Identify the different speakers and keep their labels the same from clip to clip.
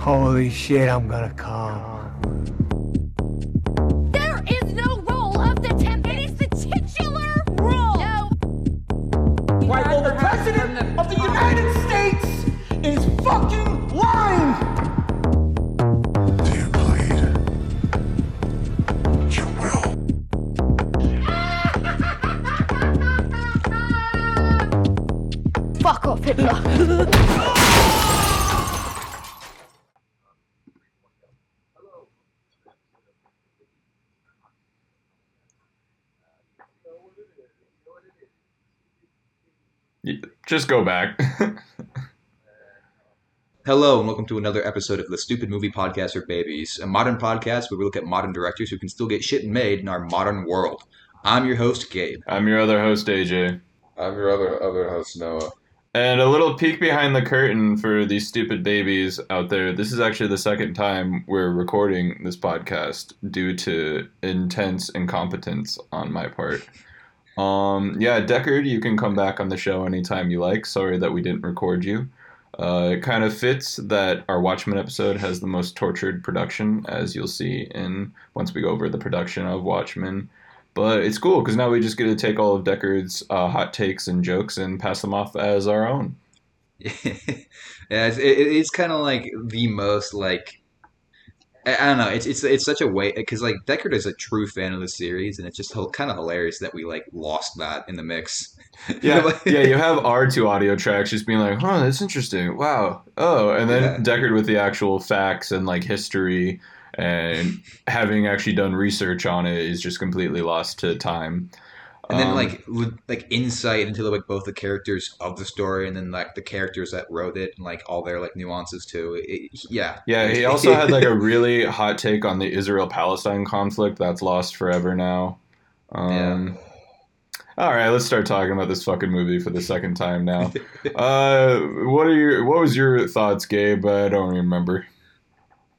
Speaker 1: Holy shit, I'm gonna come.
Speaker 2: There is no role of the temp. It is the titular role. No.
Speaker 3: Why, well, the President of the United States is fucking lying!
Speaker 4: Do you bleed? You will.
Speaker 2: Fuck off, Hitler.
Speaker 5: Y- Just go back.
Speaker 6: Hello, and welcome to another episode of the Stupid Movie Podcast for Babies, a modern podcast where we look at modern directors who can still get shit made in our modern world. I'm your host, Gabe.
Speaker 5: I'm your other host, AJ.
Speaker 7: I'm your other other host, Noah.
Speaker 5: And a little peek behind the curtain for these stupid babies out there. This is actually the second time we're recording this podcast due to intense incompetence on my part. Um, yeah, Deckard, you can come back on the show anytime you like. Sorry that we didn't record you. Uh, it kind of fits that our Watchmen episode has the most tortured production, as you'll see in once we go over the production of Watchmen. But it's cool because now we just get to take all of Deckard's uh, hot takes and jokes and pass them off as our own.
Speaker 6: yeah, it's, it, it's kind of like the most like I, I don't know. It's it's it's such a way because like Deckard is a true fan of the series, and it's just kind of hilarious that we like lost that in the mix.
Speaker 5: Yeah, yeah. You have our two audio tracks just being like, "Huh, that's interesting. Wow. Oh," and then
Speaker 6: Yeah.
Speaker 5: Deckard with the actual facts and like history and having actually done research on it is just completely lost to time.
Speaker 6: and then
Speaker 5: Um,
Speaker 6: like li- like insight into like both the characters of the story, and then like the characters that wrote it, and like all their like nuances too. It- it- yeah,
Speaker 5: Yeah, he also had like a really hot take on the Israel Palestine conflict that's lost forever now. Um, All right, let's start talking about this fucking movie for the second time now. uh, what are your What was your thoughts, Gabe? I don't remember.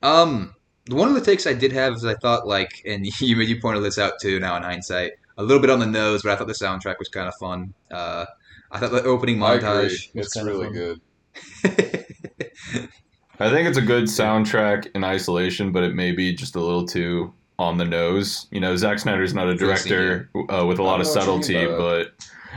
Speaker 6: Um, one of the takes I did have is I thought like, and you you pointed this out too. Now in hindsight, a little bit on the nose, but I thought the soundtrack was kind of fun. Uh, I thought the opening
Speaker 7: I agree.
Speaker 6: montage.
Speaker 7: It's
Speaker 8: kinda
Speaker 7: really
Speaker 8: fun.
Speaker 7: good.
Speaker 5: I think it's a good soundtrack in isolation, but it may be just a little too on the nose. You know, Zack Snyder's not a director uh, with a lot
Speaker 7: I
Speaker 5: of
Speaker 7: know what you
Speaker 5: subtlety,
Speaker 7: mean by
Speaker 5: but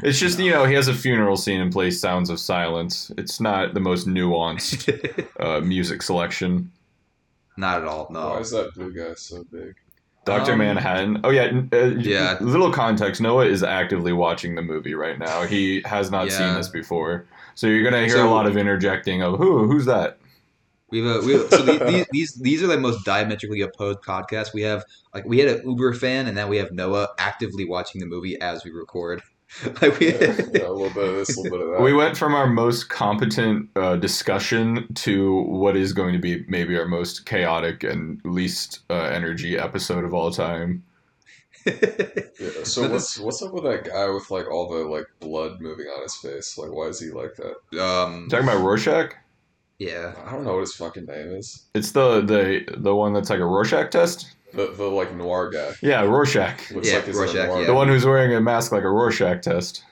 Speaker 5: it's just you know he has a funeral scene and plays sounds of silence. It's not the most nuanced uh, music selection.
Speaker 6: Not at all.
Speaker 5: Oh.
Speaker 7: Why
Speaker 6: No.
Speaker 7: is that blue guy so big?
Speaker 5: Doctor
Speaker 6: Um,
Speaker 5: Manhattan. Oh yeah, n- uh,
Speaker 6: Yeah.
Speaker 5: Little context: Noah is actively watching the movie right now. He has not seen
Speaker 6: Yeah.
Speaker 5: this before, so you're gonna hear a
Speaker 6: So-
Speaker 5: lot of interjecting of who, who's that?
Speaker 6: We have a, uh, we have, so the- these, these these are the most diametrically opposed podcasts. We have like we had an Uber fan, and now we have Noah actively watching the movie as we record. Like we,
Speaker 7: Yeah, yeah, a little bit of this, a little bit of
Speaker 6: Uh,
Speaker 7: that.
Speaker 5: We went from our most competent uh, discussion to what is going to be maybe our most chaotic and least uh, energy episode of all time.
Speaker 7: Yeah, so what's what's up with that guy with like all the like blood moving on his face? Like, why is he like that?
Speaker 6: um,
Speaker 5: talking about Rorschach.
Speaker 6: yeah,
Speaker 7: I don't know what his fucking name is.
Speaker 5: It's the the the one that's like a Rorschach test.
Speaker 7: The the like noir guy
Speaker 5: Yeah, Rorschach.
Speaker 7: looks
Speaker 6: Yeah,
Speaker 7: like he's in a
Speaker 6: Rorschach,
Speaker 7: noir.
Speaker 6: yeah.
Speaker 5: The one who's wearing a mask like a Rorschach test.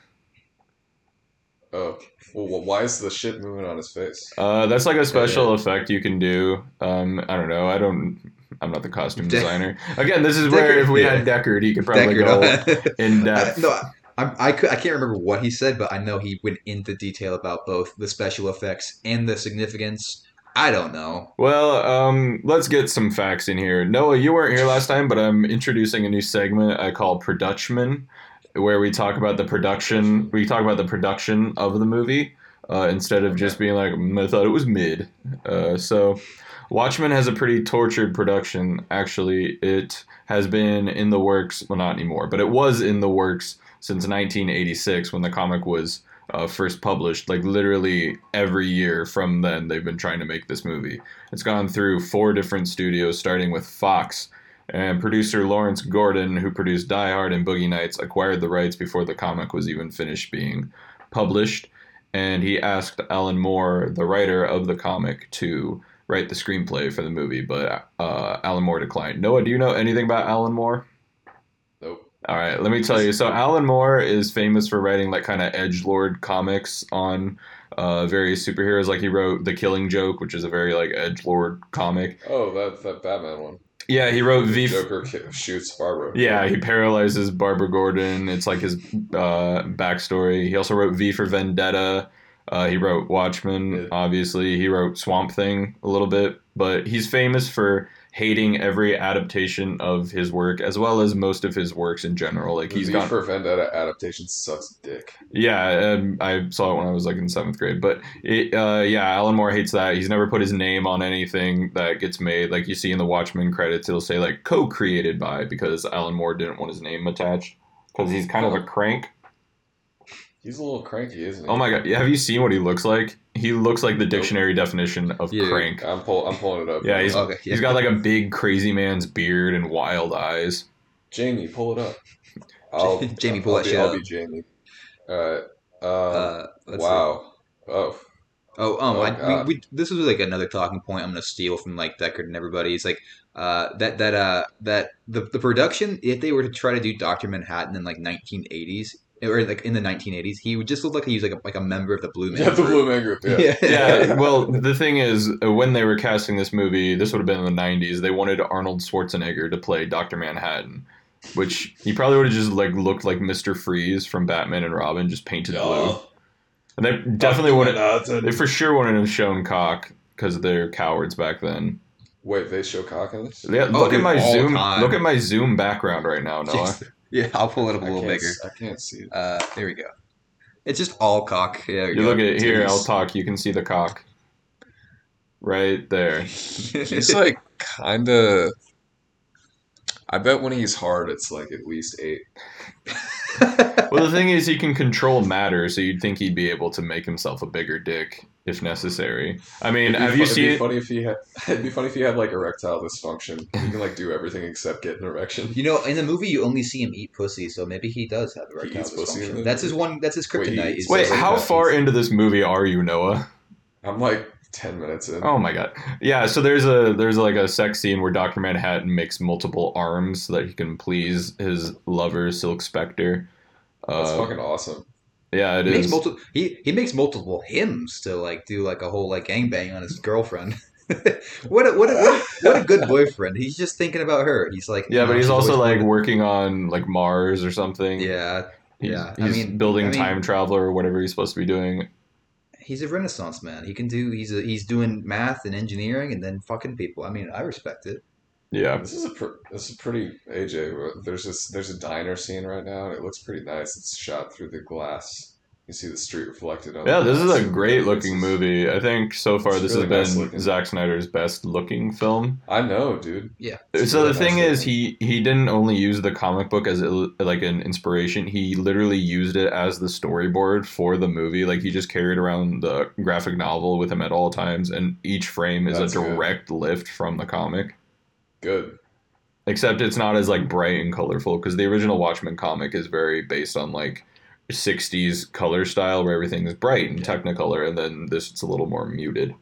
Speaker 7: Oh, well, wh- why is the shit moving on his face?
Speaker 5: Uh, that's like a special effect you can do. Um, I don't know. I don't. I'm not the costume
Speaker 6: De-
Speaker 5: designer. Again, this is where
Speaker 6: Deckard,
Speaker 5: if we had
Speaker 6: yeah.
Speaker 5: Deckard, he could probably
Speaker 6: Deckard.
Speaker 5: go in
Speaker 6: I,
Speaker 5: depth.
Speaker 6: no, I, I'm- I, cou- I can't remember what he said, but I know he went into detail about both the special effects and the significance. I don't know.
Speaker 5: Well, um, let's get some facts in here. Noah, you weren't here last time, but I'm introducing a new segment I call Production, where we talk about the production. We talk about the production of the movie uh, instead of just being like, "Mm, I thought it was mid. Uh, so, Watchmen has a pretty tortured production. Actually, it has been in the works. Well, not anymore, but it was in the works since 1986 when the comic was. Uh, first published, like literally every year from then, they've been trying to make this movie. It's gone through four different studios, starting with Fox. And producer Lawrence Gordon, who produced Die Hard and Boogie Nights, acquired the rights before the comic was even finished being published. And he asked Alan Moore, the writer of the comic, to write the screenplay for the movie, but uh, Alan Moore declined. Noah, do you know anything about Alan Moore?
Speaker 7: Nope.
Speaker 5: All right, let me tell you. So Alan Moore is famous for writing like kind of edge lord comics on uh, various superheroes. Like he wrote The Killing Joke, which is a very like edge lord comic.
Speaker 7: Oh, that that Batman one.
Speaker 5: Yeah, he wrote V.
Speaker 7: Joker ki- shoots Barbara.
Speaker 5: Yeah, he paralyzes Barbara Gordon. It's like his uh, backstory. He also wrote V for Vendetta. Uh, he wrote Watchmen,
Speaker 7: Yeah.
Speaker 5: obviously. He wrote Swamp Thing a little bit, but he's famous for hating every adaptation of his work as well as most of his works in general. Like
Speaker 7: The
Speaker 5: he's
Speaker 7: V
Speaker 5: got
Speaker 7: for Vendetta adaptation sucks dick.
Speaker 5: yeah, um, I saw it when I was like in seventh grade. But it, uh, yeah, Alan Moore hates that. He's never put his name on anything that gets made. Like you see in the Watchmen credits, it'll say like co-created by because Alan Moore didn't want his name attached because he's kind of a crank.
Speaker 7: He's a little cranky, isn't he?
Speaker 5: Oh my god, yeah, have you seen what he looks like? He looks like the dictionary definition of
Speaker 6: Yeah.
Speaker 5: crank.
Speaker 7: I'm pull, I'm pulling it up.
Speaker 5: Yeah, he's
Speaker 6: Okay, yeah.
Speaker 5: he's got like a big crazy man's beard and wild eyes.
Speaker 7: Jamie, pull it up. I'll,
Speaker 6: Jamie, pull
Speaker 7: I'll
Speaker 6: that
Speaker 7: be,
Speaker 6: shit
Speaker 7: I'll
Speaker 6: up.
Speaker 7: be Jamie. Uh, um,
Speaker 6: Uh, let's see.
Speaker 7: wow. Oh,
Speaker 6: Oh, um,
Speaker 7: Oh,
Speaker 6: I,
Speaker 7: God.
Speaker 6: we, we, this was like another talking point. I'm gonna steal from like Deckard and everybody. It's like uh, that that uh, that the the production. If they were to try to do Doctor Manhattan in like 1980s or like in the 1980s, he would just look like he was like a, like a member of the Blue Man.
Speaker 7: yeah, the
Speaker 6: Group.
Speaker 7: Blue Man Group. Yeah.
Speaker 5: yeah, well, the thing is, uh, when they were casting this movie, this would have been in the 90s, they wanted Arnold Schwarzenegger to play Dr. Manhattan, which he probably would have just like looked like Mr. Freeze from Batman and Robin, just painted blue. And they definitely wouldn't,
Speaker 7: Nothing.
Speaker 5: they for sure wouldn't have shown cock because they're cowards back then.
Speaker 7: Wait, they show cock in this?
Speaker 5: Yeah,
Speaker 6: Oh,
Speaker 5: look
Speaker 6: dude,
Speaker 5: at my
Speaker 6: all the
Speaker 5: Zoom,
Speaker 6: time.
Speaker 5: look at my Zoom background right now, Noah.
Speaker 6: Jeez. yeah, I'll pull it up a
Speaker 7: I
Speaker 6: little
Speaker 7: can't,
Speaker 6: bigger.
Speaker 7: s- I can't see it.
Speaker 6: Uh, there we go. It's just all cock. Yeah, there we
Speaker 5: You
Speaker 6: go.
Speaker 5: look at it here,
Speaker 6: Jeez.
Speaker 5: I'll talk, you can see the cock. Right there.
Speaker 7: He's like kind of. I bet when he's hard, it's like at least eight.
Speaker 5: Well, the thing is, he can control matter, so you'd think he'd be able to make himself a bigger dick if necessary. I mean,
Speaker 7: It'd be
Speaker 5: have you
Speaker 7: fu- it'd
Speaker 5: seen?
Speaker 7: be funny if he had? It'd be funny if he had like erectile dysfunction. You can like do everything except get an erection.
Speaker 6: You know, in the movie, you only see him eat pussy, so maybe he does have erectile
Speaker 7: eats pussy in
Speaker 6: dysfunction.
Speaker 7: the-
Speaker 6: That's his one. That's his
Speaker 7: Wait, he
Speaker 6: kryptonite.
Speaker 7: eats
Speaker 6: is
Speaker 5: Wait,
Speaker 6: his-
Speaker 7: like
Speaker 5: how
Speaker 7: that.
Speaker 5: far into this movie are you, Noah?
Speaker 7: I'm like ten minutes in.
Speaker 5: Oh my god! Yeah, so there's a there's like a sex scene where Doctor Manhattan makes multiple arms so that he can please his lover, Silk Spectre.
Speaker 7: That's
Speaker 5: Uh,
Speaker 7: fucking awesome.
Speaker 5: yeah, it
Speaker 6: He makes
Speaker 5: is.
Speaker 6: multiple. He he makes multiple hymns to like do like a whole like gangbang on his girlfriend. what a, what a, what a, what a good boyfriend. He's just thinking about her. He's like
Speaker 5: yeah,
Speaker 6: "Oh,
Speaker 5: but he's
Speaker 6: she's
Speaker 5: also
Speaker 6: always
Speaker 5: like
Speaker 6: wanted-"
Speaker 5: working on like Mars or something.
Speaker 6: yeah.
Speaker 5: He's-
Speaker 6: yeah. I
Speaker 5: He's
Speaker 6: mean-
Speaker 5: building
Speaker 6: I mean-
Speaker 5: time traveler or whatever he's supposed to be doing.
Speaker 6: He's a renaissance man. He can do. He's a, he's doing math and engineering and then fucking people. I mean, I respect it.
Speaker 5: Yeah,
Speaker 7: This is a pr- this is pretty AJ. but There's this there's a diner scene right now, and it looks pretty nice. It's shot through the glass. You see the street reflected on.
Speaker 5: Yeah,
Speaker 7: the
Speaker 5: this is
Speaker 7: glass.
Speaker 5: a great looking
Speaker 7: This is-
Speaker 5: movie. I think so far
Speaker 7: It's
Speaker 5: this
Speaker 7: really
Speaker 5: has
Speaker 7: nice
Speaker 5: been
Speaker 7: looking.
Speaker 5: Zack Snyder's best looking film.
Speaker 7: I know, dude. It's
Speaker 5: so
Speaker 7: really
Speaker 5: the thing
Speaker 7: nice
Speaker 5: is, he he didn't only use the comic book as il- like an inspiration. He literally used it as the storyboard for the movie. Like he just carried around the graphic novel with him at all times, and each frame is
Speaker 7: That's
Speaker 5: a
Speaker 7: good.
Speaker 5: direct lift from the comic.
Speaker 7: Good.
Speaker 5: Except it's not as like bright and colorful because the original Watchmen comic is very based on like. 60s color style where everything is bright and technicolor and then this it's a little more muted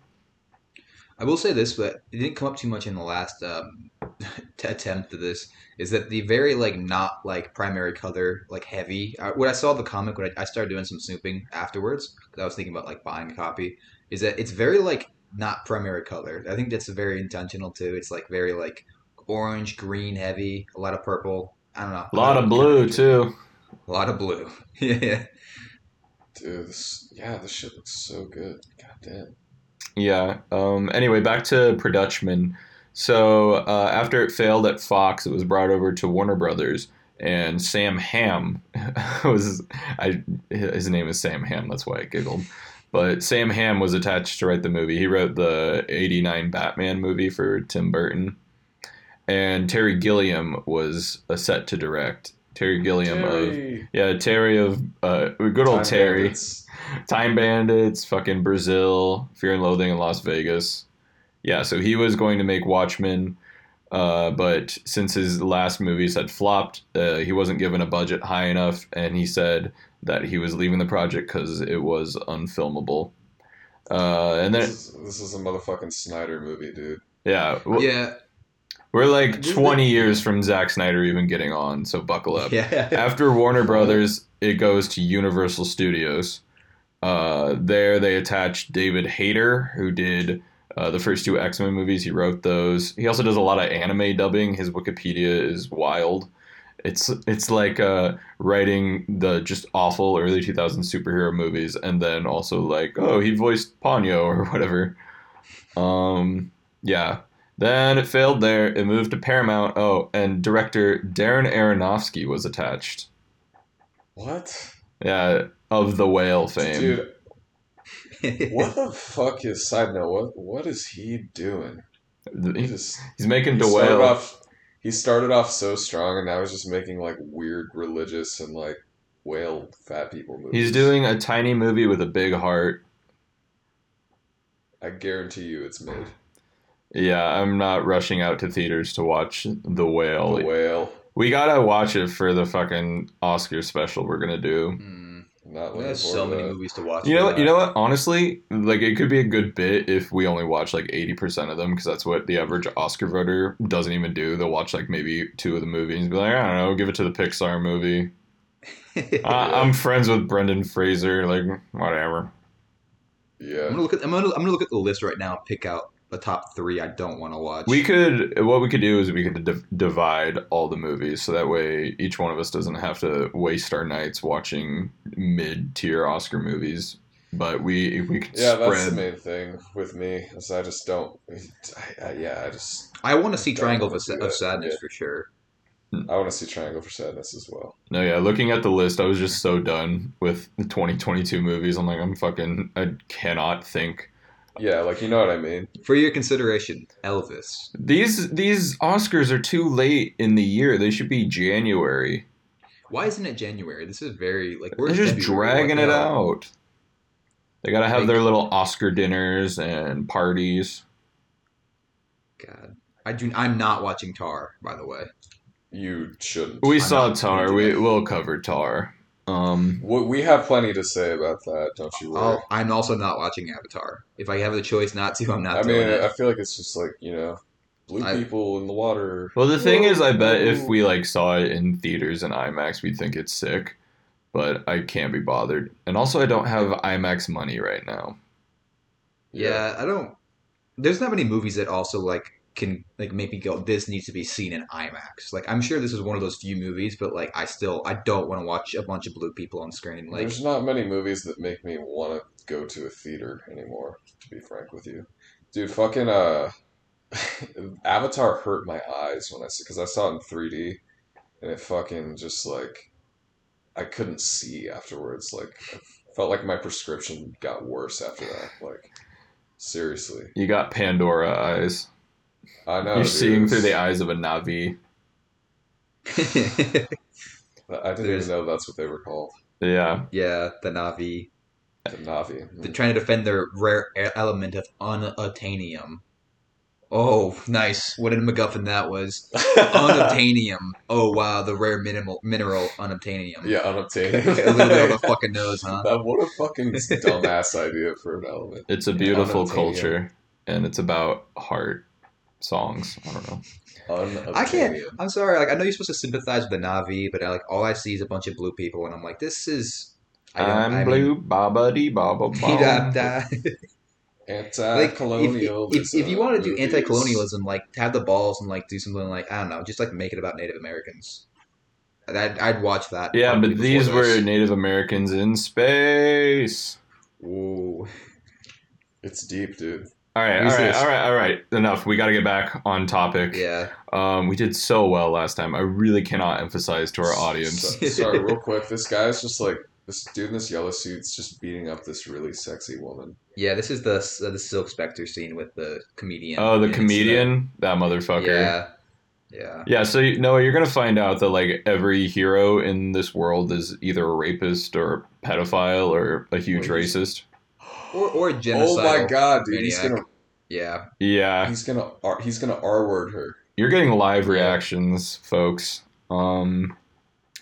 Speaker 6: I will say this, but it didn't come up too much in the last um, t- attempt of this. Is that the very like not like primary color like heavy? I, when I saw the comic, when I, I started doing some snooping afterwards, because I was thinking about like buying a copy, is that it's very like not primary color. I think that's very intentional too. It's like very like orange, green, heavy, a lot of purple. I don't know,
Speaker 5: A lot of blue too.
Speaker 6: a lot of blue. yeah,
Speaker 7: Dude, this, yeah, this shit looks so good. God damn.
Speaker 5: Yeah. Um, anyway, back to production. So uh, after it failed at Fox, it was brought over to Warner Brothers, and Sam Ham was I his name is Sam Ham. That's why I giggled. But Sam Ham was attached to write the movie. He wrote the '89 Batman movie for Tim Burton, and Terry Gilliam was uh, set to direct. Terry Gilliam of yeah Terry of uh, good old
Speaker 7: Time
Speaker 5: Terry.
Speaker 7: Bandits.
Speaker 5: Time Bandits, fucking Brazil, Fear and Loathing in Las Vegas. Yeah, so he was going to make Watchmen, uh, but since his last movies had flopped, uh, he wasn't given a budget high enough, and he said that he was leaving the project because it was unfilmable. Uh, and
Speaker 7: This
Speaker 5: then,
Speaker 7: is, this is a motherfucking Snyder movie, dude.
Speaker 5: yeah, w-
Speaker 6: yeah,
Speaker 5: we're like
Speaker 6: This is
Speaker 5: 20 years from Zack Snyder even getting on, so buckle up.
Speaker 6: yeah.
Speaker 5: After Warner Brothers, it goes to Universal Studios, Uh, there, they attached David Hayter, who did uh, the first two X Men movies. He wrote those. He also does a lot of anime dubbing. His Wikipedia is wild. It's it's like uh, writing the just awful early 2000s superhero movies, and then also like, oh, he voiced Ponyo or whatever. Um, yeah. Then it failed there. It moved to Paramount. Oh, and director Darren Aronofsky was attached.
Speaker 7: What?
Speaker 5: Yeah, of the whale fame.
Speaker 7: Dude, what the fuck is side note? What what is he doing? He
Speaker 5: Th-
Speaker 7: just
Speaker 5: He's making
Speaker 7: he
Speaker 5: the
Speaker 7: started
Speaker 5: whale.
Speaker 7: off. He started off so strong, and now he's just making like weird religious and like whale fat people movies.
Speaker 5: He's doing a tiny movie with a big heart.
Speaker 7: I guarantee you, it's made.
Speaker 5: Yeah, I'm not rushing out to theaters to watch The Whale.
Speaker 7: The whale.
Speaker 5: We gotta watch it for the fucking Oscar special we're gonna do.
Speaker 6: Hmm.
Speaker 7: I'm Not looking
Speaker 6: There's so
Speaker 7: forward
Speaker 6: many
Speaker 7: to that.
Speaker 6: movies to watch.
Speaker 5: You know,
Speaker 6: for
Speaker 5: you
Speaker 6: that.
Speaker 5: know what? Honestly, like it could be a good bit if we only watch like 80% of them because that's what the average Oscar voter doesn't even do. They'll watch like maybe two of the movies and be like, I don't know, give it to the Pixar movie. I, I'm friends with Brendan Fraser, like whatever.
Speaker 6: I'm
Speaker 7: Yeah.
Speaker 6: gonna look at I'm gonna, I'm gonna look at the list right now and pick out the top three I don't want to watch.
Speaker 5: We could, what we could do is we could div- divide all the movies so that way each one of us doesn't have to waste our nights watching mid-tier Oscar movies. But we, we could
Speaker 7: Yeah, that's the
Speaker 5: spread.
Speaker 7: main thing with me is I just don't. I, I, yeah, I just
Speaker 6: I want to see
Speaker 7: Don't
Speaker 6: Triangle of,
Speaker 7: wanna do
Speaker 6: Sa-
Speaker 7: that.
Speaker 6: of Sadness for sure.
Speaker 7: I want to see Triangle for Sadness as well.
Speaker 5: No, yeah. Looking at the list, I was just so done with the 2022 movies. I'm like, I'm fucking, I cannot think.
Speaker 7: Yeah, like you know what I mean.
Speaker 6: For your consideration, Elvis.
Speaker 5: These these Oscars are too late in the year. They should be January.
Speaker 6: Why isn't it January? This is very like we're
Speaker 5: They're
Speaker 6: in
Speaker 5: just
Speaker 6: February,
Speaker 5: dragging
Speaker 6: what
Speaker 5: it
Speaker 6: the hell?
Speaker 5: out. They gotta have their little Oscar dinners and parties.
Speaker 6: God, I do. I'm not watching Tar, by the way.
Speaker 7: You shouldn't.
Speaker 5: We
Speaker 6: I'm
Speaker 5: saw
Speaker 6: not-
Speaker 5: Tar. We will cover Tar. Um,
Speaker 7: We, we have plenty to say about that, don't you worry.
Speaker 5: Oh.
Speaker 6: I'll, I'm also not watching Avatar. If I have the choice not to, I'm not
Speaker 7: I
Speaker 6: doing
Speaker 7: mean, I
Speaker 6: it.
Speaker 7: feel like it's just like you know, blue
Speaker 6: I-
Speaker 7: people in the water.
Speaker 5: well, the thing is, I bet if we like saw it in theaters and IMAX, we'd think it's sick. But I can't be bothered, and also I don't have IMAX money right now.
Speaker 6: yeah, I don't. There's not many movies that also like can like make me go. This needs to be seen in IMAX. Like I'm sure this is one of those few movies, but like I still I don't want to watch a bunch of blue people on screen. Like
Speaker 7: There's not many movies that make me want to go to a theater anymore. To be frank with you, dude, fucking uh, Avatar hurt my eyes when I because I saw it in 3D, and it fucking just like I couldn't see afterwards. Like I felt like my prescription got worse after that. Like seriously,
Speaker 5: You got Pandora eyes.
Speaker 7: I know
Speaker 6: Oh,
Speaker 5: You're seeing
Speaker 7: dude.
Speaker 5: through the eyes of a Navi.
Speaker 7: I didn't
Speaker 6: There's-
Speaker 7: even know that's what they were called.
Speaker 5: Yeah.
Speaker 6: yeah, the Navi.
Speaker 7: The Navi.
Speaker 6: They're trying to defend their rare e- element of unattainium. Oh, nice! What a MacGuffin that was. unobtainium. Oh wow, the rare minimal mineral unobtainium.
Speaker 7: yeah, unobtainium.
Speaker 6: a little bit of a fucking nose, huh?
Speaker 7: That- what a fucking dumbass idea for an element.
Speaker 5: It's a
Speaker 7: Yeah,
Speaker 5: beautiful
Speaker 7: unobtainium.
Speaker 5: culture and it's about heart songs. I don't know.
Speaker 7: Unobtainium.
Speaker 6: I can't. I'm sorry. Like I know you're supposed to sympathize with the Navi, but I, like all I see is a bunch of blue people, and I'm like, this is. I don't-
Speaker 5: I'm
Speaker 6: I mean-
Speaker 5: blue, baba dee baba ba.
Speaker 6: Da- da.
Speaker 5: Uh,
Speaker 6: Like if,
Speaker 7: Anti-colonial.
Speaker 6: if, if you want to do anti-colonialism, like have the balls and like do something like I don't know, just like make it about Native Americans. I'd, I'd watch that.
Speaker 5: Yeah, but
Speaker 6: probably before
Speaker 5: these were
Speaker 6: this.
Speaker 5: Native Americans in space.
Speaker 6: Ooh.
Speaker 7: it's deep, dude.
Speaker 5: All right, all
Speaker 7: Who's
Speaker 5: right,
Speaker 7: this?
Speaker 5: all right, all right. Enough. We got to get back on topic.
Speaker 6: Yeah.
Speaker 5: Um, we did so well last time. I really cannot emphasize to our audience.
Speaker 7: So- sorry, real quick. This guy's just like this dude in this yellow suit's just beating up this really sexy woman.
Speaker 6: Yeah, this is the uh, the Silk Spectre scene with the comedian.
Speaker 5: Oh, the
Speaker 6: And it's, uh,
Speaker 5: comedian? That motherfucker.
Speaker 6: Yeah, yeah.
Speaker 5: Yeah, so you- Noah, you're gonna find out that like every hero in this world is either a rapist or a pedophile or a huge
Speaker 7: Wait.
Speaker 5: racist.
Speaker 6: Or or
Speaker 7: Oh
Speaker 6: genocide.
Speaker 7: my god, dude! He's
Speaker 6: maniac.
Speaker 7: gonna
Speaker 6: Yeah,
Speaker 5: Yeah,
Speaker 7: he's gonna R, he's gonna R word her.
Speaker 5: you're getting live reactions, folks. Um,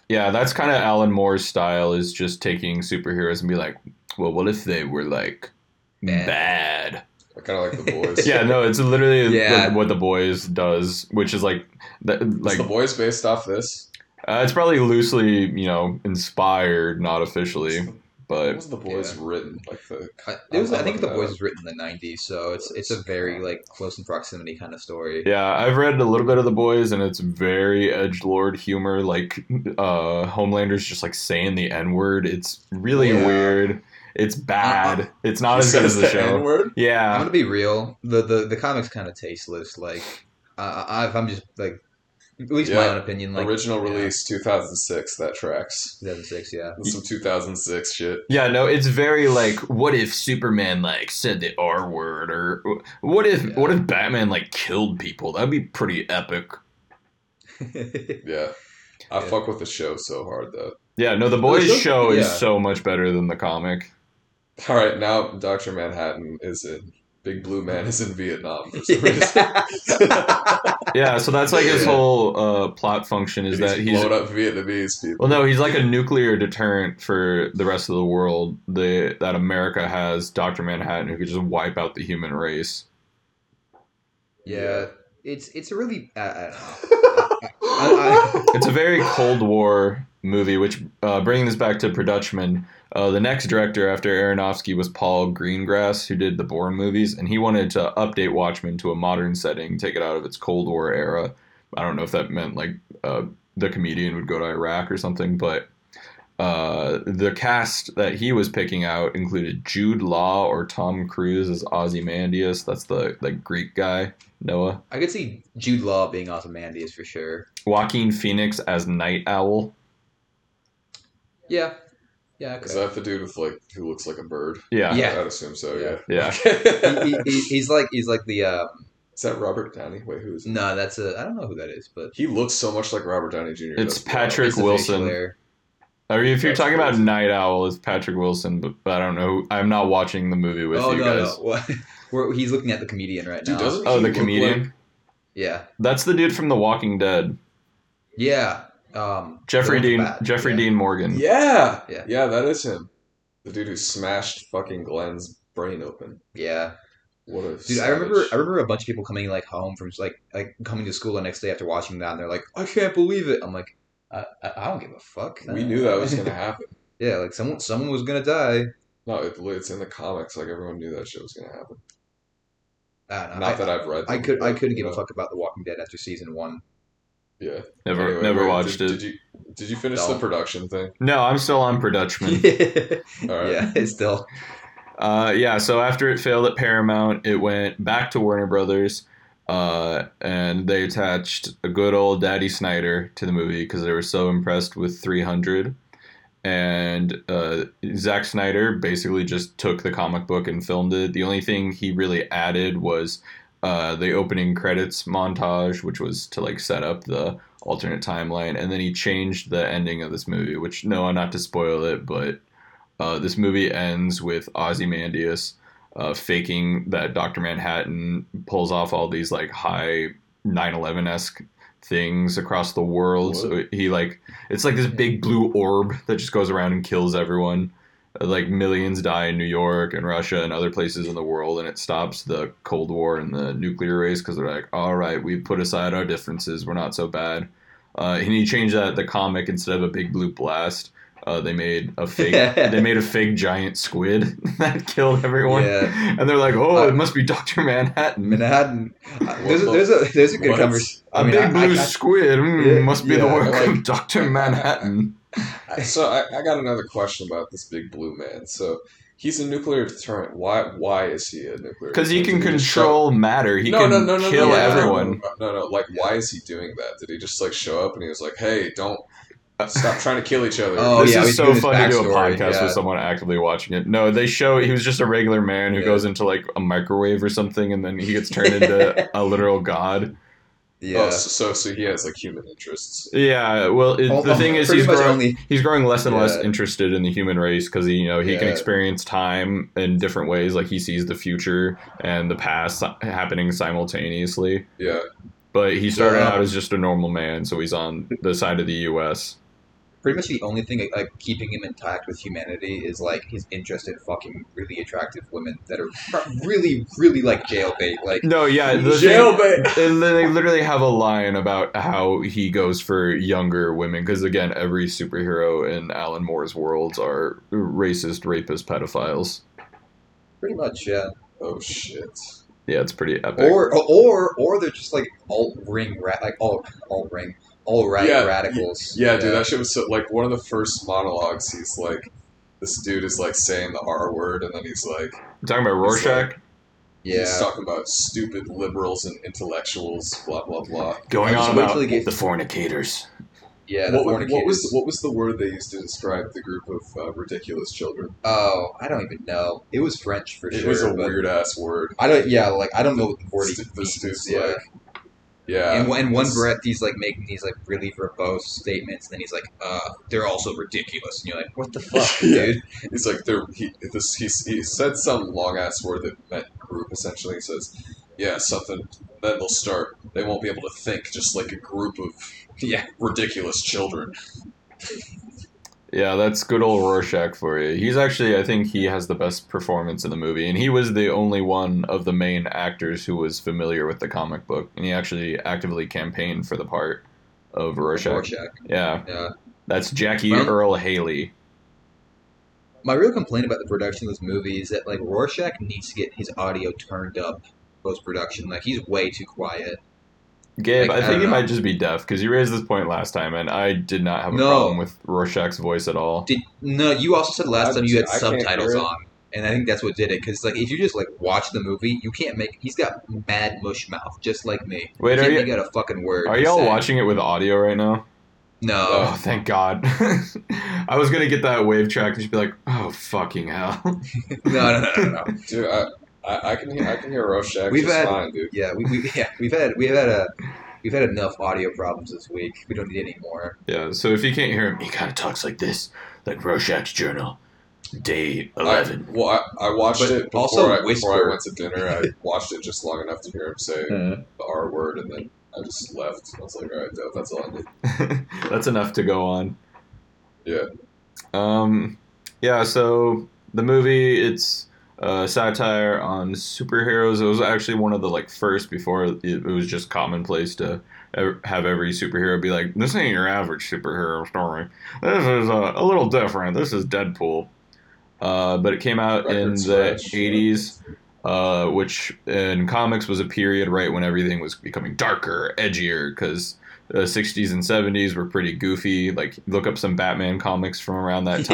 Speaker 5: yeah, that's kind of Alan Moore's style is just taking superheroes and be like, well, what if they were like
Speaker 6: Bad.
Speaker 5: bad?
Speaker 7: Kind of like the boys.
Speaker 5: Yeah, no, it's literally
Speaker 6: Yeah.
Speaker 5: the- what the boys does, which is like, that,
Speaker 7: Is
Speaker 5: like
Speaker 7: the boys based off this?
Speaker 5: uh, it's probably loosely, you know, inspired, not officially.
Speaker 7: What
Speaker 5: But
Speaker 7: was the boys
Speaker 6: yeah.
Speaker 7: written like the?
Speaker 6: I- It was, I think the
Speaker 7: Uh,
Speaker 6: boys was written in the '90s, so it's it's a very like close in proximity kind of story.
Speaker 5: yeah, I've read a little bit of the boys, and it's very edge lord humor. Like uh, Homelander's just like saying the n word. It's really
Speaker 6: Yeah.
Speaker 5: weird. It's bad.
Speaker 6: Uh,
Speaker 5: it's not
Speaker 7: He
Speaker 5: as good as
Speaker 7: says
Speaker 5: the show.
Speaker 7: N-word?
Speaker 6: I'm
Speaker 5: Yeah,
Speaker 6: gonna be real. The the, the comics kind of tasteless. Like, I, I, if I'm just like, at least my
Speaker 7: Yeah.
Speaker 6: own opinion. Like,
Speaker 7: Original
Speaker 6: yeah,
Speaker 7: release 2006. That tracks.
Speaker 6: 2006. Yeah,
Speaker 7: That's some 2006 shit.
Speaker 5: Yeah, no, it's very like, what if Superman like said the R word, or what if
Speaker 6: Yeah.
Speaker 5: what if Batman like killed people? That'd be pretty epic.
Speaker 7: Yeah,
Speaker 6: Yeah.
Speaker 7: I fuck with the show so hard though.
Speaker 5: Yeah, no, the boys
Speaker 6: show-
Speaker 5: show is
Speaker 6: yeah.
Speaker 5: so much better than the comic.
Speaker 7: All right, now Doctor Manhattan is in. Big Blue Man is in Vietnam for some reason.
Speaker 6: Yeah.
Speaker 5: Yeah, so that's like his
Speaker 6: Yeah.
Speaker 5: whole uh, plot function is
Speaker 7: He's
Speaker 5: that he's
Speaker 7: blown up Vietnamese people.
Speaker 5: well, no, he's like a nuclear deterrent for the rest of the world. The that America has Doctor Manhattan who could just wipe out the human race.
Speaker 6: yeah. It's it's a really I, I don't know. I,
Speaker 5: It's a very Cold War movie, which uh, bringing this back to production, uh, the next director after Aronofsky was Paul Greengrass, who did the Bourne movies, and he wanted to update Watchmen to a modern setting, take it out of its Cold War era. I don't know if that meant like uh, the comedian would go to Iraq or something, but uh, the cast that he was picking out included Jude Law or Tom Cruise as Ozymandias. That's the like Greek guy, Noah.
Speaker 6: I could see Jude Law being Ozymandias for sure.
Speaker 5: Joaquin Phoenix as Night Owl.
Speaker 6: Yeah, yeah.
Speaker 7: Is
Speaker 6: Okay.
Speaker 7: that the dude with like who looks like a bird?
Speaker 5: Yeah.
Speaker 6: Yeah.
Speaker 7: I'd assume so. Yeah.
Speaker 5: Yeah.
Speaker 6: he, he- he- he's like he's like the um,
Speaker 7: is that Robert Downey? Wait, who is it?
Speaker 6: no. That's a I don't know who that is, but
Speaker 7: He looks so much like Robert Downey Jr.
Speaker 5: It's
Speaker 7: does.
Speaker 5: Patrick-
Speaker 6: it's the facial
Speaker 5: Wilson.
Speaker 6: hair.
Speaker 5: I mean, if you're
Speaker 7: That's
Speaker 5: talking about
Speaker 7: crazy.
Speaker 5: Night Owl, it's Patrick Wilson, but, but I don't know. I'm not watching the movie with
Speaker 6: Oh
Speaker 5: you
Speaker 6: no,
Speaker 5: guys.
Speaker 6: no. What? We're, he's looking at the comedian right
Speaker 7: Dude,
Speaker 6: now.
Speaker 7: doesn't
Speaker 5: Oh,
Speaker 7: he
Speaker 5: the
Speaker 7: look
Speaker 5: comedian?
Speaker 7: like-
Speaker 6: Yeah,
Speaker 5: That's the dude from The Walking Dead.
Speaker 6: yeah. Um,
Speaker 5: Jeffrey
Speaker 6: the
Speaker 5: Dean
Speaker 6: bat,
Speaker 5: Jeffrey
Speaker 6: yeah.
Speaker 5: Dean Morgan.
Speaker 7: yeah.
Speaker 6: Yeah.
Speaker 7: Yeah, that is him. The dude who smashed fucking Glenn's brain open.
Speaker 6: Yeah,
Speaker 7: What a
Speaker 6: dude. I
Speaker 7: savage.
Speaker 6: remember. I remember a bunch of people coming like home from like like coming to school the next day after watching that, and they're like, "I can't believe it." I'm like, "I, I, I don't give a fuck."
Speaker 7: We knew that was gonna happen.
Speaker 6: yeah, like someone someone was gonna die.
Speaker 7: No, it, it's in the comics. Like everyone knew that shit was gonna happen.
Speaker 6: I don't know.
Speaker 7: Not
Speaker 6: I,
Speaker 7: that I've read.
Speaker 6: I
Speaker 7: them,
Speaker 6: could I
Speaker 7: but,
Speaker 6: couldn't
Speaker 7: you
Speaker 6: give a
Speaker 7: know,
Speaker 6: fuck about The Walking Dead after season one.
Speaker 7: Yeah.
Speaker 5: Never
Speaker 7: Anyway,
Speaker 5: never
Speaker 7: wait,
Speaker 5: watched
Speaker 7: did,
Speaker 5: it.
Speaker 7: Did you did you finish
Speaker 6: No.
Speaker 7: the production thing?
Speaker 5: No, I'm still on production.
Speaker 7: All right.
Speaker 6: Yeah, it's still.
Speaker 5: Uh, yeah, so after it failed at Paramount, it went back to Warner Brothers, uh, and they attached a good old Daddy Snyder to the movie because they were so impressed with 300. And uh, Zack Snyder basically just took the comic book and filmed it. The only thing he really added was uh, the opening credits montage, which was to like set up the alternate timeline, and then he changed the ending of this movie. Which no, not to spoil it, but uh, this movie ends with Ozymandias uh, faking that Dr. Manhattan pulls off all these like high 9/11 esque things across the world. So he like it's like this big blue orb that just goes around and kills everyone. Uh, Like millions die in New York and Russia and other places in the world, and it stops the Cold War and the nuclear race because they're like, all right, we've put aside our differences, we're not so bad. Uh, and he changed that the comic instead of a big blue blast. Uh, they made a fake. they made a fake giant squid that killed everyone.
Speaker 6: Yeah.
Speaker 5: And they're like, "Oh,
Speaker 6: Uh,
Speaker 5: it must be Doctor Manhattan.
Speaker 6: Manhattan. I- There's a, there's a there's a good
Speaker 7: What?
Speaker 6: conversation.
Speaker 5: A big blue squid mm,
Speaker 6: Yeah,
Speaker 5: must be the
Speaker 6: yeah,
Speaker 5: work
Speaker 7: like-
Speaker 5: of Doctor Manhattan."
Speaker 7: So I, I got another question about this big blue man. So he's a nuclear deterrent. Why why is he a nuclear?
Speaker 5: Because he can
Speaker 7: deterrent? Did just show-
Speaker 5: control matter. He can kill
Speaker 7: no, no,
Speaker 5: everyone.
Speaker 7: No, no, no, like why is he doing that? Did he just like show up and he was like, "Hey, don't stop trying to kill each other."
Speaker 6: Oh,
Speaker 5: this
Speaker 6: yeah,
Speaker 5: is
Speaker 6: he's
Speaker 5: so
Speaker 6: doing his
Speaker 5: fun to do a
Speaker 6: backstory,
Speaker 5: podcast
Speaker 6: yeah.
Speaker 5: with someone actively watching it. No, they show he was just a regular man who
Speaker 6: Yeah.
Speaker 5: goes into like a microwave or something, and then he gets turned into a literal god.
Speaker 6: Yeah.
Speaker 7: Oh, so so he has like human interests.
Speaker 5: Yeah, well, it,
Speaker 6: Al-
Speaker 5: the thing is,
Speaker 6: um, pretty
Speaker 5: he's
Speaker 6: much
Speaker 5: growing,
Speaker 6: only-
Speaker 5: he's growing less and less
Speaker 6: Yeah.
Speaker 5: interested in the human race because he, you know, he can
Speaker 6: Yeah.
Speaker 5: experience time in different ways. Like he sees the future and the past si- happening simultaneously.
Speaker 7: Yeah,
Speaker 5: But he started
Speaker 6: Yeah.
Speaker 5: out as just a normal man, so he's on the side of the U.S.
Speaker 6: pretty much the only thing like keeping him intact with humanity is like his interest in fucking really attractive women that are really, really like jailbait. Like
Speaker 5: No, yeah. The
Speaker 7: Jail
Speaker 5: thing- and then they literally have a line about how he goes for younger women because again, every superhero in Alan Moore's worlds are racist, rapist, pedophiles.
Speaker 6: pretty much, yeah.
Speaker 7: Oh shit.
Speaker 5: Yeah, it's pretty epic.
Speaker 6: Or or or they're just like alt ring ra- like alt alt ring all right
Speaker 7: Yeah,
Speaker 6: radicals.
Speaker 7: Yeah, dude, that shit was so like one of the first monologues. He's like, this dude is like saying the R word, and then he's like,
Speaker 5: You talking about Rorschach
Speaker 7: he's
Speaker 6: yeah.
Speaker 7: talking about stupid liberals and intellectuals, blah blah blah.
Speaker 5: going
Speaker 6: I just
Speaker 5: on
Speaker 6: wait
Speaker 5: about
Speaker 6: till he gets-
Speaker 5: the fornicators.
Speaker 6: Yeah, the
Speaker 7: What, wa- what was
Speaker 6: fornicators.
Speaker 7: what was the word they used to describe the group of uh, ridiculous children?
Speaker 6: Oh, I don't even know. It was French for
Speaker 7: It
Speaker 6: sure.
Speaker 7: was a
Speaker 6: but
Speaker 7: weird ass word.
Speaker 6: I don't. Yeah, like I don't know what the word
Speaker 7: Stu-
Speaker 6: means,
Speaker 7: This dude's
Speaker 6: yeah.
Speaker 7: like, yeah,
Speaker 5: Um,
Speaker 6: and, and one
Speaker 7: this-
Speaker 6: breath, he's like making these like really verbose statements, and then he's like, "Uh, they're also ridiculous." And you're like, "What the fuck,
Speaker 7: Yeah.
Speaker 6: dude?"
Speaker 7: He's like, there. He this. He, he said some long ass word that meant group. Essentially, he says, yeah, something. Then they'll start. They won't be able to think, just like a group of
Speaker 6: Yeah,
Speaker 7: ridiculous children.
Speaker 5: Yeah, that's good old Rorschach for you. He's actually, I think he has the best performance in the movie, and he was the only one of the main actors who was familiar with the comic book, and he actually actively campaigned for the part of Rorschach.
Speaker 6: Rorschach.
Speaker 5: Yeah,
Speaker 6: Yeah.
Speaker 5: that's Jackie
Speaker 6: Well-
Speaker 5: Earl Haley.
Speaker 6: My real complaint about the production of this movie is that like Rorschach needs to get his audio turned up post production. Like he's way too quiet.
Speaker 5: Gabe,
Speaker 6: Like, uh,
Speaker 5: I
Speaker 6: I
Speaker 5: think
Speaker 6: don't
Speaker 5: you
Speaker 6: know.
Speaker 5: might just be deaf because you raised this point last time, and I did not have a
Speaker 6: No.
Speaker 5: problem with Rorschach's voice at all.
Speaker 6: Did no? You also said last
Speaker 7: I-
Speaker 6: time you had
Speaker 7: I can't
Speaker 6: subtitles
Speaker 7: hear it.
Speaker 6: on, and I think that's what did it. Because like if you just like watch the movie, you can't make. He's got mad mush mouth, just like me.
Speaker 5: Wait,
Speaker 6: can't
Speaker 5: are
Speaker 6: make
Speaker 5: you
Speaker 6: out a fucking word.
Speaker 5: are
Speaker 6: he's
Speaker 5: y'all
Speaker 6: saying.
Speaker 5: watching it with audio right now?
Speaker 6: No.
Speaker 5: Oh, thank God! I was gonna get that wave track and just be like, "Oh fucking hell!"
Speaker 6: no, no, no, no, no.
Speaker 7: Dude, I, I, I can hear. I can hear Rorschach
Speaker 6: We've
Speaker 7: just
Speaker 6: had-
Speaker 7: fine, dude.
Speaker 6: Yeah, we, we yeah we've had we've had a we've had enough audio problems this week. We don't need any more.
Speaker 5: Yeah, so if you can't hear him, he kind of talks like this, like Rorschach's journal, day eleven.
Speaker 7: I, well, I, I watched
Speaker 6: But
Speaker 7: it before,
Speaker 6: also
Speaker 7: I, before
Speaker 6: whisper. Uh-huh.
Speaker 7: I went to dinner. I watched it just long enough to hear him say
Speaker 5: Mhm.
Speaker 7: the R word, and then I just left. I was like, all right, dope, that's all I need.
Speaker 5: That's enough to go on.
Speaker 7: Yeah.
Speaker 5: Um, yeah. So the movie, it's uh, satire on superheroes. It was actually one of the like first before it, it was just commonplace to ev- have every superhero be like, "This ain't your average superhero story. This is uh, a, a little different. This is Deadpool." Uh, but it came out
Speaker 7: Record
Speaker 5: in the
Speaker 7: scratch.
Speaker 5: eighties uh, which in comics was a period right when everything was becoming darker, edgier, because the 60s and 70s were pretty goofy. Like, look up some Batman comics from around that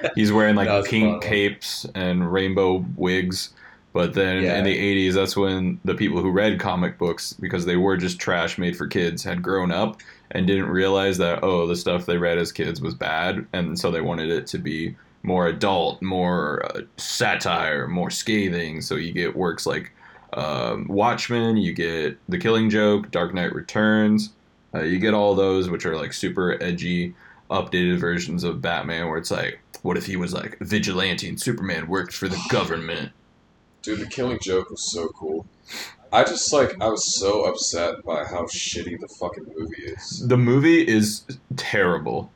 Speaker 5: time. He's wearing
Speaker 6: That
Speaker 5: like
Speaker 6: was a fun
Speaker 5: pink
Speaker 6: one.
Speaker 5: capes and rainbow wigs. But then
Speaker 6: Yeah.
Speaker 5: in the 80s, that's when the people who read comic books, because they were just trash made for kids, had grown up and didn't realize that, oh, the stuff they read as kids was bad. And so they wanted it to be more adult, more uh, satire, more scathing. So you get works like um, Watchmen, you get The Killing Joke, Dark Knight Returns. Uh, you get all those, which are like super edgy, updated versions of Batman, where it's like, what if he was like vigilante and Superman worked for the government?
Speaker 7: Dude, the Killing Joke was so cool. I just like I was so upset by how shitty the fucking movie is.
Speaker 5: The movie is terrible.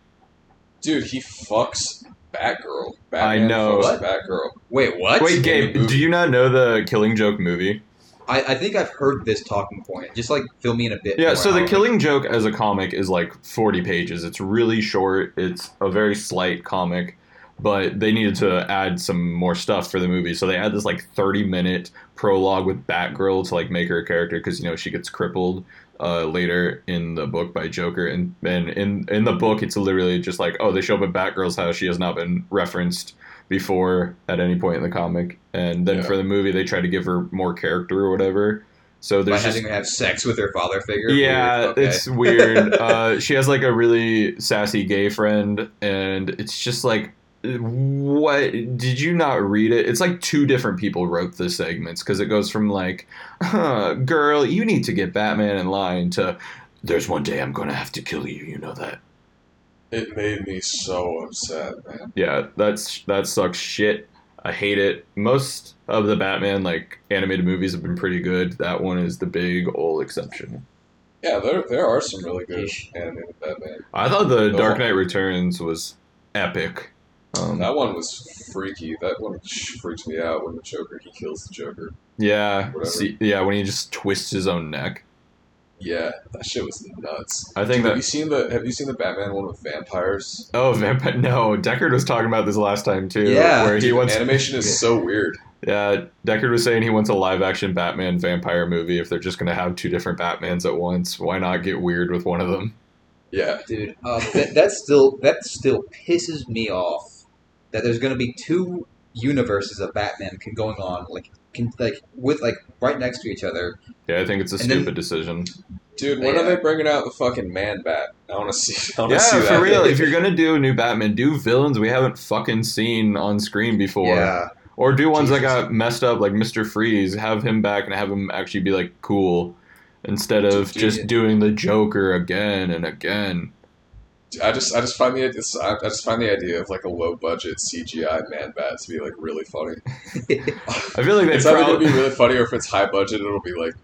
Speaker 7: Dude, he fucks Batgirl. Batman
Speaker 5: know.
Speaker 7: Fucks
Speaker 6: What?
Speaker 7: Batgirl.
Speaker 6: Wait, what?
Speaker 5: Wait,
Speaker 7: the
Speaker 5: Gabe,
Speaker 7: movie.
Speaker 5: do you not know the Killing Joke movie?
Speaker 6: I, I think I've heard this talking point. Just like fill me in a bit.
Speaker 5: Yeah,
Speaker 6: more.
Speaker 5: so
Speaker 6: I
Speaker 5: the
Speaker 6: don't-
Speaker 5: Killing Joke as a comic is like 40 pages. It's really short. It's a very slight comic, but they needed to add some more stuff for the movie. So they add this like 30 minute prologue with Batgirl to like make her a character because you know she gets crippled uh, later in the book by Joker, and and in in the book it's literally just like oh they show up at Batgirl's house. She has not been referenced before at any point in the comic, and then
Speaker 7: Yeah.
Speaker 5: for the movie they try to give her more character or whatever. So
Speaker 6: by
Speaker 5: there's just
Speaker 6: having her have sex with her father figure.
Speaker 5: yeah,
Speaker 6: Weird. Okay.
Speaker 5: it's weird. uh, she has like a really sassy gay friend, and it's just like, what did you not read it? It's like two different people wrote the segments because it goes from like, huh, girl, you need to get Batman in line to. There's one day I'm gonna have to kill you. You know that.
Speaker 7: It made me so upset, man.
Speaker 5: Yeah, that's that sucks shit. I hate it. Most of the Batman like animated movies have been pretty good. That one is the big ol' exception.
Speaker 7: Yeah, there there are some really good
Speaker 6: Ish.
Speaker 7: animated Batman.
Speaker 5: I thought the
Speaker 7: Oh.
Speaker 5: Dark Knight Returns was epic. Um,
Speaker 7: That one was freaky. That one sh- freaked me out when the Joker he kills the Joker.
Speaker 5: yeah,
Speaker 7: Whatever.
Speaker 5: see, yeah, when he just twists his own neck.
Speaker 7: Yeah, that shit was nuts.
Speaker 5: I think
Speaker 7: Have you
Speaker 5: that.
Speaker 7: seen the Have you seen the Batman one with vampires?
Speaker 5: Oh, vampire! No, Deckard was talking about this last time too.
Speaker 6: Yeah.
Speaker 5: where he
Speaker 7: Dude,
Speaker 5: wants.
Speaker 7: animation is so weird.
Speaker 5: Yeah, Deckard was saying he wants a live action Batman vampire movie. If they're just going to have two different Batmans at once, why not get weird with one of them?
Speaker 7: Yeah,
Speaker 6: dude. Um, that, that still that still pisses me off that there's going to be two universes of Batman can, going on like can, like with like right next to each other.
Speaker 5: Yeah, I think it's a
Speaker 6: And then-
Speaker 5: stupid decision.
Speaker 7: dude. When
Speaker 6: Yeah.
Speaker 7: are they bringing out the fucking Man Bat? I want to see. I wanna
Speaker 5: Yeah,
Speaker 7: see that.
Speaker 5: for real. If you're going to do a new Batman, do villains we haven't fucking seen on screen before.
Speaker 6: yeah,
Speaker 5: Or do ones that
Speaker 6: Jesus.
Speaker 5: got messed up, like Mister Freeze. Have him back and have him actually be like cool, instead of
Speaker 7: Dude,
Speaker 5: just
Speaker 7: yeah.
Speaker 5: doing the Joker again and again.
Speaker 7: I just I just find the it's, I I just find the idea of like a low budget CGI Man Bat to be like really funny.
Speaker 5: I feel like they
Speaker 7: It's either gonna
Speaker 5: probably.
Speaker 7: be really funny or if it's high budget, it'll be like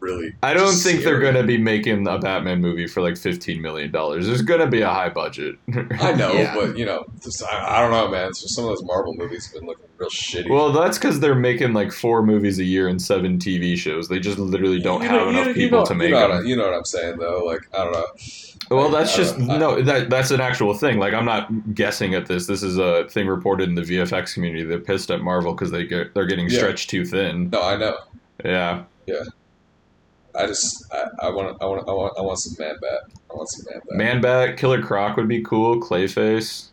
Speaker 7: really.
Speaker 5: I don't
Speaker 7: just
Speaker 5: think they're
Speaker 7: scary.
Speaker 5: gonna be making a Batman movie for like fifteen million dollars. There's gonna be a high budget.
Speaker 7: I know,
Speaker 6: Yeah.
Speaker 7: but you know, just, I, I don't know, man. It's just some of those Marvel movies have been looking real shitty.
Speaker 5: well, that's because they're making like four movies a year and seven TV shows. They just literally don't have enough people to make
Speaker 7: you know,
Speaker 5: them.
Speaker 7: what I- You know what I'm saying, though. Like I don't know.
Speaker 5: Well,
Speaker 7: Like,
Speaker 5: that's
Speaker 7: I
Speaker 5: just
Speaker 7: don't- I-
Speaker 5: no. That that's an actual thing. Like I'm not guessing at this. This is a thing reported in the VFX community. They're pissed at Marvel because they get they're getting
Speaker 7: Yeah.
Speaker 5: stretched too thin.
Speaker 7: No, I know.
Speaker 5: Yeah,
Speaker 7: I just I want I want I want I want some Man Bat. I want some Man Bat.
Speaker 5: Man Bat, Killer Croc would be cool. Clayface.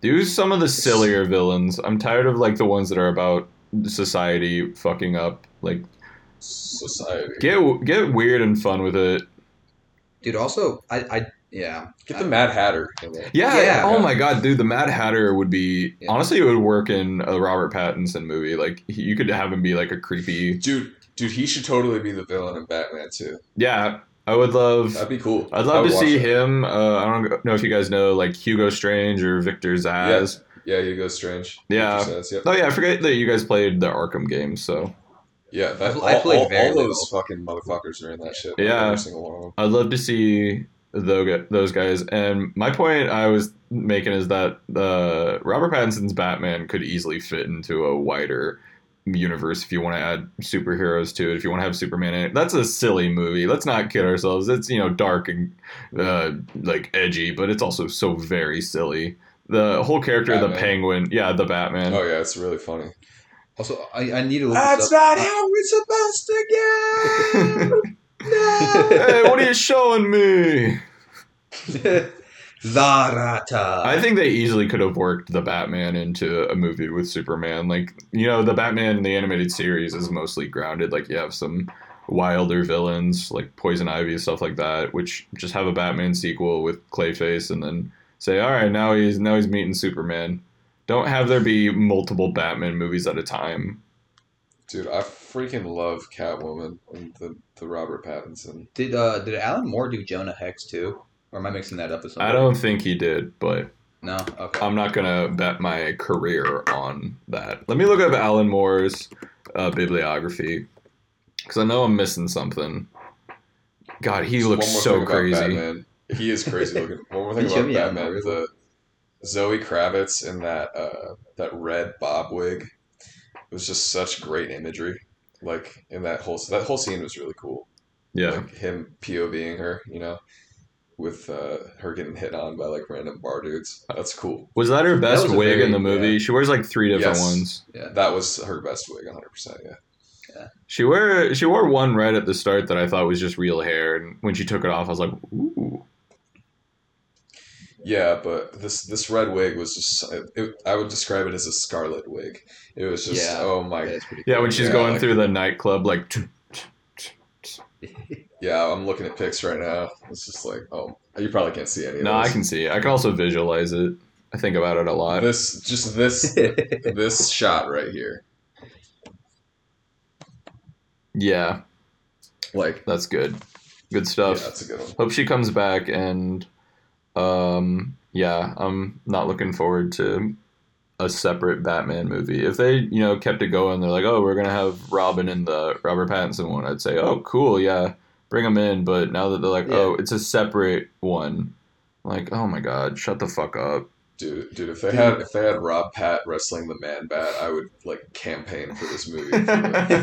Speaker 5: Do some of the sillier villains. I'm tired of like the ones that are about society fucking up. Like
Speaker 7: Society. Get,
Speaker 5: get get weird and fun with it.
Speaker 6: dude. Also, I, I yeah,
Speaker 7: the Mad Hatter. in there.
Speaker 5: Yeah.
Speaker 6: Yeah.
Speaker 5: Oh my god, dude, the Mad Hatter would be
Speaker 6: Yeah.
Speaker 5: honestly it would work in a Robert Pattinson movie. Like he- you could have him be like a creepy
Speaker 7: Dude, dude, he should totally be the villain in Batman too.
Speaker 5: Yeah, I would love.
Speaker 7: That'd be cool.
Speaker 5: I'd love
Speaker 7: I
Speaker 5: to
Speaker 7: would
Speaker 5: see
Speaker 7: watch that.
Speaker 5: him. Uh, I don't know if you guys know like Hugo Strange or Victor Zsasz.
Speaker 7: Yeah, Hugo Strange.
Speaker 5: Yeah.
Speaker 7: Fifty Cents, yep.
Speaker 5: Oh yeah, I forget that you guys played the Arkham game. So
Speaker 7: Yeah, that,
Speaker 6: I
Speaker 7: all,
Speaker 6: played
Speaker 7: all,
Speaker 6: very
Speaker 7: all those
Speaker 6: little.
Speaker 7: fucking motherfuckers are in that shit.
Speaker 5: Yeah.
Speaker 7: Every single one of them.
Speaker 5: I'd love to see tho- those guys. And my point I was making is that uh, Robert Pattinson's Batman could easily fit into a wider universe if you want to add superheroes to it. If you want to have Superman in it, that's a silly movie. Let's not kid ourselves. It's you know dark and uh, like edgy, but it's also so very silly. The whole character of the
Speaker 7: Batman.
Speaker 5: Penguin, yeah, the Batman.
Speaker 7: Oh yeah, it's really funny.
Speaker 6: also I, I need to look
Speaker 7: That's
Speaker 6: this up.
Speaker 7: not how we're supposed to go.
Speaker 5: hey, what are you showing me?
Speaker 6: Zarata.
Speaker 5: I think they easily could have worked the Batman into a movie with Superman. Like, you know, the Batman in the animated series is mostly grounded. Like, you have some wilder villains, like Poison Ivy and stuff like that, which just have a Batman sequel with Clayface and then say, all right, now he's now he's meeting Superman. Don't have there be multiple Batman movies at a time.
Speaker 7: Dude, I freaking love Catwoman and the, the Robert Pattinson.
Speaker 6: Did uh did Alan Moore do Jonah Hex too? Or am I mixing that up with something?
Speaker 5: I don't think he did, but
Speaker 6: No. Okay.
Speaker 5: I'm not gonna bet my career on that. Let me look up Alan Moore's uh, bibliography because I know I'm missing something. God, he
Speaker 7: Just
Speaker 5: looks
Speaker 7: one more
Speaker 5: so
Speaker 7: thing about
Speaker 5: crazy.
Speaker 7: Batman. He is crazy looking. One more thing
Speaker 6: He
Speaker 7: about
Speaker 6: should be out
Speaker 7: Batman:
Speaker 6: in
Speaker 7: the Zoe Kravitz in that uh, that red bob wig was just such great imagery. Like in that whole that whole scene was really cool.
Speaker 5: Yeah,
Speaker 7: Like him POVing her, you know, with uh, her getting hit on by like random bar dudes. That's cool.
Speaker 5: was that her best
Speaker 6: was a
Speaker 5: wig in
Speaker 6: very-
Speaker 5: the movie?
Speaker 6: yeah.
Speaker 5: She wears like three different
Speaker 7: Yes.
Speaker 5: ones.
Speaker 7: That was her best wig, 100. percent Yeah.
Speaker 5: She wore she wore one right at the start that I thought was just real hair, and when she took it off, I was like, ooh.
Speaker 7: Yeah, but this this red wig was just it, it, I would describe it as a scarlet wig. It was just
Speaker 6: Yeah.
Speaker 7: oh
Speaker 6: Yeah,
Speaker 7: my
Speaker 6: that's pretty
Speaker 5: Yeah, when she's
Speaker 7: Yeah,
Speaker 5: going
Speaker 7: like-
Speaker 5: through the nightclub, like,
Speaker 7: yeah, I'm looking at pics right now. It's just like oh you probably can't see any of
Speaker 5: no, I
Speaker 7: this.
Speaker 5: can see. It. I can also visualize it. I think about it a lot.
Speaker 7: This just this this shot right here.
Speaker 5: Yeah,
Speaker 7: Like
Speaker 5: that's good. Good
Speaker 7: yeah,
Speaker 5: stuff.
Speaker 7: that's a good one.
Speaker 5: hope she comes back and um yeah i'm not looking forward to a separate batman movie if they you know kept it going they're like oh we're gonna have robin in the robert pattinson one i'd say oh cool yeah bring them in. But now that they're like,
Speaker 6: Yeah.
Speaker 5: oh, it's a separate one. Like, oh my god, shut the fuck up.
Speaker 7: Dude, dude, if they had if they had Rob Pat wrestling the Man Bat, I would like campaign for this movie. if you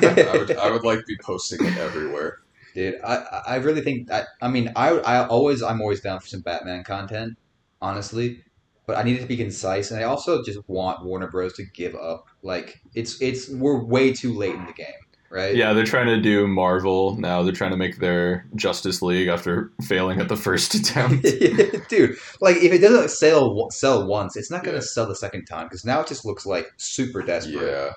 Speaker 7: would. I would I would like be posting it everywhere.
Speaker 6: Dude, I I- I really think I, I mean I I always I'm always down for some Batman content, honestly, but I need it to be concise, and I also just want Warner Bros to give up. Like it's it's we're way too late in the game, right?
Speaker 5: Yeah, they're trying to do Marvel now. They're trying to make their Justice League after failing at the first attempt.
Speaker 6: dude. Like if it doesn't sell sell once, it's not gonna
Speaker 7: Yeah.
Speaker 6: sell the second time because now it just looks like super desperate.
Speaker 7: Yeah.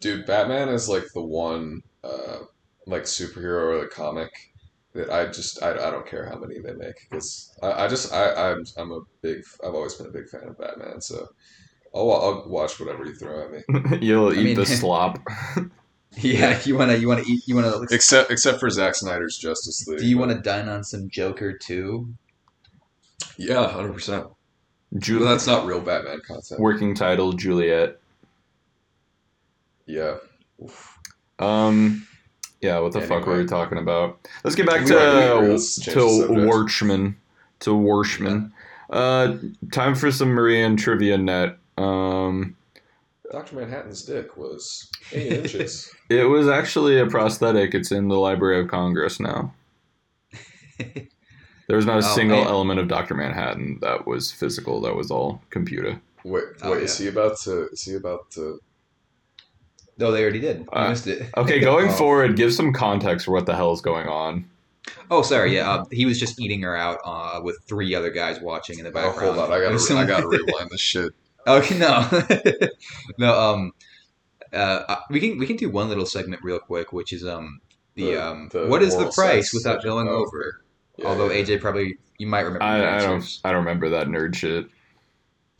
Speaker 7: Dude, Batman is like the one uh like superhero or the comic that I just I, I don't care how many they make because I, I just I I'm I'm a big I've always been a big fan of Batman so I'll, I'll watch whatever you throw at me
Speaker 5: You'll
Speaker 6: I
Speaker 5: eat
Speaker 6: mean-
Speaker 5: the slop.
Speaker 6: Yeah, you wanna you wanna eat you wanna.
Speaker 7: except except for Zack Snyder's Justice League.
Speaker 6: do you
Speaker 7: but-
Speaker 6: want to dine on some Joker too?
Speaker 7: Yeah, hundred percent. But
Speaker 5: Ju-
Speaker 7: that's not real Batman content.
Speaker 5: working title Juliet.
Speaker 7: Yeah.
Speaker 5: Um, yeah, what the fuck were we
Speaker 7: Anyway.
Speaker 5: talking about? Let's get back
Speaker 7: We
Speaker 5: to
Speaker 7: already- we- let's
Speaker 5: to
Speaker 7: change the subject.
Speaker 5: Warchman. To Warchman. Uh, time for some Marianne trivia net. Um,
Speaker 7: Dr. Manhattan's dick was eight inches.
Speaker 5: it was actually a prosthetic. It's in the Library of Congress now. There was not a
Speaker 6: Oh,
Speaker 5: single
Speaker 6: man.
Speaker 5: element of Doctor Manhattan that was physical. That was all computer.
Speaker 7: Wait, wait,
Speaker 6: Oh,
Speaker 7: is he about to? Is he about to?
Speaker 6: No, Oh, they already did. You
Speaker 5: Uh,
Speaker 6: missed it.
Speaker 5: Okay, going
Speaker 6: Oh.
Speaker 5: forward, give some context for what the hell is going on.
Speaker 6: Oh, sorry. Yeah, uh, he was just eating her out uh, with three other guys watching in the
Speaker 7: Oh,
Speaker 6: background.
Speaker 7: hold on, I gotta,
Speaker 6: Some-
Speaker 7: I gotta rewind this shit.
Speaker 6: Okay, no, no. Um, uh, uh, we can we can do one little segment real quick, which is um the,
Speaker 7: The-
Speaker 6: um
Speaker 7: the
Speaker 6: what is the
Speaker 7: oral
Speaker 6: price
Speaker 7: sex
Speaker 6: without
Speaker 7: section.
Speaker 6: going
Speaker 7: Oh,
Speaker 6: over.
Speaker 7: Yeah,
Speaker 6: Although
Speaker 7: yeah.
Speaker 6: AJ probably you might remember. the
Speaker 5: I, I don't.
Speaker 6: answers.
Speaker 5: I don't remember that nerd shit.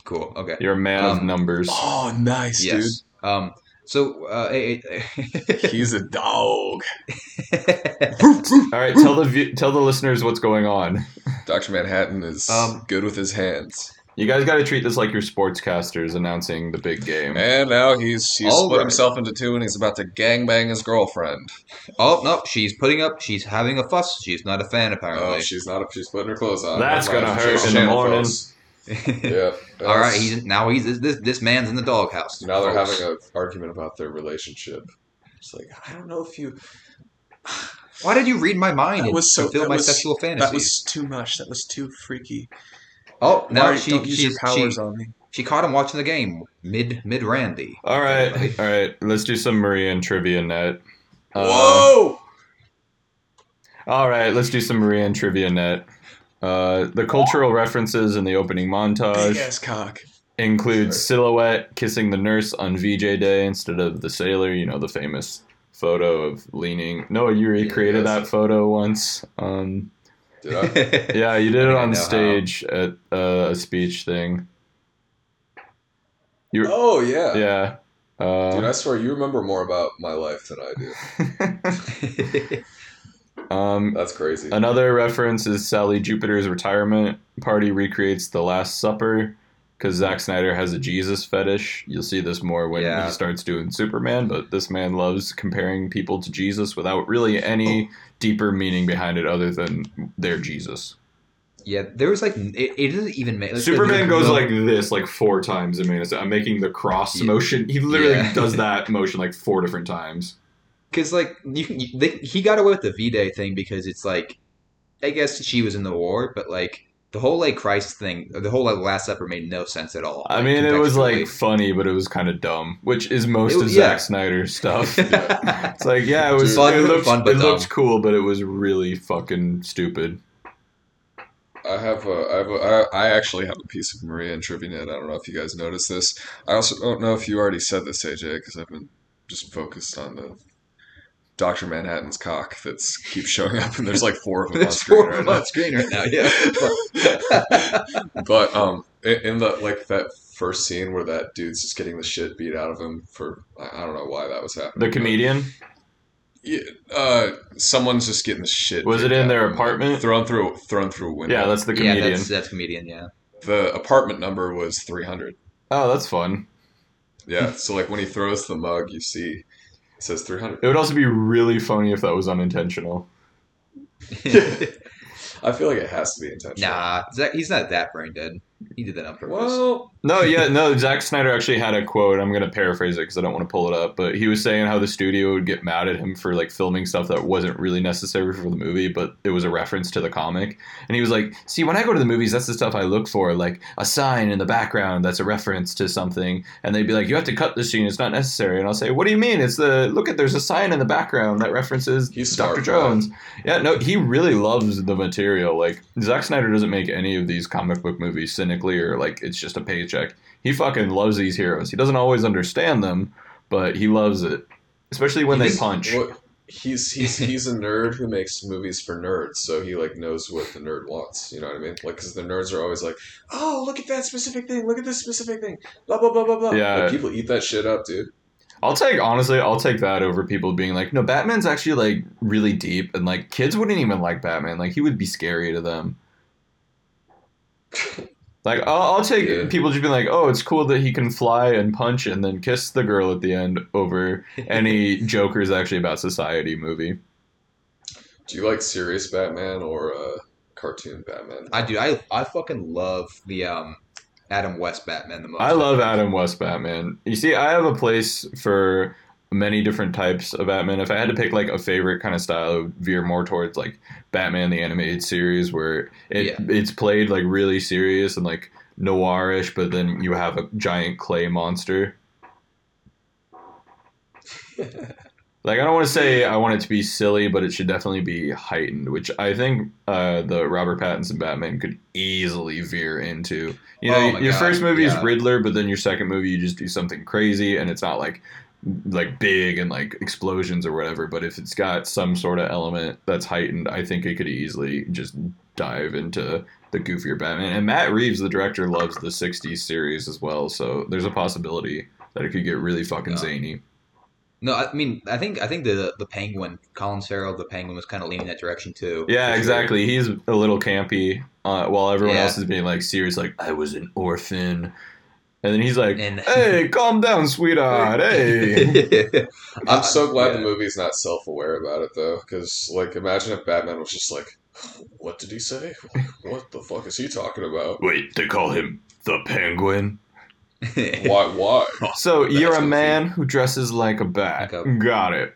Speaker 6: Cool. Okay.
Speaker 5: You're a man of
Speaker 6: Um,
Speaker 5: numbers.
Speaker 7: Oh, nice,
Speaker 6: Yes. Um. So, uh, A- A-
Speaker 7: dude. He's a dog.
Speaker 5: All right, tell the view- tell the listeners what's going on.
Speaker 7: Dr. Manhattan is
Speaker 6: Um,
Speaker 7: good with his hands,
Speaker 5: You guys got to treat this like your sportscasters announcing the big game.
Speaker 7: and now he's he's
Speaker 6: All
Speaker 7: split
Speaker 6: right.
Speaker 7: himself into two, and he's about to gangbang his girlfriend.
Speaker 6: oh no, she's putting up. She's having a fuss. She's not a fan apparently.
Speaker 7: Oh, she's not. She's putting her clothes on.
Speaker 5: That's
Speaker 7: Never mind.
Speaker 5: gonna hurt in the
Speaker 7: Channel
Speaker 5: morning.
Speaker 7: clothes. Yeah.
Speaker 6: All right, he's now he's this this man's in the doghouse.
Speaker 7: Now they're
Speaker 6: folks.
Speaker 7: having an argument about their relationship. It's like I don't know if you.
Speaker 6: Why did you read my mind
Speaker 7: That
Speaker 6: and
Speaker 7: was so-
Speaker 6: fulfill
Speaker 7: that
Speaker 6: my
Speaker 7: was-
Speaker 6: sexual fantasies?
Speaker 7: too much. That was too freaky.
Speaker 6: oh, now she she, she,
Speaker 7: on me.
Speaker 6: she caught him watching the game mid mid Randy.
Speaker 5: All right, all right. Let's do some Marianne trivia net. Uh,
Speaker 7: Whoa!
Speaker 5: All right, let's do some Marianne trivia net. Uh, the cultural references in the opening montage
Speaker 7: cock.
Speaker 5: include silhouette kissing the nurse on VJ Day instead of the sailor. You know the famous photo of leaning. Noah, you recreated
Speaker 7: yes.
Speaker 5: that photo once. Um,
Speaker 7: Did I?
Speaker 5: yeah, you did it
Speaker 6: I
Speaker 5: on
Speaker 6: know how.
Speaker 5: stage at uh, a speech thing. You,
Speaker 7: Oh yeah.
Speaker 5: yeah.
Speaker 7: Dude,
Speaker 5: Uh,
Speaker 7: I swear you remember more about my life than I do.
Speaker 5: um,
Speaker 7: That's crazy.
Speaker 5: another reference is Sally Jupiter's retirement party recreates the Last Supper because Zack Snyder has a Jesus fetish. You'll see this more when
Speaker 6: Yeah.
Speaker 5: he starts doing Superman, but this man loves comparing people to Jesus without really any deeper meaning behind it other than their Jesus.
Speaker 6: yeah, there was like it, it doesn't even make like,
Speaker 5: Superman
Speaker 6: the-
Speaker 5: goes
Speaker 6: the-
Speaker 5: like this like four times. I mean, it's- I'm making the cross
Speaker 6: Yeah.
Speaker 5: motion. He literally
Speaker 6: Yeah.
Speaker 5: does that motion like four different times.
Speaker 6: Because like you, can- you they, he got away with the V Day thing because it's like, I guess she was in the war, but like the whole like Christ thing, the whole like Last Supper made no sense at all.
Speaker 5: I mean, it was like
Speaker 6: contextually.
Speaker 5: funny, but it was kind of dumb, which is most
Speaker 6: It-
Speaker 5: of
Speaker 6: yeah.
Speaker 5: Zack Snyder's stuff. It's like, yeah, it was
Speaker 7: Fun-
Speaker 5: it looked,
Speaker 6: fun, but
Speaker 5: it looked
Speaker 6: dumb.
Speaker 5: cool, but it was really fucking stupid.
Speaker 7: I have a, I have a, I, I actually have a piece of Maria and Trivinet. I don't know if you guys noticed this. I also don't know if you already said this, AJ, because I've been just focused on the Doctor Manhattan's cock that's keeps showing up, and there's like four of them on
Speaker 6: There's
Speaker 7: screen
Speaker 6: four of
Speaker 7: right
Speaker 6: them
Speaker 7: now.
Speaker 6: on screen right now. Yeah.
Speaker 7: but um, in, in the like that first scene where that dude's just getting the shit beat out of him for I, I don't know why that was happening.
Speaker 5: The comedian,
Speaker 7: Yeah, uh, someone's just getting the shit.
Speaker 5: Was it
Speaker 7: kicked
Speaker 5: in
Speaker 7: out
Speaker 5: their
Speaker 7: of them, like,
Speaker 5: apartment?
Speaker 7: Thrown through, thrown through a window.
Speaker 5: yeah, that's the
Speaker 6: yeah,
Speaker 5: comedian.
Speaker 6: that's that's comedian. Yeah.
Speaker 7: the apartment number was three hundred.
Speaker 5: oh, that's fun.
Speaker 7: Yeah, so like when he throws the mug, you see it says three hundred.
Speaker 5: It would also be really funny if that was unintentional.
Speaker 7: I feel like it has to be intentional.
Speaker 6: nah, Zach, he's not that brain dead. He did that on purpose.
Speaker 7: Well,
Speaker 5: No, yeah, no. Zack Snyder actually had a quote. I'm gonna paraphrase it because I don't want to pull it up, but he was saying how the studio would get mad at him for like filming stuff that wasn't really necessary for the movie, but it was a reference to the comic. And he was like, "See, when I go to the movies, that's the stuff I look for, like a sign in the background that's a reference to something." And they'd be like, "You have to cut this scene; it's not necessary." And I'll say, "What do you mean? It's the look at there's a sign in the background that references
Speaker 7: He's
Speaker 5: Doctor
Speaker 7: smart, man.
Speaker 5: Jones." Yeah, no, he really loves the material. Like Zack Snyder doesn't make any of these comic book movies cynically or like it's just a paycheck. He fucking loves these heroes. He doesn't always understand them, but he loves it. Especially when they
Speaker 6: He's-
Speaker 5: punch.
Speaker 7: what- he's he's he's a nerd who makes movies for nerds, so he like knows what the nerd wants. You know what I mean? Like, because the nerds are always like, "Oh, look at that specific thing! Look at this specific thing!" Blah blah blah blah blah.
Speaker 5: Yeah.
Speaker 7: Like, people eat that shit up, dude.
Speaker 5: I'll take honestly, I'll take that over people being like, "No, Batman's actually like really deep and like kids wouldn't even like Batman. Like he would be scary to them." Like I'll, I'll take
Speaker 7: Yeah.
Speaker 5: people just being like, "Oh, it's cool that he can fly and punch and then kiss the girl at the end." Over any Joker's actually about society movie.
Speaker 7: Do you like serious Batman or uh, cartoon Batman?
Speaker 6: I do. I I fucking love the um Adam West Batman the most.
Speaker 5: I love Adam West Batman. You see, I have a place for many different types of Batman. If I had to pick like a favorite kind of style, it would veer more towards like Batman the animated series, where it
Speaker 6: Yeah.
Speaker 5: it's played like really serious and like noirish, but then you have a giant clay monster. Like I don't want to say I want it to be silly, but it should definitely be heightened, which I think uh, the Robert Pattinson Batman could easily veer into. You know,
Speaker 6: Oh my
Speaker 5: your
Speaker 6: God,
Speaker 5: first movie
Speaker 6: yeah.
Speaker 5: is Riddler, but then your second movie you just do something crazy, and it's not like like big and like explosions or whatever. But if it's got some sort of element that's heightened, I think it could easily just dive into the goofier Batman. And Matt Reeves, the director, loves the '60s series as well, so there's a possibility that it could get really fucking
Speaker 6: Yeah.
Speaker 5: zany.
Speaker 6: No, I mean, I think I think the the Penguin, Colin Farrell, the Penguin was kind of leaning that direction too.
Speaker 5: Yeah,
Speaker 6: For sure.
Speaker 5: exactly. He's a little campy, uh, while everyone
Speaker 6: Yeah.
Speaker 5: else is being like serious, like I was an orphan, and then he's like,
Speaker 6: And-
Speaker 5: "Hey, calm down, sweetheart. Hey."
Speaker 7: I'm so glad the
Speaker 6: yeah.
Speaker 7: movie's not self-aware about it though, because like, imagine if Batman was just like, "What did he say? What the fuck is he talking about?
Speaker 5: Wait, they call him the Penguin.
Speaker 7: Why? Why?"
Speaker 5: So you're a
Speaker 7: goofy.
Speaker 5: man who dresses like a bat.
Speaker 6: Like a-
Speaker 5: Got it.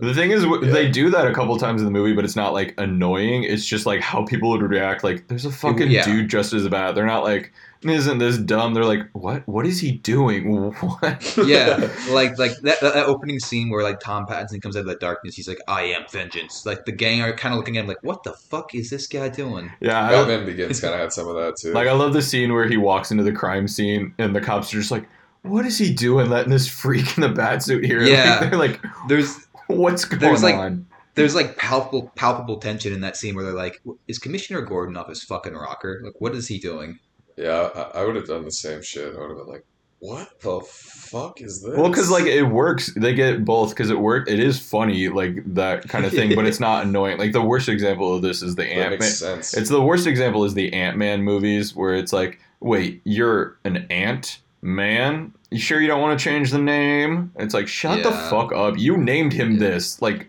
Speaker 5: The thing is, w
Speaker 7: Yeah.
Speaker 5: they do that a couple times in the movie, but it's not like annoying. It's just like how people would react. Like, there's a fucking
Speaker 6: Yeah.
Speaker 5: dude dressed as a bat. They're not like, isn't this dumb? They're like, what? What is he doing? What?
Speaker 6: yeah, like like that, that, that opening scene where like Tom Pattinson comes out of the darkness. He's like, "I am vengeance." Like the gang are kind of looking at him like, "What the fuck is this guy doing?"
Speaker 5: Yeah, I-
Speaker 7: Batman Begins kind of had some of that too.
Speaker 5: like I love the scene where he walks into the crime scene and the cops are just like, what is he doing? Letting this freak in the bat suit here? Like,
Speaker 6: Yeah.
Speaker 5: they're like,
Speaker 6: There's
Speaker 5: what's going
Speaker 6: There's, like,
Speaker 5: on?
Speaker 6: there's like palpable palpable tension in that scene where they're like, "Is Commissioner Gordon off his fucking rocker? Like, what is he doing?"
Speaker 7: yeah, I, I would have done the same shit. I would have been like, "What the fuck is this?"
Speaker 5: Well, because like it works, they get both because it work. It is funny, like that kind of thing, but it's not annoying. Like the worst example of this is the
Speaker 7: that
Speaker 5: Ant Man.
Speaker 7: makes sense.
Speaker 5: It's the worst example is the Ant Man movies where it's like, wait, you're an ant man. You sure you don't want to change the name? It's like, shut the
Speaker 6: Yeah.
Speaker 5: fuck up. You named him
Speaker 6: Yeah.
Speaker 5: this. Like,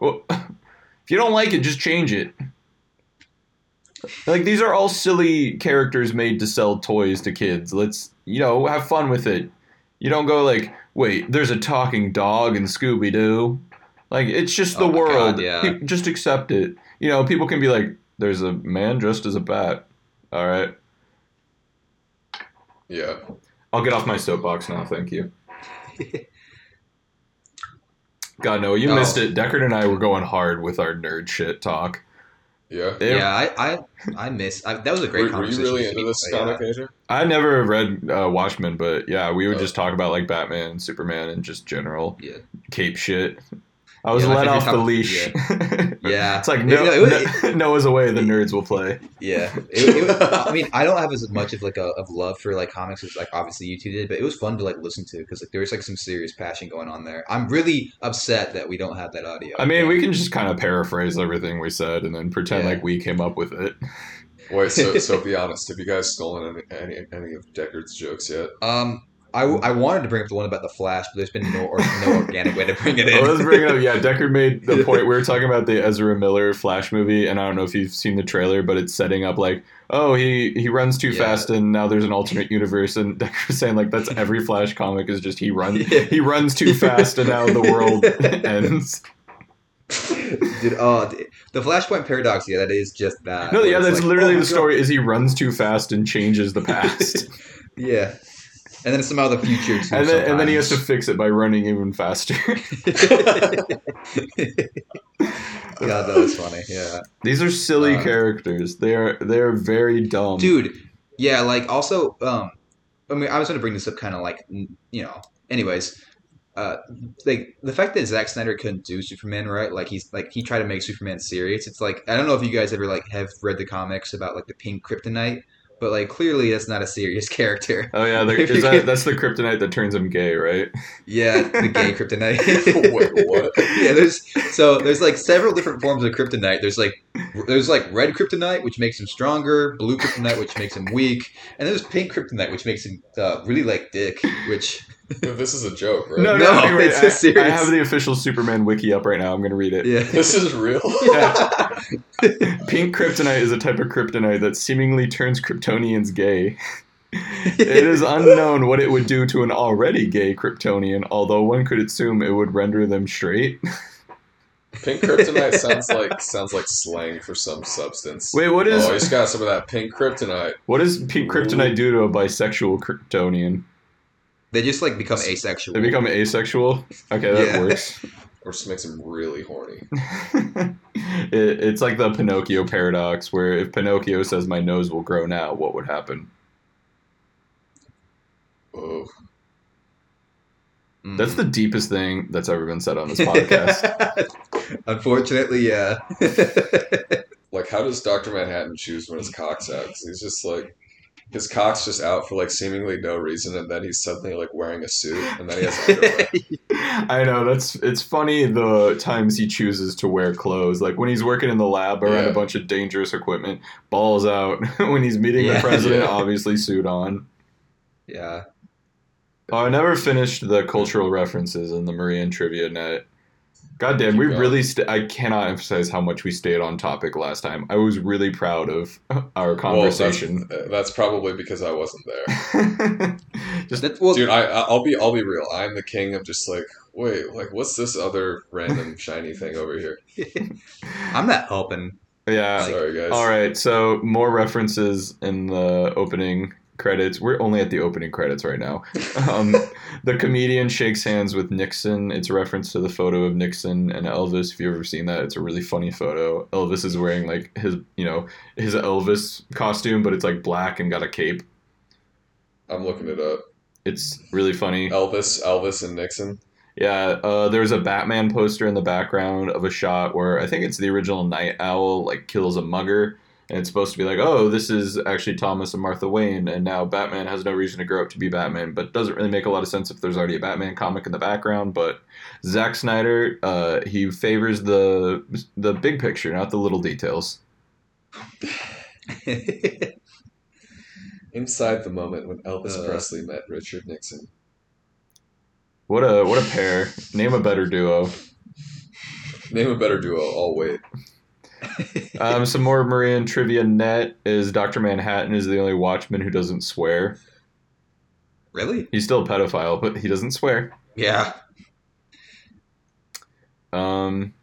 Speaker 5: w- if you don't like it, just change it. Like these are all silly characters made to sell toys to kids. Let's you know have fun with it. You don't go like, wait, there's a talking dog in Scooby Doo. Like it's just
Speaker 6: Oh
Speaker 5: the
Speaker 6: my God,
Speaker 5: world.
Speaker 6: yeah.
Speaker 5: Pe- just accept it. You know, people can be like, there's a man dressed as a bat. All right,
Speaker 7: yeah,
Speaker 5: I'll get off my soapbox now. Thank you. God no, you
Speaker 6: No.
Speaker 5: missed it. Deckard and I were going hard with our nerd shit talk.
Speaker 7: yeah.
Speaker 5: It-
Speaker 6: Yeah, I I, I miss. I, that was a great
Speaker 7: Were, were you
Speaker 6: conversation.
Speaker 7: really
Speaker 6: to
Speaker 7: into
Speaker 6: me,
Speaker 7: this,
Speaker 6: but yeah.
Speaker 7: Sonic Major?
Speaker 5: I never read uh, Watchmen, but yeah, we would
Speaker 7: Oh.
Speaker 5: just talk about like Batman, and Superman, and just general
Speaker 6: Yeah.
Speaker 5: cape shit. I was
Speaker 6: Yeah, my
Speaker 5: let
Speaker 6: favorite
Speaker 5: off the
Speaker 6: topic-
Speaker 5: leash.
Speaker 6: Yeah.
Speaker 5: it's like
Speaker 6: Yeah,
Speaker 5: no,
Speaker 6: no, it-
Speaker 5: no- Noah's away. The nerds will play.
Speaker 6: Yeah, it, it, was- I mean, I don't have as much of like a of love for like comics as like obviously you two did, but it was fun to like listen to because like there was like some serious passion going on there. I'm really upset that we don't have that audio.
Speaker 5: I mean, we can just kind of paraphrase everything we said and then pretend
Speaker 6: Yeah.
Speaker 5: like we came up with it.
Speaker 7: Wait, so so be honest. Have you guys stolen any any, any of Deckard's jokes yet?
Speaker 6: um, I, I wanted to bring up the one about the Flash, but there's been no or, no organic way to bring it in.
Speaker 5: Well, Oh, let's bring it up. Yeah, Deckard made the point. We were talking about the Ezra Miller Flash movie, and I don't know if you've seen the trailer, but it's setting up like, oh, he he runs too
Speaker 6: Yeah.
Speaker 5: fast, and now there's an alternate universe, and Deckard's saying like that's every Flash comic is just he runs
Speaker 6: Yeah.
Speaker 5: he runs too fast, and now the world ends.
Speaker 6: Dude, oh, d- the Flashpoint paradox. Yeah, that is just that.
Speaker 5: No,
Speaker 6: where
Speaker 5: yeah,
Speaker 6: it's
Speaker 5: that's
Speaker 6: like,
Speaker 5: literally
Speaker 6: oh my
Speaker 5: the story. Is he runs too fast and changes the past,
Speaker 6: God. Yeah, and then somehow the future too.
Speaker 5: and then and then he has to fix it by running even faster.
Speaker 6: God, that was funny. Yeah,
Speaker 5: These are silly
Speaker 6: Uh,
Speaker 5: characters. They are they are very dumb,
Speaker 6: dude. Yeah, like also, um, I mean, I was going to bring this up, kind of like, mm, you know. Anyways, uh, like the fact that Zack Snyder couldn't do Superman right, like he's like he tried to make Superman serious. It's like I don't know if you guys ever like have read the comics about like the pink kryptonite, but like clearly that's not a serious character.
Speaker 5: Oh yeah, there, is that, that's the kryptonite that turns him gay, right?
Speaker 6: Yeah, the gay kryptonite.
Speaker 7: Wait, what?
Speaker 6: yeah, there's so there's like several different forms of kryptonite. There's like there's like red kryptonite, which makes him stronger. Blue kryptonite, which makes him weak. And then there's pink kryptonite, which makes him uh, really like dick. Which
Speaker 7: This is a joke, right?
Speaker 5: No, no,
Speaker 6: No,
Speaker 5: anyway,
Speaker 6: it's
Speaker 5: I-
Speaker 6: just serious.
Speaker 5: I have the official Superman wiki up right now. I'm gonna read it.
Speaker 6: yeah,
Speaker 7: This is real.
Speaker 5: Pink kryptonite is a type of kryptonite that seemingly turns Kryptonians gay. it is unknown what it would do to an already gay Kryptonian, although one could assume it would render them straight.
Speaker 7: Pink kryptonite sounds like sounds like slang for some substance.
Speaker 5: Wait, what is
Speaker 7: Oh, he's got some of that pink kryptonite.
Speaker 5: what does pink kryptonite do to a bisexual Kryptonian?
Speaker 6: they just like become asexual.
Speaker 5: They become asexual. Okay, that
Speaker 6: Yeah.
Speaker 5: works.
Speaker 7: Or just makes him really horny.
Speaker 5: it, it's like the Pinocchio paradox, where if Pinocchio says my nose will grow now, what would happen?
Speaker 7: Oh.
Speaker 6: Mm.
Speaker 5: That's the deepest thing that's ever been said on this podcast.
Speaker 6: Unfortunately, yeah.
Speaker 7: Like, how does Dr. Manhattan choose when his cock's out? 'Cause he's just like, his cock's just out for like seemingly no reason, and then he's suddenly like wearing a suit, and then he has underwear.
Speaker 5: I know that's it's funny the times he chooses to wear clothes. Like when he's working in the lab around
Speaker 7: Yeah.
Speaker 5: a bunch of dangerous equipment, balls out. when he's meeting
Speaker 6: Yeah.
Speaker 5: the president,
Speaker 7: Yeah.
Speaker 5: obviously suit on.
Speaker 6: yeah.
Speaker 5: Oh, I never finished the cultural references in the Marian trivia net. Goddamn,
Speaker 7: Keep
Speaker 5: we
Speaker 7: going.
Speaker 5: really. St- I cannot emphasize how much we stayed on topic last time. I was really proud of our
Speaker 7: Well,
Speaker 5: conversation.
Speaker 7: that's- uh, that's probably because I wasn't there,
Speaker 5: Just
Speaker 6: That- well,
Speaker 7: dude. I I- I'll be I'll be real. I'm the king of just like, wait, like what's this other random shiny thing over here?
Speaker 6: I'm not helping.
Speaker 5: yeah.
Speaker 7: Sorry, guys.
Speaker 5: All right, so more references in the opening credits. We're only at the opening credits right now. Um, the comedian shakes hands with Nixon. It's a reference to the photo of Nixon and Elvis. If you've ever seen that, it's a really funny photo. Elvis is wearing like his, you know, his Elvis costume, but it's like black and got a cape.
Speaker 7: I'm looking it up.
Speaker 5: It's really funny.
Speaker 7: Elvis, Elvis, and Nixon.
Speaker 5: Yeah, uh, there's a Batman poster in the background of a shot where I think it's the original Night Owl like kills a mugger, and it's supposed to be like, oh, this is actually Thomas and Martha Wayne, and now Batman has no reason to grow up to be Batman, but doesn't really make a lot of sense if there's already a Batman comic in the background. But Zack Snyder, uh, he favors the the big picture, not the little details.
Speaker 7: Inside the moment when Elvis
Speaker 6: Uh.
Speaker 7: Presley met Richard Nixon.
Speaker 5: What a what a pair! Name a better duo.
Speaker 7: Name a better duo. I'll wait.
Speaker 5: Um, some more Marian trivia. Net is Doctor Manhattan is the only Watchman who doesn't swear.
Speaker 6: really?
Speaker 5: He's still a pedophile, but he doesn't swear.
Speaker 6: Yeah.
Speaker 5: Um,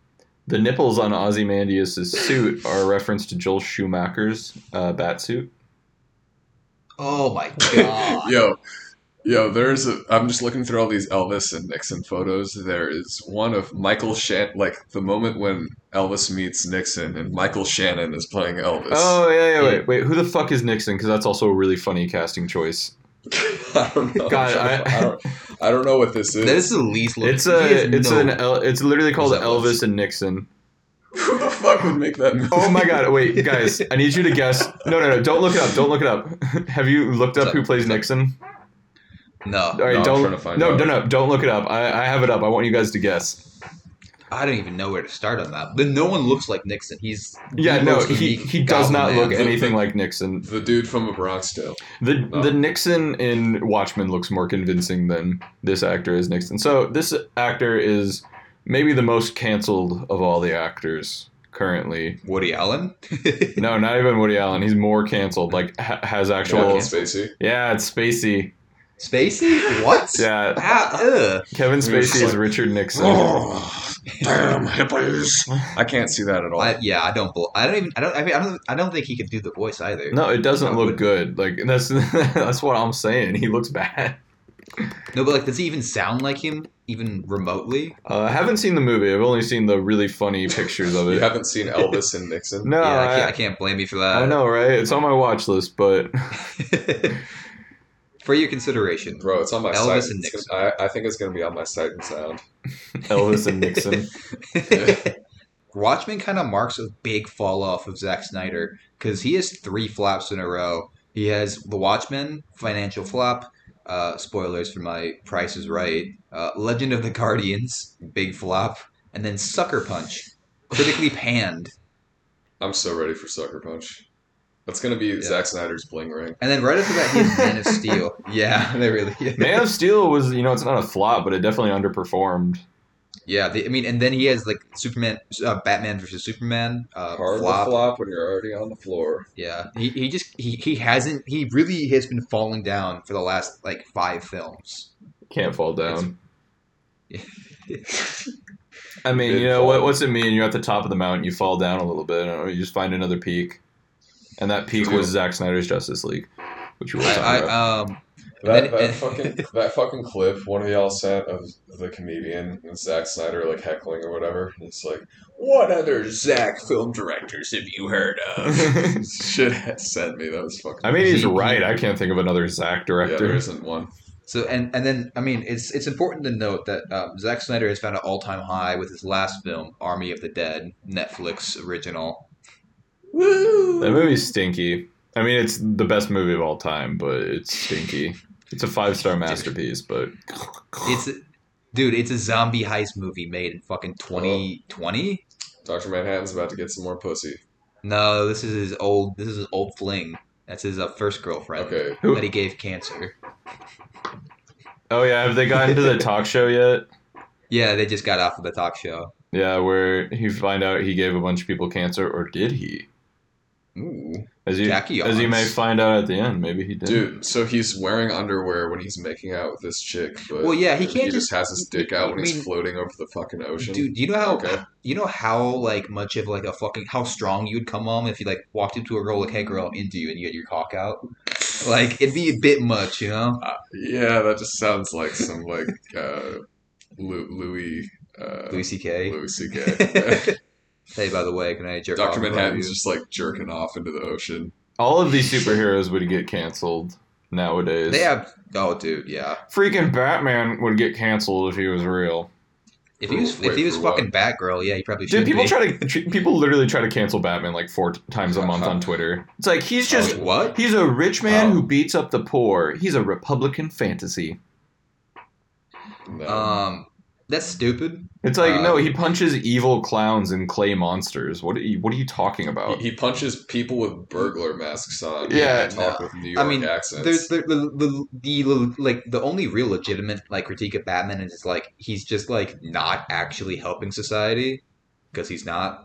Speaker 5: the nipples on Ozymandias' suit are a reference to Joel Schumacher's uh, bat suit.
Speaker 6: Oh my god.
Speaker 7: Yo, yo. There's a. I'm just looking through all these Elvis and Nixon photos. There is one of Michael Shannon, like the moment when Elvis meets Nixon, and Michael Shannon is playing Elvis.
Speaker 5: Oh yeah, yeah, wait, wait. Who the fuck is Nixon? Because that's also a really funny casting choice.
Speaker 7: I don't know.
Speaker 5: God,
Speaker 7: I,
Speaker 5: I-
Speaker 7: don't, I don't know what this
Speaker 6: That
Speaker 7: is.
Speaker 6: is the least. look-
Speaker 5: It's
Speaker 6: he has
Speaker 5: a, it's
Speaker 6: no-
Speaker 5: an, El- it's literally called
Speaker 6: Who's that
Speaker 5: Elvis
Speaker 6: was?
Speaker 5: and Nixon.
Speaker 7: Who the fuck would make that movie?
Speaker 5: Oh my god, wait, guys, I need you to guess. No, no, no, don't look it up. Don't look it up. Have you looked up
Speaker 6: up?
Speaker 5: who plays
Speaker 6: What's up?
Speaker 5: Nixon?
Speaker 6: no.
Speaker 5: All right,
Speaker 7: No, I'm
Speaker 5: don't.
Speaker 7: trying to find
Speaker 5: no,
Speaker 7: out.
Speaker 5: no, no, don't look it up. I, I have it up. I want you guys to guess.
Speaker 6: I don't even know where to start on that. Then no one looks like Nixon. He's
Speaker 5: Yeah,
Speaker 6: the
Speaker 5: no,
Speaker 6: most
Speaker 5: he, Oh,
Speaker 6: unique
Speaker 5: he does
Speaker 6: Goblin
Speaker 5: not
Speaker 6: man.
Speaker 5: look anything like Nixon.
Speaker 7: The dude from a Bronx Tale.
Speaker 5: The
Speaker 7: No.
Speaker 5: the Nixon in Watchmen looks more convincing than this actor is Nixon. So this actor is maybe the most canceled of all the actors currently.
Speaker 6: Woody Allen.
Speaker 5: No, not even Woody Allen. He's more canceled. Like ha- has actual.
Speaker 7: Kevin
Speaker 5: Yeah,
Speaker 7: Spacey.
Speaker 5: it's Spacey.
Speaker 6: Spacey? What?
Speaker 5: Yeah,
Speaker 6: Ah, ugh.
Speaker 5: Kevin
Speaker 7: He was
Speaker 5: Spacey is
Speaker 7: like-
Speaker 5: Richard Nixon.
Speaker 7: Oh, damn hippies! I can't see that at all.
Speaker 6: I, yeah, I don't. bel- I don't even. I don't. I mean, I don't. I don't think he could do the voice either.
Speaker 5: No, it doesn't
Speaker 6: No,
Speaker 5: look
Speaker 6: but-
Speaker 5: good. Like that's that's what I'm saying. He looks bad.
Speaker 6: No, but like, does he even sound like him, even remotely?
Speaker 5: Uh, I haven't seen the movie. I've only seen the really funny pictures of
Speaker 7: you
Speaker 5: it.
Speaker 7: haven't seen Elvis and Nixon.
Speaker 5: No,
Speaker 6: yeah, I
Speaker 5: I-
Speaker 6: can't, I can't blame you for that.
Speaker 5: I know, right? It's on my watch list, but
Speaker 6: for your consideration,
Speaker 7: Bro, it's on my
Speaker 6: Elvis
Speaker 7: site.
Speaker 6: and
Speaker 7: It's
Speaker 6: Nixon.
Speaker 7: gonna- I, I think it's going to be on my site and sound.
Speaker 5: Elvis and Nixon.
Speaker 6: Watchmen kind of marks a big fall off of Zack Snyder because he has three flops in a row. He has The Watchmen, financial flop. Uh, spoilers for my Price is Right. Uh, Legend of the Guardians, big flop, and then Sucker Punch, critically panned.
Speaker 7: I'm so ready for Sucker Punch. That's going to be Zack Snyder's bling ring.
Speaker 6: And then right after that, he has Man of Steel. Yeah, they really.
Speaker 5: Man of Steel was, you know, it's not a flop, but it definitely underperformed.
Speaker 6: Yeah, they, I mean, and then he has like Superman, uh, Batman versus Superman, uh,
Speaker 7: Hard
Speaker 6: flop.
Speaker 7: to flop when you're already on the floor.
Speaker 6: Yeah, he, he just he, he hasn't he really has been falling down for the last like five films.
Speaker 5: Can't fall down. I mean,
Speaker 7: Good
Speaker 5: you know,
Speaker 7: fall.
Speaker 5: what, what's it mean? You're at the top of the mountain, you fall down a little bit, and you just find another peak. And that peak
Speaker 7: True.
Speaker 5: was Zack Snyder's Justice League, which we were talking
Speaker 6: I,
Speaker 5: about.
Speaker 6: I um Then-
Speaker 7: That, that fucking that fucking clip one of y'all sent of the comedian and Zack Snyder like heckling or whatever. And it's like, what other Zack film directors have you heard of? Shit sent me. That was fucking.
Speaker 5: I mean, he's
Speaker 6: he-
Speaker 5: right. I can't think of another Zack
Speaker 7: yeah, there
Speaker 5: director.
Speaker 7: isn't one.
Speaker 6: so and and then I mean it's it's important to note that um, Zack Snyder has found an all time high with his last film Army of the Dead Netflix original.
Speaker 5: that movie's stinky. I mean, it's the best movie of all time, but it's stinky. It's a five star masterpiece, but
Speaker 6: It's dude, it's a zombie heist movie made in
Speaker 7: Oh.
Speaker 6: fucking twenty twenty.
Speaker 7: Doctor Manhattan's about to get some more pussy.
Speaker 6: No, this is his old. This is his old fling. That's his uh, first girlfriend
Speaker 7: Okay.
Speaker 5: Who-
Speaker 6: that he gave cancer.
Speaker 5: oh yeah, have they gotten to the talk show yet?
Speaker 6: Yeah, they just got off of the talk show.
Speaker 5: Yeah, where you find out he gave a bunch of people cancer, or did he?
Speaker 7: Ooh.
Speaker 5: As you
Speaker 6: Jackie
Speaker 5: as you
Speaker 6: Yawns.
Speaker 5: may find out at the end, maybe he did.
Speaker 7: Dude, so he's wearing underwear when he's making out with this chick, but
Speaker 6: Well, yeah, he
Speaker 7: he
Speaker 6: can't
Speaker 7: just
Speaker 6: just.
Speaker 7: has his dick out when
Speaker 6: I mean-
Speaker 7: he's floating over the fucking ocean.
Speaker 6: Dude, do you know how
Speaker 7: Okay.
Speaker 6: you know how like much of like a fucking how strong you'd come on if you like walked into a girl like hey girl I'm into you and you had your cock out, like it'd be a bit much, you know?
Speaker 7: Yeah, that just sounds like some like uh, Lu- Louis uh,
Speaker 6: Louis C.K.
Speaker 7: Louis C.K.
Speaker 6: hey, by the way, can I jerk off
Speaker 7: Doctor
Speaker 6: in front of
Speaker 7: Manhattan's
Speaker 6: you?
Speaker 7: just like jerking off into the ocean.
Speaker 5: All of these superheroes would get canceled nowadays.
Speaker 6: They have oh, dude, yeah.
Speaker 5: freaking Batman would get canceled if he was real.
Speaker 6: If he was
Speaker 7: Wait,
Speaker 6: if he was
Speaker 7: for what?
Speaker 6: fucking Batgirl, yeah, he probably
Speaker 5: Dude,
Speaker 6: should
Speaker 5: people
Speaker 6: be.
Speaker 5: try to tr- people literally try to cancel Batman like four t- times a month on Twitter. It's like he's
Speaker 6: Oh,
Speaker 5: just
Speaker 6: what?
Speaker 5: he's a rich man
Speaker 7: Oh.
Speaker 5: who beats up the poor. He's a Republican fantasy.
Speaker 7: No.
Speaker 6: Um, that's stupid.
Speaker 5: It's like
Speaker 6: Uh,
Speaker 5: no, he punches evil clowns and clay monsters. What are you, what are you talking about?
Speaker 7: he, he punches people with burglar masks on.
Speaker 5: Yeah,
Speaker 7: and they talk with New
Speaker 6: I
Speaker 7: York
Speaker 6: mean,
Speaker 7: accents.
Speaker 6: There's the, the, the, the, the like the only real legitimate like critique of Batman is like he's just like not actually helping society because he's not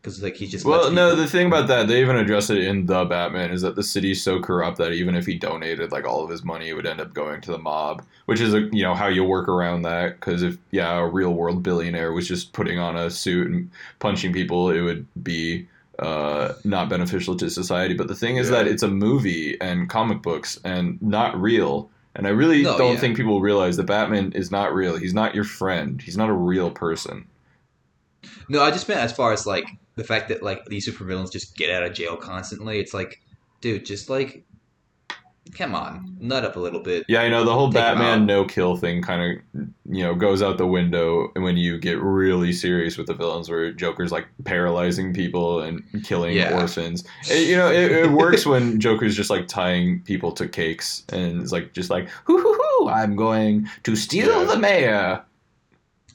Speaker 6: because like he's just
Speaker 5: Well,
Speaker 6: lets
Speaker 5: no,
Speaker 6: people-
Speaker 5: the thing about that, they even address it in The Batman, is that the city's so corrupt that even if he donated, like, all of his money, it would end up going to the mob, which is, a, you know, how you work around that. Because if, yeah, a real world billionaire was just putting on a suit and punching people, it would be uh, not beneficial to society. But the thing is
Speaker 7: Yeah.
Speaker 5: that it's a movie and comic books and not real. And I really
Speaker 6: No,
Speaker 5: don't
Speaker 6: yeah.
Speaker 5: think people realize that Batman is not real. He's not your friend. He's not a real person.
Speaker 6: no, I just meant as far as like the fact that like these supervillains just get out of jail constantly. It's like, dude, just like, come on, nut up a little bit.
Speaker 5: Yeah, I know the whole
Speaker 6: Take 'em out.
Speaker 5: Batman no kill thing kind of, you know, goes out the window when you get really serious with the villains, where Joker's like paralyzing people and killing
Speaker 6: Yeah.
Speaker 5: orphans. It- you know, it, it works when Joker's just like tying people to cakes and it's like just like, hoo hoo hoo, I'm going to steal
Speaker 7: Yeah.
Speaker 5: the mayor.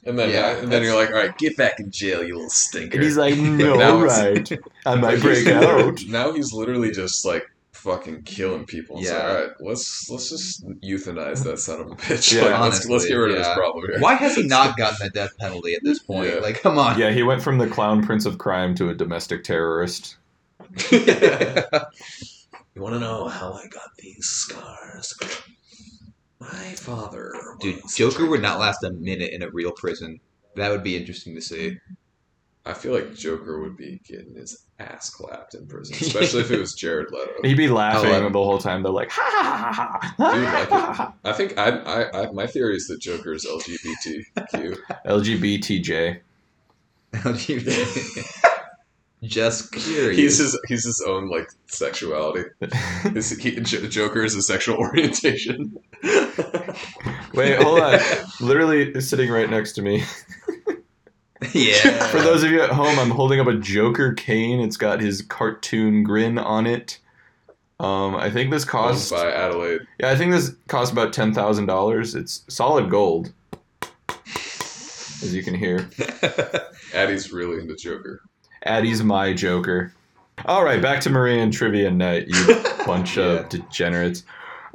Speaker 7: And then,
Speaker 6: Yeah,
Speaker 7: and then you're like, all right,
Speaker 6: Get back in jail, you little stinker.
Speaker 5: And he's like, no,
Speaker 7: Now
Speaker 5: right.
Speaker 7: it's-
Speaker 5: I might
Speaker 7: Like,
Speaker 5: break
Speaker 7: he's-
Speaker 5: out.
Speaker 7: Now he's literally just like fucking killing people. It's like,
Speaker 6: Yeah.
Speaker 7: all right, let's let's just euthanize that son of a bitch.
Speaker 5: Yeah,
Speaker 7: Like, let's let's
Speaker 6: honestly,
Speaker 7: get rid of
Speaker 6: yeah.
Speaker 7: this problem here.
Speaker 6: Why has he not gotten the death penalty at this point?
Speaker 7: Yeah.
Speaker 6: Like, come on.
Speaker 5: Yeah, he went from the clown prince of crime to a domestic terrorist.
Speaker 7: You want to know how I got these scars? My father,
Speaker 6: Dude,
Speaker 7: was-
Speaker 6: Joker would not last a minute in a real prison. That would be interesting to see.
Speaker 7: I feel like Joker would be getting his ass clapped in prison, especially if it was Jared Leto.
Speaker 5: He'd be laughing
Speaker 6: I love-
Speaker 5: the whole time. They're like, ha ha ha ha, ha.
Speaker 7: Dude, like
Speaker 5: ha, ha,
Speaker 7: I think I, I, I my theory is that Joker is LGBTQ.
Speaker 5: ha." LGBTJ.
Speaker 6: Just curious.
Speaker 7: he's his he's his own like sexuality. Is he, J- Joker is a sexual orientation.
Speaker 5: Wait, hold on. Literally is sitting right next to me.
Speaker 6: yeah.
Speaker 5: For those of you at home, I'm holding up a Joker cane. It's got his cartoon grin on it. Um, I think this
Speaker 7: Owned
Speaker 5: cost.
Speaker 7: by Adelaide.
Speaker 5: Yeah, I think this cost about ten thousand dollars. It's solid gold, as you can hear.
Speaker 7: Addie's really into Joker.
Speaker 5: Addie's my Joker. All right, back to Maria and Trivia Night. You bunch of degenerates.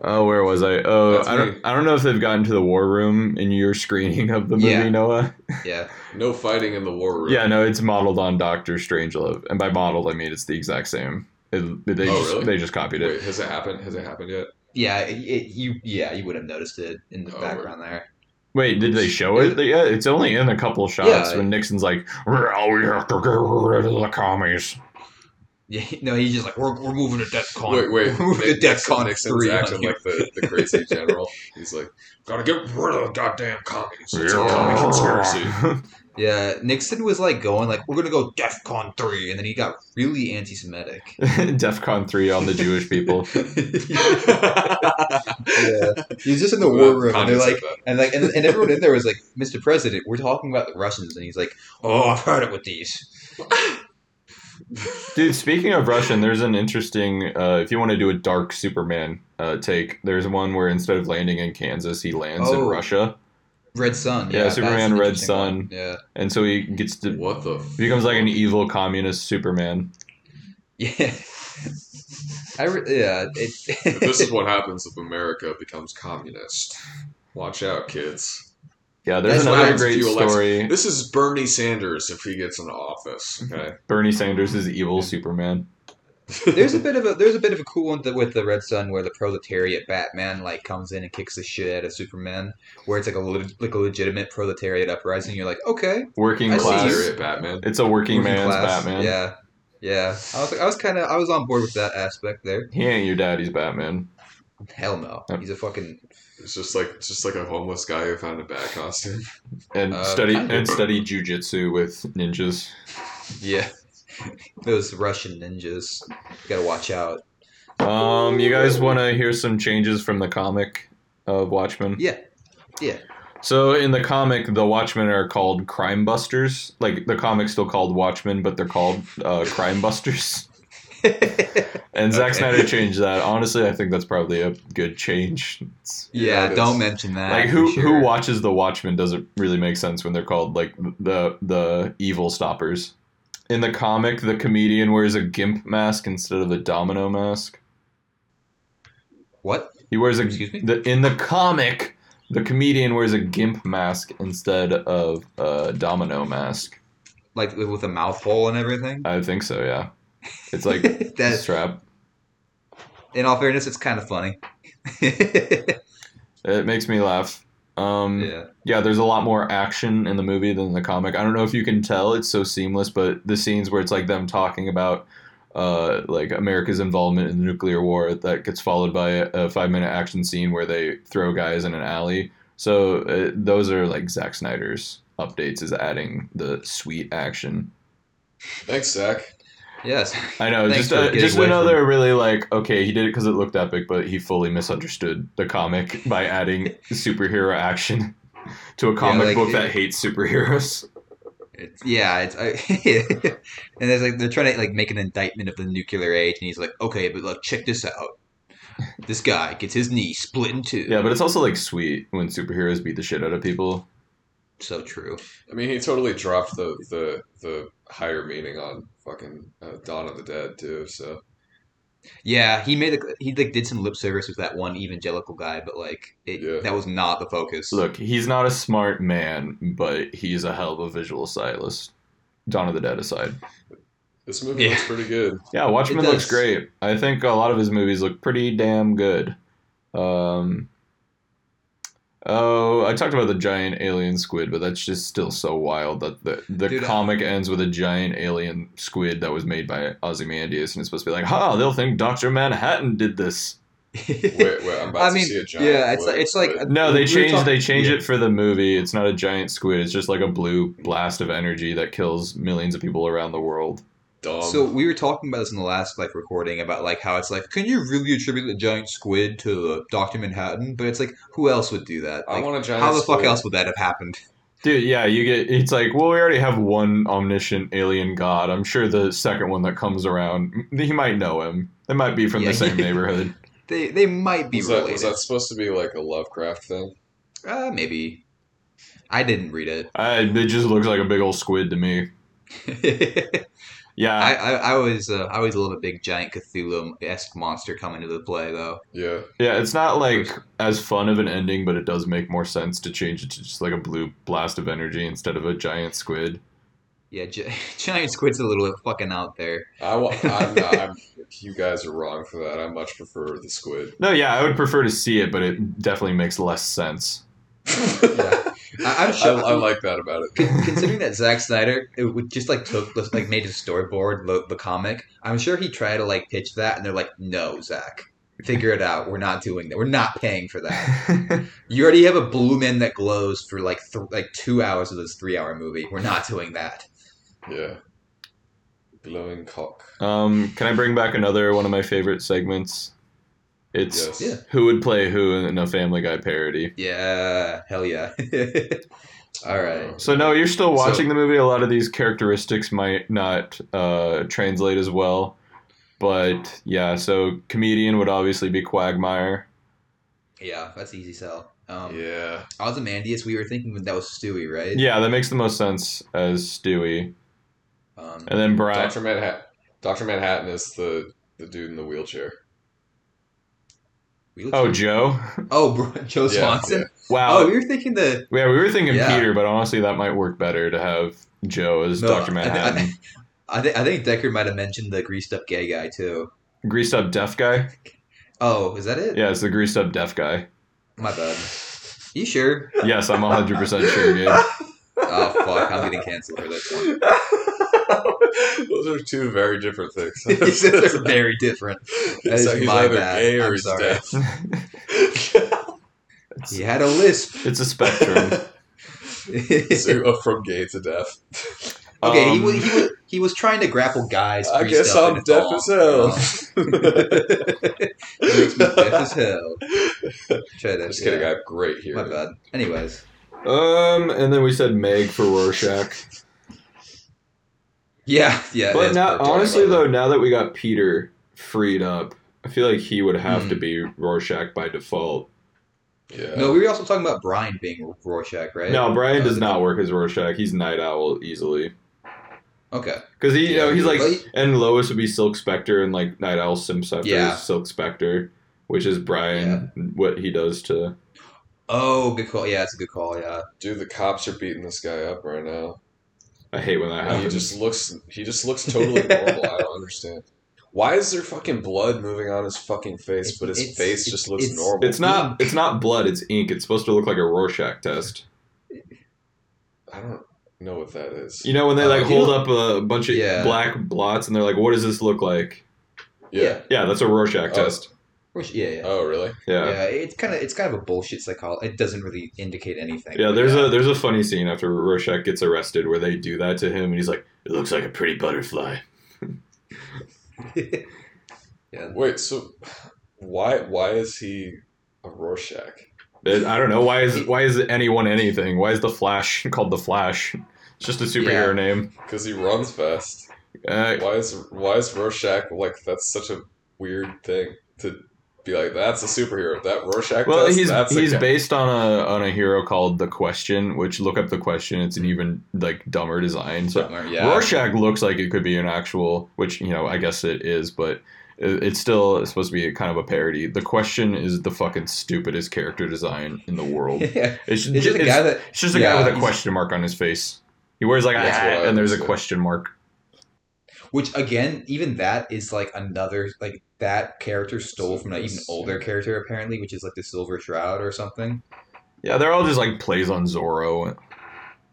Speaker 5: Oh, where was I? Oh,
Speaker 7: That's
Speaker 5: I
Speaker 7: me.
Speaker 5: don't. I don't know if they've gotten to the war room in your screening of the movie,
Speaker 6: Yeah.
Speaker 5: Noah.
Speaker 6: yeah.
Speaker 7: No fighting in the war room.
Speaker 5: Yeah, no, it's modeled on Doctor Strangelove, and by modeled I mean it's the exact same. It, they
Speaker 7: Oh,
Speaker 5: just
Speaker 7: really?
Speaker 5: they just copied it.
Speaker 7: Wait, has it happened? Has it happened yet?
Speaker 6: Yeah, it, it- you yeah, you would have noticed it in the
Speaker 7: Oh,
Speaker 6: background there.
Speaker 5: Wait, did they show it? They- Yeah, it's only in a couple shots
Speaker 6: Yeah.
Speaker 5: when Nixon's like, "Well, we have to get rid of the commies."
Speaker 6: Yeah, no, he's just like we're, we're moving to Death Con.
Speaker 7: Wait, wait.
Speaker 6: we're moving to
Speaker 7: Nick-
Speaker 6: Death Con
Speaker 7: Nixon's
Speaker 6: three.
Speaker 7: acting
Speaker 6: honey.
Speaker 7: like the, the crazy general. He's like, gotta get rid of the goddamn commies. It's a commie conspiracy.
Speaker 6: Yeah, Nixon was like going like we're gonna go Death Con three, and then he got really anti-Semitic.
Speaker 5: DEFCON three on the Jewish people.
Speaker 6: yeah, he's just in the war room, and they're like, and like, and, and everyone in there was like, Mr. President, we're talking about the Russians, and he's like, Oh, I've heard it with these.
Speaker 5: Dude, speaking of Russian, there's an interesting. Uh, if you want to do a dark Superman uh, take, there's one where instead of landing in Kansas, he lands in
Speaker 6: Oh.
Speaker 5: Russia,
Speaker 6: Red Sun.
Speaker 5: Yeah,
Speaker 6: Yeah, that's
Speaker 5: Superman,
Speaker 6: an
Speaker 5: Red
Speaker 6: interesting
Speaker 5: Sun.
Speaker 6: one. Yeah,
Speaker 5: and so he gets to
Speaker 7: what the? F-
Speaker 5: becomes like an
Speaker 6: e-,
Speaker 5: evil communist Superman.
Speaker 6: yeah. I re- yeah. It,
Speaker 7: this is what happens if America becomes communist. Watch out, kids.
Speaker 5: Yeah, there's
Speaker 6: That's what
Speaker 5: another
Speaker 7: happens if
Speaker 5: great
Speaker 7: you elect-
Speaker 5: story.
Speaker 7: This is Bernie Sanders if he gets into office. Okay.
Speaker 5: Bernie Sanders is evil Superman.
Speaker 6: there's a bit of a there's a bit of a cool one th- with the Red Sun where the proletariat Batman like comes in and kicks the shit out of Superman, where it's like a le- like a legitimate proletariat uprising. You're like, okay,
Speaker 5: Working
Speaker 6: I see.
Speaker 5: class.
Speaker 7: Proletariat Batman.
Speaker 5: It's a working,
Speaker 6: working
Speaker 5: man's
Speaker 6: class.
Speaker 5: Batman.
Speaker 6: Yeah, yeah. I was like, I was kind of I was on board with that aspect there.
Speaker 5: He ain't your daddy's Batman.
Speaker 6: Hell no,
Speaker 5: Yep.
Speaker 6: he's a fucking
Speaker 7: It's just like it's just like a homeless guy who found a bat costume.
Speaker 5: And
Speaker 6: Uh,
Speaker 5: study
Speaker 6: kind of.
Speaker 5: and study jujitsu with ninjas.
Speaker 6: yeah. Those Russian ninjas, you gotta watch out.
Speaker 5: Um, you guys want to hear some changes from the comic of Watchmen?
Speaker 6: Yeah, yeah.
Speaker 5: So in the comic, the Watchmen are called Crime Busters. Like the comic's still called Watchmen, but they're called uh, Crime Busters. And Zack
Speaker 6: Okay.
Speaker 5: Snyder changed that. Honestly, I think that's probably a good change. It's-
Speaker 7: Yeah,
Speaker 6: Yeah,
Speaker 7: it is.
Speaker 6: don't mention that.
Speaker 5: like who
Speaker 6: for
Speaker 5: who
Speaker 6: sure.
Speaker 5: watches the Watchmen doesn't really make sense when they're called like the the evil stoppers. In the comic, the comedian wears a gimp mask instead of the domino mask.
Speaker 6: What?
Speaker 5: He wears a
Speaker 6: Excuse me?
Speaker 5: The, in the comic, the comedian wears a gimp mask instead of a domino mask.
Speaker 6: Like with with a mouth hole and everything.
Speaker 5: I think so. Yeah, it's like a
Speaker 6: that.
Speaker 5: strap.
Speaker 6: In all fairness, it's kind of funny.
Speaker 5: It makes me laugh. Um, yeah.
Speaker 6: yeah.
Speaker 5: there's a lot more action in the movie than the comic. I don't know if you can tell; it's so seamless. But the scenes where it's like them talking about uh, like America's involvement in the nuclear war that gets followed by a, a five minute action scene where they throw guys in an alley. So uh, those are like Zack Snyder's updates is adding the sweet action.
Speaker 7: Thanks, Zach.
Speaker 6: Yes.
Speaker 5: I know,
Speaker 6: Thanks
Speaker 5: just
Speaker 6: for
Speaker 5: uh,
Speaker 6: getting
Speaker 5: just
Speaker 6: away from-
Speaker 5: another really like okay, he did it because it looked epic, but he fully misunderstood the comic by adding superhero action to a comic
Speaker 6: like,
Speaker 5: book
Speaker 6: it-
Speaker 5: that hates superheroes.
Speaker 6: It's, yeah, it's I, and there's like they're trying to like make an indictment of the nuclear age, and he's like, okay, but look, check this out. This guy gets his knee split in two.
Speaker 5: Yeah, but it's also like sweet when superheroes beat the shit out of people.
Speaker 6: So true.
Speaker 7: I mean, he totally dropped the the the higher meaning on fucking uh, Dawn of the Dead too. So
Speaker 6: Yeah, he made a, he like did some lip service with that one evangelical guy, but like it,
Speaker 7: Yeah.
Speaker 6: that was not the focus.
Speaker 5: Look, he's not a smart man, but he's a hell of a visual stylist. Dawn of the Dead aside.
Speaker 7: this movie
Speaker 6: Yeah.
Speaker 7: looks pretty good.
Speaker 5: Yeah, Watchmen
Speaker 6: It does.
Speaker 5: looks great. I think a lot of his movies look pretty damn good. Um, oh, I talked about the giant alien squid, but that's just still so wild that the, the
Speaker 6: Dude, I-
Speaker 5: comic ends with a giant alien squid that was made by Ozymandias, and it's supposed to be like, ha, they'll think Dr. Manhattan did this.
Speaker 7: Wait, wait, I'm about
Speaker 6: I
Speaker 7: to
Speaker 6: mean,
Speaker 7: see a giant.
Speaker 6: yeah, it's like
Speaker 7: wood,
Speaker 6: it's like
Speaker 7: but-
Speaker 5: No,
Speaker 6: we
Speaker 5: they
Speaker 6: were
Speaker 5: changed
Speaker 6: talking-
Speaker 5: they change
Speaker 6: yeah.
Speaker 5: it for the movie. It's not a giant squid, it's just like a blue blast of energy that kills millions of people around the world.
Speaker 7: dumb.
Speaker 6: So we were talking about this in the last like recording about like how it's like, can you really attribute the giant squid to uh, Doctor Manhattan? But it's like, who else would do that?
Speaker 7: I
Speaker 6: Like,
Speaker 7: want a giant.
Speaker 6: how the fuck
Speaker 7: squid.
Speaker 6: else would that have happened?
Speaker 5: Dude, yeah, you get it's like, well, we already have one omniscient alien god. I'm sure the second one that comes around, he might know him. They might be from
Speaker 6: Yeah.
Speaker 5: the same neighborhood.
Speaker 6: They they might be
Speaker 7: Was that,
Speaker 6: related.
Speaker 7: was that supposed to be like a Lovecraft thing?
Speaker 6: Uh, maybe. I didn't read it.
Speaker 5: I, it just looks like a big old squid to me.
Speaker 7: Ah.
Speaker 5: Yeah,
Speaker 6: I, I I always uh, I always love a big giant Cthulhu esque monster coming into the play though.
Speaker 7: Yeah,
Speaker 5: yeah, it's not like as fun of an ending, but it does make more sense to change it to just like a blue blast of energy instead of a giant squid.
Speaker 6: Yeah, gi- giant squid's a little fucking out there.
Speaker 7: I wa- I'm, not- I'm, you guys are wrong for that. I much prefer the squid.
Speaker 5: No, yeah, I would prefer to see it, but it definitely makes less sense.
Speaker 6: Yeah. I, I'm sure.
Speaker 7: I, I like that about it.
Speaker 6: Con- considering that Zack Snyder it would just like took the, like made a storyboard the, the comic, I'm sure he tried to like pitch that, and they're like, "No, Zack, figure it out. We're not doing that. We're not paying for that. You already have a blue man that glows for like th- like two hours of this three hour movie. We're not doing that."
Speaker 7: Yeah, glowing cock.
Speaker 5: um, can I bring back another one of my favorite segments? It's
Speaker 7: Yes.
Speaker 6: Yeah.
Speaker 5: who would play who in a Family Guy parody.
Speaker 6: Yeah, hell yeah. All right.
Speaker 5: So no, you're still
Speaker 6: So-
Speaker 5: watching the movie. A lot of these characteristics might not uh, translate as well, but yeah. So comedian would obviously be Quagmire.
Speaker 6: Yeah, that's easy sell. Um,
Speaker 7: Yeah,
Speaker 6: Ozymandias, we were thinking that was Stewie, right?
Speaker 5: Yeah, that makes the most sense as Stewie,
Speaker 6: Um,
Speaker 5: and then Brian.
Speaker 7: Doctor Manhattan. Doctor Manhattan is the the dude in the wheelchair.
Speaker 6: we looked-
Speaker 5: Oh, Joe.
Speaker 6: oh, bro, Joe
Speaker 7: Yeah,
Speaker 6: Swanson.
Speaker 5: Wow.
Speaker 6: Oh, we were thinking the
Speaker 5: yeah, we were thinking
Speaker 6: Yeah.
Speaker 5: Peter, but honestly, that might work better to have Joe as
Speaker 6: No,
Speaker 5: Doctor
Speaker 6: I thi- I
Speaker 5: Manhattan.
Speaker 6: thi- I think I think Decker might have mentioned the greased up gay guy too.
Speaker 5: greased up deaf guy.
Speaker 6: Oh, is that it?
Speaker 5: Yeah, it's the greased up deaf guy.
Speaker 6: My bad. You sure?
Speaker 5: Yes, I'm 100 percent sure. Gabe.
Speaker 6: Oh fuck, I'm getting canceled for this one.
Speaker 7: Those are two very different things.
Speaker 6: These things are very different. That
Speaker 7: It's
Speaker 6: is
Speaker 7: like he's
Speaker 6: my
Speaker 7: either
Speaker 6: bad.
Speaker 7: gay or
Speaker 6: I'm
Speaker 7: he's
Speaker 6: sorry.
Speaker 7: deaf.
Speaker 6: He had a lisp.
Speaker 5: It's a spectrum.
Speaker 6: okay,
Speaker 7: So, uh, from gay to deaf.
Speaker 6: he,
Speaker 5: Um,
Speaker 6: was, he was he was trying to grapple guys.
Speaker 7: I
Speaker 6: greased
Speaker 7: guess
Speaker 6: up
Speaker 7: I'm
Speaker 6: in a
Speaker 7: deaf
Speaker 6: thong.
Speaker 7: as hell.
Speaker 6: It makes me deaf as hell. Try that.
Speaker 7: Just kidding, I
Speaker 6: yeah.
Speaker 7: have great
Speaker 6: My
Speaker 7: hearing.
Speaker 6: bad. Anyways,
Speaker 5: Um, and then we said Meg for Rorschach.
Speaker 6: yeah, yeah. it
Speaker 5: But
Speaker 6: is
Speaker 5: now,
Speaker 6: perfect.
Speaker 5: honestly, though, now that we got Peter freed up, I feel like he would have
Speaker 6: Hmm.
Speaker 5: to be Rorschach by default.
Speaker 7: Yeah.
Speaker 6: No, we were also talking about Brian being Rorschach, right?
Speaker 5: No, Brian does
Speaker 6: Uh,
Speaker 5: not work as Rorschach. He's Night Owl easily.
Speaker 6: Okay.
Speaker 5: Because he, you know, he's like,
Speaker 6: Well, he-
Speaker 5: and Lois would be Silk Spectre, and like Night Owl simps after
Speaker 6: Yeah.
Speaker 5: his Silk Spectre, which is Brian, what he does to.
Speaker 6: Oh, good call. Yeah, it's a good call. Yeah.
Speaker 7: Dude, the cops are beating this guy up right now.
Speaker 5: I hate when that
Speaker 7: And he
Speaker 5: happens.
Speaker 7: just looks he just looks totally normal. I don't understand. Why is there fucking blood moving on his fucking face, but his
Speaker 6: It's-
Speaker 7: face
Speaker 6: it's-
Speaker 7: just looks
Speaker 6: it's-
Speaker 7: normal?
Speaker 5: It's not. It's not blood. It's ink. It's supposed to look like a Rorschach test.
Speaker 7: I don't know what that is.
Speaker 5: You know when they
Speaker 6: Uh,
Speaker 5: like
Speaker 6: you
Speaker 5: hold
Speaker 6: know-
Speaker 5: up a bunch of
Speaker 6: Yeah.
Speaker 5: black blots and they're like, "What does this look like?"
Speaker 7: yeah.
Speaker 5: Yeah, that's a Rorschach
Speaker 7: Oh.
Speaker 5: test.
Speaker 6: Which- Yeah, yeah.
Speaker 7: Oh, really?
Speaker 5: Yeah.
Speaker 6: yeah, it's kind of it's kind of a bullshit psychology. It doesn't really indicate anything.
Speaker 5: Yeah, there's a there's a funny scene after Rorschach gets arrested where they do that to him, and he's like, "It looks like a pretty butterfly."
Speaker 6: a.
Speaker 7: Wait, so why why is he a Rorschach?
Speaker 5: It- I don't know why is why is anyone anything? Why is the Flash called the Flash? It's just a superhero
Speaker 6: Yeah.
Speaker 5: name.
Speaker 7: Because he runs fast.
Speaker 5: Uh,
Speaker 7: Why is why is Rorschach like that's such a weird thing to be like, that's a superhero. That Rorschach
Speaker 5: Well,
Speaker 7: test,
Speaker 5: he's
Speaker 7: that's
Speaker 5: he's
Speaker 7: a guy.
Speaker 5: based on a on a hero called the Question. Which look up the Question. It's an even like dumber design. So
Speaker 7: yeah.
Speaker 5: Rorschach looks like it could be an actual, which you know I guess it is, but it- it's still supposed to be kind of a parody. The Question is the fucking stupidest character design in the world.
Speaker 6: yeah.
Speaker 5: It's,
Speaker 6: It's just a
Speaker 5: it's-
Speaker 6: guy that
Speaker 5: it's just a
Speaker 7: yeah,
Speaker 5: guy with a
Speaker 7: he's-
Speaker 5: question mark on his face. He wears like a
Speaker 7: That's
Speaker 5: hat
Speaker 7: what I
Speaker 5: and there's a
Speaker 7: understood.
Speaker 5: question mark.
Speaker 6: Which again, even that is like another like that character stole from an even older character apparently, which is like the Silver Shroud or something.
Speaker 5: Yeah, they're all just like plays on Zorro.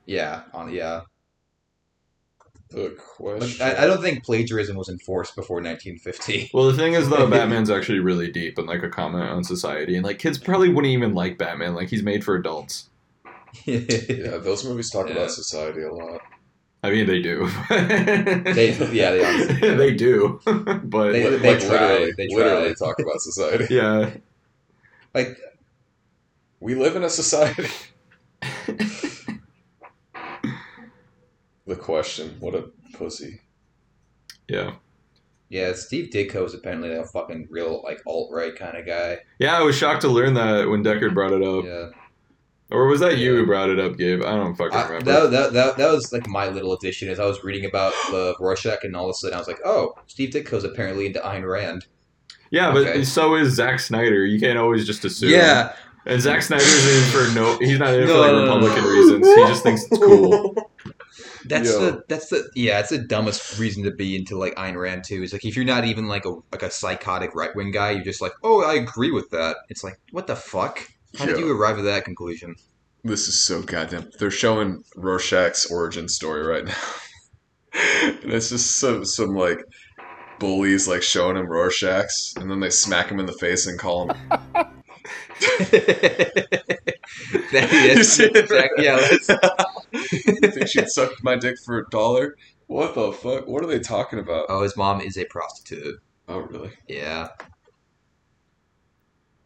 Speaker 6: Yeah, on yeah.
Speaker 7: The
Speaker 6: Like,
Speaker 7: question.
Speaker 6: I, I don't think plagiarism was enforced before 1950.
Speaker 5: Well, the thing is though, Batman's actually really deep and like a comment on society, and like kids probably wouldn't even like Batman. Like he's made for adults.
Speaker 7: yeah, those movies talk
Speaker 6: Yeah.
Speaker 7: about society a lot.
Speaker 5: I mean, they do.
Speaker 6: They- yeah, they honestly do.
Speaker 5: They do. but
Speaker 6: They-
Speaker 7: Like,
Speaker 6: they
Speaker 7: like,
Speaker 6: try,
Speaker 7: literally,
Speaker 6: they try.
Speaker 7: literally talk about society.
Speaker 5: yeah,
Speaker 6: like
Speaker 7: We live in a society. the question. What a pussy.
Speaker 5: yeah,
Speaker 6: yeah, Steve Ditko is apparently a fucking real like alt right kind of guy.
Speaker 5: yeah. I was shocked to learn that when Deckard brought it up,
Speaker 6: Yeah,
Speaker 5: or was that you
Speaker 6: Yeah.
Speaker 5: who brought it up, Gabe? I don't fucking
Speaker 6: I,
Speaker 5: remember.
Speaker 6: that, that, that, that was like my little addition. As I was reading about the Rorschach and all of a sudden I was like, oh, Steve Ditko's apparently into Ayn Rand.
Speaker 5: yeah, but
Speaker 6: okay.
Speaker 5: so is Zack Snyder. You can't always just assume.
Speaker 6: Yeah,
Speaker 5: And Zack Snyder's in for no. He's not in for like
Speaker 6: No, no, no, no.
Speaker 5: Republican reasons. He just thinks it's cool.
Speaker 6: That's
Speaker 7: Yo.
Speaker 6: the that's the yeah, it's the dumbest reason to be into like Ayn Rand too. Is like if you're not even like a like a psychotic right wing guy, you're just like, oh, I agree with that. It's like, what the fuck? How did
Speaker 7: Yeah.
Speaker 6: you arrive at that conclusion?
Speaker 7: This is so goddamn. They're showing Rorschach's origin story right now, and it's just some some like bullies like showing him Rorschach's, and then they smack him in the face and call him.
Speaker 6: that,
Speaker 7: You
Speaker 6: yes,
Speaker 7: see it?
Speaker 6: exact- yeah, that's,
Speaker 7: you think she'd suck my dick for a dollar? What the fuck? What are they talking about?
Speaker 6: oh, his mom is a prostitute.
Speaker 7: Oh, really?
Speaker 6: Yeah,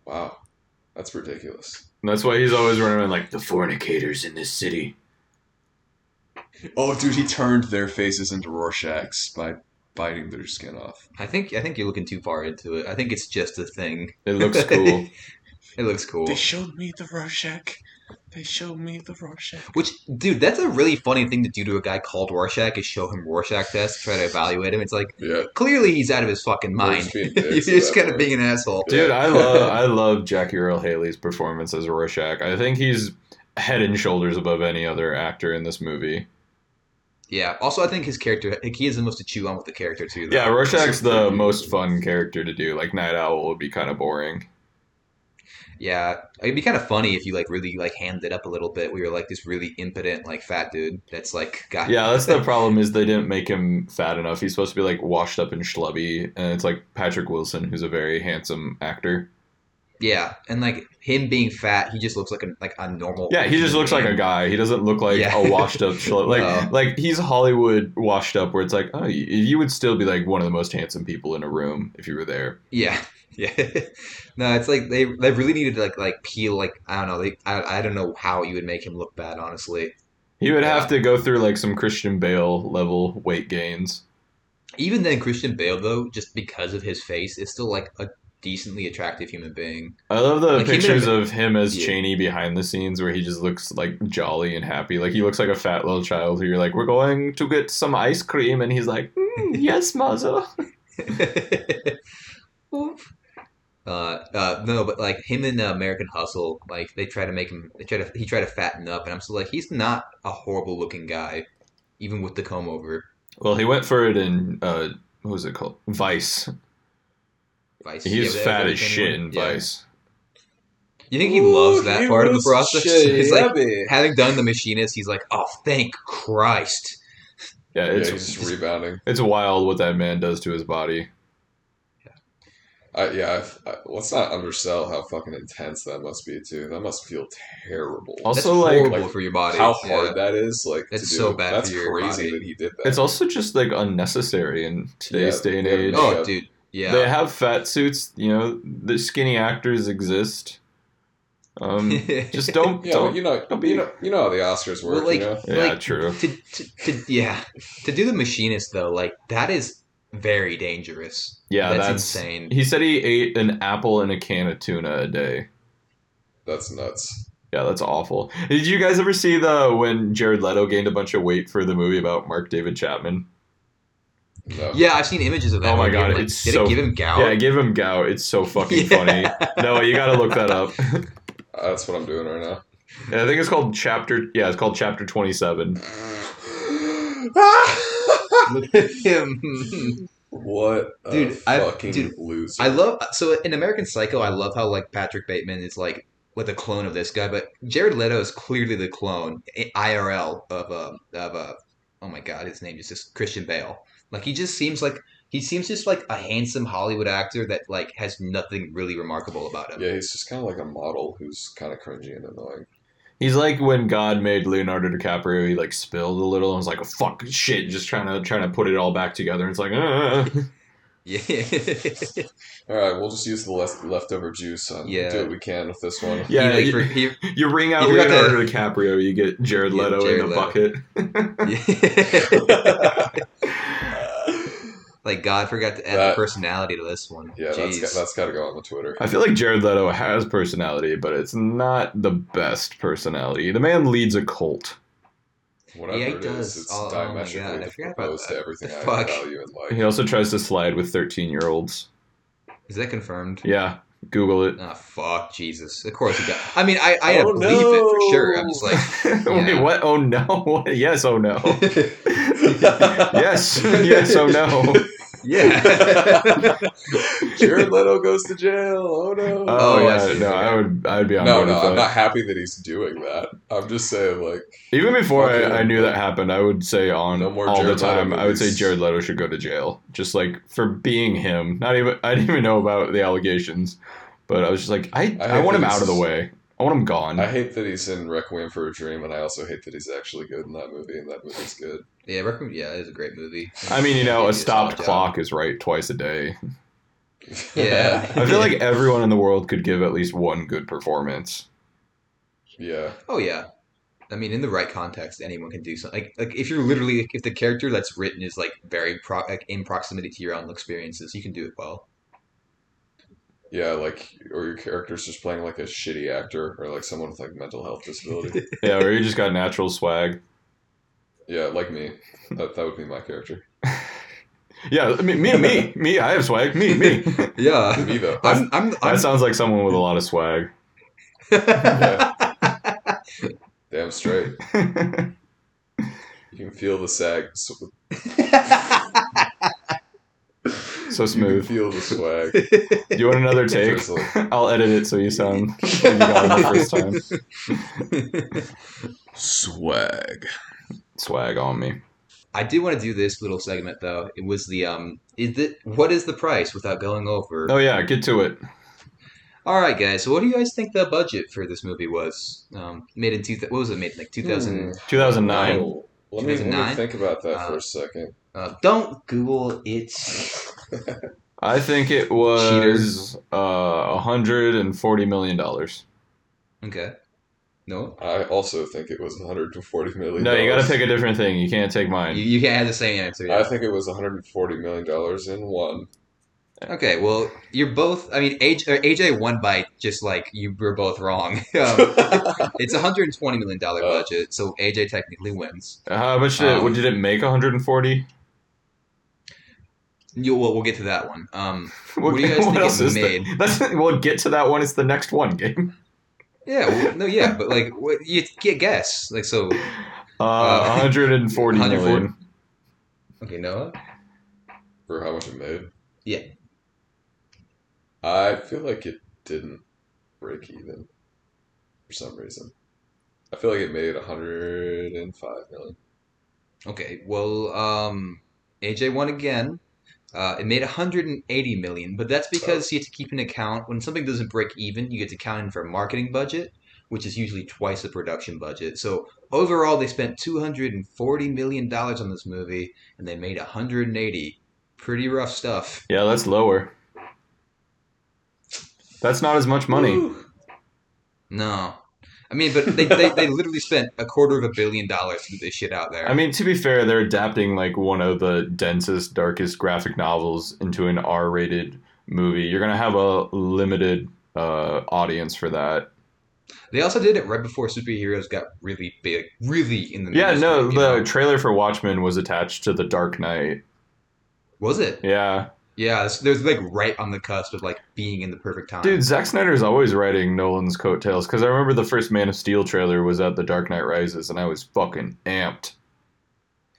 Speaker 7: Wow, that's ridiculous.
Speaker 5: And that's why he's always running around like the fornicators in this city.
Speaker 7: Oh, dude, he turned their faces into Rorschach's by biting their skin off.
Speaker 6: I think I think you're looking too far into it. I think it's just a thing.
Speaker 5: It looks cool.
Speaker 6: It looks cool.
Speaker 7: showed me the Rorschach. They showed me the Rorschach.
Speaker 6: Which, dude, that's a really funny thing to do to a guy called Rorschach is show him Rorschach test, try to evaluate him. It's like.
Speaker 7: Yeah,
Speaker 6: clearly he's out of his fucking
Speaker 7: We're
Speaker 6: mind.
Speaker 7: just being
Speaker 6: You're
Speaker 7: dicks
Speaker 6: just
Speaker 7: about
Speaker 6: kind of
Speaker 7: it.
Speaker 6: being an asshole.
Speaker 5: Dude, I love I love Jackie Earl Haley's performance as Rorschach. I think he's head and shoulders above any other actor in this movie.
Speaker 6: Yeah. Also, I think his character, like, he is the most to chew on with the character too. Though.
Speaker 5: Yeah, Rorschach's the most fun character to do. Like Night Owl would be kind of boring.
Speaker 6: Yeah. It'd be kind of funny if you like really like hammed it up a little bit. We were like this really impotent like fat dude that's like got
Speaker 5: Yeah, that's the problem is they didn't make him fat enough. He's supposed to be like washed up and schlubby, and it's like Patrick Wilson, who's a very handsome actor.
Speaker 6: yeah, and like him being fat, he just looks like a like a normal.
Speaker 5: Yeah, he just looks like a guy. He doesn't look like
Speaker 6: Yeah.
Speaker 5: a washed up schlub. Like
Speaker 6: No.
Speaker 5: like he's Hollywood washed up, where it's like, oh, y- you would still be like one of the most handsome people in a room if you were there.
Speaker 6: Yeah. Yeah. no, it's like they they really needed to like like peel like I don't know they I I don't know how you would make him look bad honestly.
Speaker 5: He would
Speaker 6: Yeah.
Speaker 5: have to go through like some Christian Bale level weight gains.
Speaker 6: Even then, Christian Bale, though, just because of his face, is still like a decently attractive human being.
Speaker 5: I love the
Speaker 6: Like, he
Speaker 5: pictures
Speaker 6: made-
Speaker 5: of him as
Speaker 6: Yeah.
Speaker 5: Cheney behind the scenes where he just looks like jolly and happy. Like he looks like a fat little child who you're like, we're going to get some ice cream. And he's like, "Mm, yes, mother.
Speaker 6: uh, uh, no, but like him in uh, American Hustle, like they try to make him, they try to, he tried to fatten up, and I'm still like, he's not a horrible looking guy, even with the comb over.
Speaker 5: Well, he went for it in, uh, what was it called? Vice.
Speaker 6: Vice.
Speaker 5: He's
Speaker 6: Yeah, but
Speaker 5: fat
Speaker 6: every-
Speaker 5: as shit in
Speaker 6: anyone- yeah.
Speaker 5: Vice.
Speaker 6: You think he loves that part of the process? It's like having done the machinist, he's like, oh, thank Christ.
Speaker 5: Yeah,
Speaker 7: yeah,
Speaker 5: it's,
Speaker 7: he's just rebounding.
Speaker 5: it's wild what that man does to his body.
Speaker 7: I, yeah, I, I, let's not undersell how fucking intense that must be too. That must feel terrible.
Speaker 6: That's
Speaker 5: Also, like,
Speaker 6: horrible for your body.
Speaker 7: how
Speaker 6: Yeah.
Speaker 7: hard that is, like
Speaker 6: That's
Speaker 7: to do.
Speaker 6: so bad
Speaker 7: That's
Speaker 6: for your body.
Speaker 7: crazy that he did that.
Speaker 5: it's also just like unnecessary in today's
Speaker 7: Yeah,
Speaker 5: day and
Speaker 7: yeah.
Speaker 5: age.
Speaker 6: Oh,
Speaker 7: Yeah.
Speaker 6: dude. Yeah.
Speaker 5: They have fat suits, you know. The skinny actors exist. Um, just don't,
Speaker 7: yeah,
Speaker 5: don't.
Speaker 7: but you know,
Speaker 5: don't be-
Speaker 7: you know, you know how the Oscars work.
Speaker 6: Well, like,
Speaker 7: you know,
Speaker 5: yeah,
Speaker 6: like,
Speaker 5: true.
Speaker 6: to, to, to yeah to do the machinist though like that is very dangerous.
Speaker 5: Yeah,
Speaker 6: that's,
Speaker 5: that's,
Speaker 6: insane.
Speaker 5: He said he ate an apple and a can of tuna a day.
Speaker 7: That's nuts.
Speaker 5: Yeah, that's awful. Did you guys ever see the when Jared Leto gained a bunch of weight for the movie about Mark David Chapman?
Speaker 7: No.
Speaker 6: Yeah, I've seen images of that.
Speaker 5: Oh my
Speaker 6: where you're
Speaker 5: God,
Speaker 6: like,
Speaker 5: it's
Speaker 6: did
Speaker 5: so-
Speaker 6: it give him gout?
Speaker 5: Yeah, I give him gout. It's so fucking
Speaker 6: Yeah.
Speaker 5: funny. No, you got to look that up.
Speaker 7: That's what I'm doing right now.
Speaker 5: And I think it's called chapter. Yeah, it's called chapter twenty-seven.
Speaker 6: Look at him.
Speaker 7: what a
Speaker 6: Dude, I-
Speaker 7: fucking
Speaker 6: dude,
Speaker 7: loser.
Speaker 6: I love so in American Psycho. I love how like Patrick Bateman is like like the clone of this guy, but Jared Leto is clearly the clone i- IRL of um of uh oh my god, his name is just Christian Bale. Like he just seems like he seems just like a handsome Hollywood actor that like has nothing really remarkable about him.
Speaker 7: yeah, he's just kind of like a model who's kind of cringy and annoying.
Speaker 5: He's like when God made Leonardo DiCaprio. He like spilled a little and was like, "Fuck shit," just trying to trying to put it all back together. It's like, uh.
Speaker 6: Yeah.
Speaker 7: All right, we'll just use the left, leftover juice and
Speaker 6: Yeah.
Speaker 7: do what we can with this one.
Speaker 5: Yeah,
Speaker 6: He, like,
Speaker 5: you-
Speaker 6: for- he-
Speaker 5: you ring out
Speaker 6: You got
Speaker 5: Leonardo DiCaprio, you get Jared
Speaker 6: Yeah,
Speaker 5: Leto
Speaker 6: Jared
Speaker 5: in the
Speaker 6: Leto.
Speaker 5: bucket.
Speaker 6: like God forgot to add
Speaker 7: That-
Speaker 6: the personality to this one.
Speaker 7: Yeah, that's
Speaker 6: Jeez.
Speaker 7: got, that's got to go on the Twitter.
Speaker 5: I feel like Jared Leto has personality, but it's not the best personality. The man leads a cult.
Speaker 7: Whatever
Speaker 6: Yeah, he
Speaker 7: it is,
Speaker 6: does.
Speaker 7: it's
Speaker 6: Oh, oh my
Speaker 7: diametrically
Speaker 6: God, I forgot about
Speaker 7: opposed to
Speaker 6: that.
Speaker 7: everything
Speaker 6: The
Speaker 7: I
Speaker 6: fuck?
Speaker 7: value in life.
Speaker 5: He also tries to slide with thirteen-year-olds.
Speaker 6: is that confirmed?
Speaker 5: Yeah, Google it.
Speaker 6: Ah, fuck, Jesus. Of course he got. I mean, I I
Speaker 7: Oh,
Speaker 6: believe it for sure. I'm just like,
Speaker 5: Wait,
Speaker 6: Yeah.
Speaker 5: what? Oh no! yes, oh no! yes, yes, oh no!
Speaker 6: yeah.
Speaker 7: Jared Leto goes to jail. Oh no.
Speaker 5: Oh,
Speaker 6: I
Speaker 5: yeah,
Speaker 6: see.
Speaker 5: no, I would, I would be on
Speaker 7: no,
Speaker 5: board
Speaker 7: no,
Speaker 5: with
Speaker 7: I'm
Speaker 5: that.
Speaker 7: not happy that he's doing that. I'm just saying, like,
Speaker 5: Even before
Speaker 7: Fuck
Speaker 5: I, I
Speaker 7: him.
Speaker 5: knew that happened, I would say on
Speaker 7: No more
Speaker 5: all
Speaker 7: Jared
Speaker 5: the time.
Speaker 7: Leto
Speaker 5: I would say
Speaker 7: movies.
Speaker 5: Jared Leto should go to jail, just like for being him. Not even I didn't even know about the allegations, but I was just like, I,
Speaker 7: I
Speaker 5: I, want him
Speaker 7: think
Speaker 5: out of the
Speaker 7: this-
Speaker 5: way. I want him
Speaker 6: Mm.
Speaker 5: gone.
Speaker 7: I hate that he's in Requiem for a Dream, and I also hate that he's actually good in that movie, and that movie's good.
Speaker 6: yeah, Requiem- yeah, it is a great movie.
Speaker 5: I mean, you know,
Speaker 6: He
Speaker 5: a
Speaker 6: did
Speaker 5: stopped
Speaker 6: solid
Speaker 5: clock is right twice a day.
Speaker 6: job. Yeah,
Speaker 5: I feel like everyone in the world could give at least one good performance.
Speaker 7: yeah.
Speaker 6: Oh yeah. I mean, in the right context, anyone can do something. Like, like if you're literally, if the character that's written is like very pro- like in proximity to your own experiences, you can do it well.
Speaker 7: Yeah, like, or your character's just playing like a shitty actor or like someone with like mental health disability.
Speaker 5: Yeah, or you just got natural swag.
Speaker 7: yeah, like me. That, that would be my character.
Speaker 5: Yeah, me, me, me, me. I have swag. Me, me.
Speaker 6: Yeah,
Speaker 7: Me though.
Speaker 6: I'm. I'm.
Speaker 5: That
Speaker 6: I'm
Speaker 5: sounds like someone with a lot of swag.
Speaker 7: Damn straight. You can feel the sag. s-
Speaker 5: so
Speaker 7: You can
Speaker 5: smooth.
Speaker 7: feel the swag.
Speaker 5: Do you want another take?
Speaker 7: Drizzle.
Speaker 5: I'll edit it so you sound like you got it the first time.
Speaker 7: Swag.
Speaker 5: Swag on me.
Speaker 6: I do want to do this little segment though. It was the um. Is it what is the price without going over?
Speaker 5: Oh yeah, get to it.
Speaker 6: All right, guys. So, what do you guys think the budget for this movie was? Um, made in two. What was it made in, like two thousand?
Speaker 5: 2009.
Speaker 7: Oh, Hmm. Let me, let me
Speaker 6: 2009?
Speaker 7: think about that
Speaker 6: Uh,
Speaker 7: for a second.
Speaker 6: Uh, don't Google it.
Speaker 5: I think it was uh 140 million dollars.
Speaker 6: Okay. No,
Speaker 7: I also think it was 140 million.
Speaker 5: No, you got to pick a different thing. You can't take
Speaker 6: you,
Speaker 5: mine.
Speaker 6: you can't have the same answer.
Speaker 7: I think it was 140 million dollars in one.
Speaker 6: Okay, well, you're both. I mean, AJ, or AJ won by just like you were both wrong. Um, it's a hundred and twenty million dollar
Speaker 7: Oh.
Speaker 6: budget, so AJ technically wins.
Speaker 5: How much did it,
Speaker 6: Um,
Speaker 5: what did it make 140?
Speaker 6: You, well, we'll get to that one. Um,
Speaker 5: What,
Speaker 6: do you guys
Speaker 5: what
Speaker 6: think it
Speaker 5: else is
Speaker 6: made?
Speaker 5: there? That's we'll get to that one. It's the next one game.
Speaker 6: yeah, well, no, yeah, but like, what, you get guess. Like, so
Speaker 5: Uh,
Speaker 6: Uh,
Speaker 5: 140 million.
Speaker 6: okay, Noah.
Speaker 7: For how much it made?
Speaker 6: Yeah.
Speaker 7: I feel like it didn't break even for some reason. I feel like it made 105 million.
Speaker 6: Okay, well, um, AJ won again. Uh, it made 180 million, but that's because you have to keep an account when something doesn't break even. You get to count in for a marketing budget, which is usually twice the production budget. So overall, they spent 240 million dollars on this movie, and they made 180. Pretty rough stuff.
Speaker 5: Yeah, that's lower. That's not as much money.
Speaker 7: Woo.
Speaker 6: No, I I mean, but they, they, they literally spent a quarter of a billion dollars to get this shit out there.
Speaker 5: I mean, to be fair, they're adapting like one of the densest, darkest graphic novels into an R-rated movie. You're gonna have a limited uh, audience for that.
Speaker 6: they also did it right before superheroes got really big, really in the
Speaker 5: Yeah,
Speaker 6: mainstream,
Speaker 5: no,
Speaker 6: you
Speaker 5: the
Speaker 6: know?
Speaker 5: trailer for Watchmen was attached to The Dark Knight.
Speaker 6: was it?
Speaker 5: Yeah,
Speaker 6: Yeah, it's- there's like right on the cusp of like being in the perfect time.
Speaker 5: dude, Zack Snyder's always writing Nolan's coattails because I remember the first Man of Steel trailer was at The Dark Knight Rises, and I was fucking amped.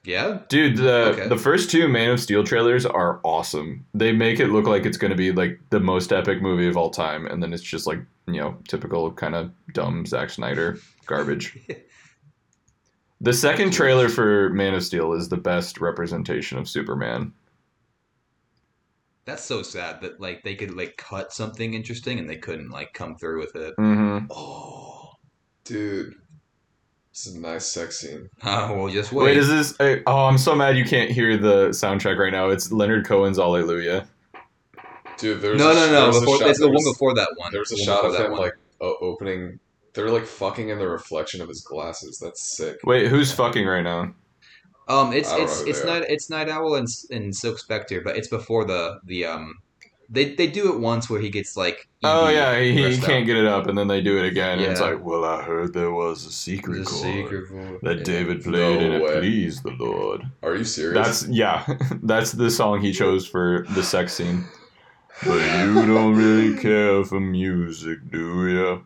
Speaker 6: yeah,
Speaker 5: Dude, the
Speaker 6: Okay.
Speaker 5: the first two Man of Steel trailers are awesome. They make it look like it's going to be like the most epic movie of all time, and then it's just like you know typical kind of dumb Zack Snyder garbage. the second trailer for Man of Steel is the best representation of Superman.
Speaker 6: that's so sad that like they could like cut something interesting and they couldn't like come through with it.
Speaker 5: Mm-hmm.
Speaker 6: Oh,
Speaker 7: Dude, it's a nice sex scene.
Speaker 6: oh well, just
Speaker 5: Wait.
Speaker 6: wait.
Speaker 5: is this? I, oh, I'm so mad you can't hear the soundtrack right now. It's Leonard Cohen's Alleluia.
Speaker 7: Dude, there's
Speaker 6: no,
Speaker 7: a,
Speaker 6: no,
Speaker 7: there
Speaker 6: no,
Speaker 7: was a
Speaker 6: before,
Speaker 7: shot-
Speaker 6: it's the
Speaker 7: there
Speaker 6: one
Speaker 7: was-
Speaker 6: before that one.
Speaker 7: There was a
Speaker 6: The one
Speaker 7: shot
Speaker 6: before
Speaker 7: of
Speaker 6: that
Speaker 7: him
Speaker 6: one.
Speaker 7: like o- opening. They're like fucking in the reflection of his glasses. That's sick.
Speaker 5: Wait, who's fucking right now?
Speaker 6: Um, it's
Speaker 7: I don't
Speaker 6: it's
Speaker 7: know who
Speaker 6: it's
Speaker 7: they are.
Speaker 6: night it's night owl and and Silk Spectre, but it's before the the um, they they do it once where he gets like
Speaker 5: Oh
Speaker 6: ED
Speaker 5: yeah, he, he
Speaker 6: rest
Speaker 5: can't
Speaker 6: up.
Speaker 5: get it up, and then they do it again. And it's
Speaker 6: Yeah.
Speaker 5: like, well, I heard there was a secret.
Speaker 6: the
Speaker 5: chord."
Speaker 6: secret voice.
Speaker 5: that
Speaker 6: Yeah.
Speaker 5: David played
Speaker 7: No
Speaker 5: and
Speaker 7: way.
Speaker 5: it pleased the Lord.
Speaker 7: Are you serious?
Speaker 5: That's yeah, that's the song he chose for the sex scene. But you don't really care for music, do ya?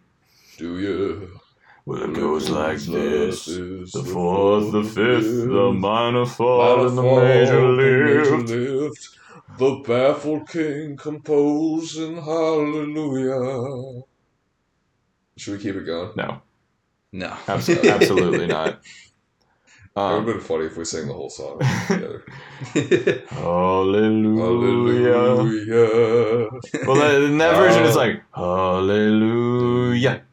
Speaker 7: Do you?
Speaker 5: Well, it goes like this: the
Speaker 7: Is
Speaker 5: fourth, the fifth, the minor fall, and the
Speaker 7: Waterfall,
Speaker 5: major
Speaker 7: the major
Speaker 5: lift.
Speaker 7: lift. The baffled king composing hallelujah. Should we keep it going?
Speaker 5: No,
Speaker 6: No,
Speaker 5: abs- absolutely not.
Speaker 7: it would have
Speaker 5: Um,
Speaker 7: been funny if we sang the whole song together.
Speaker 5: hallelujah.
Speaker 7: Hallelujah.
Speaker 5: Well, that- in that version, it's
Speaker 7: Oh.
Speaker 5: like hallelujah.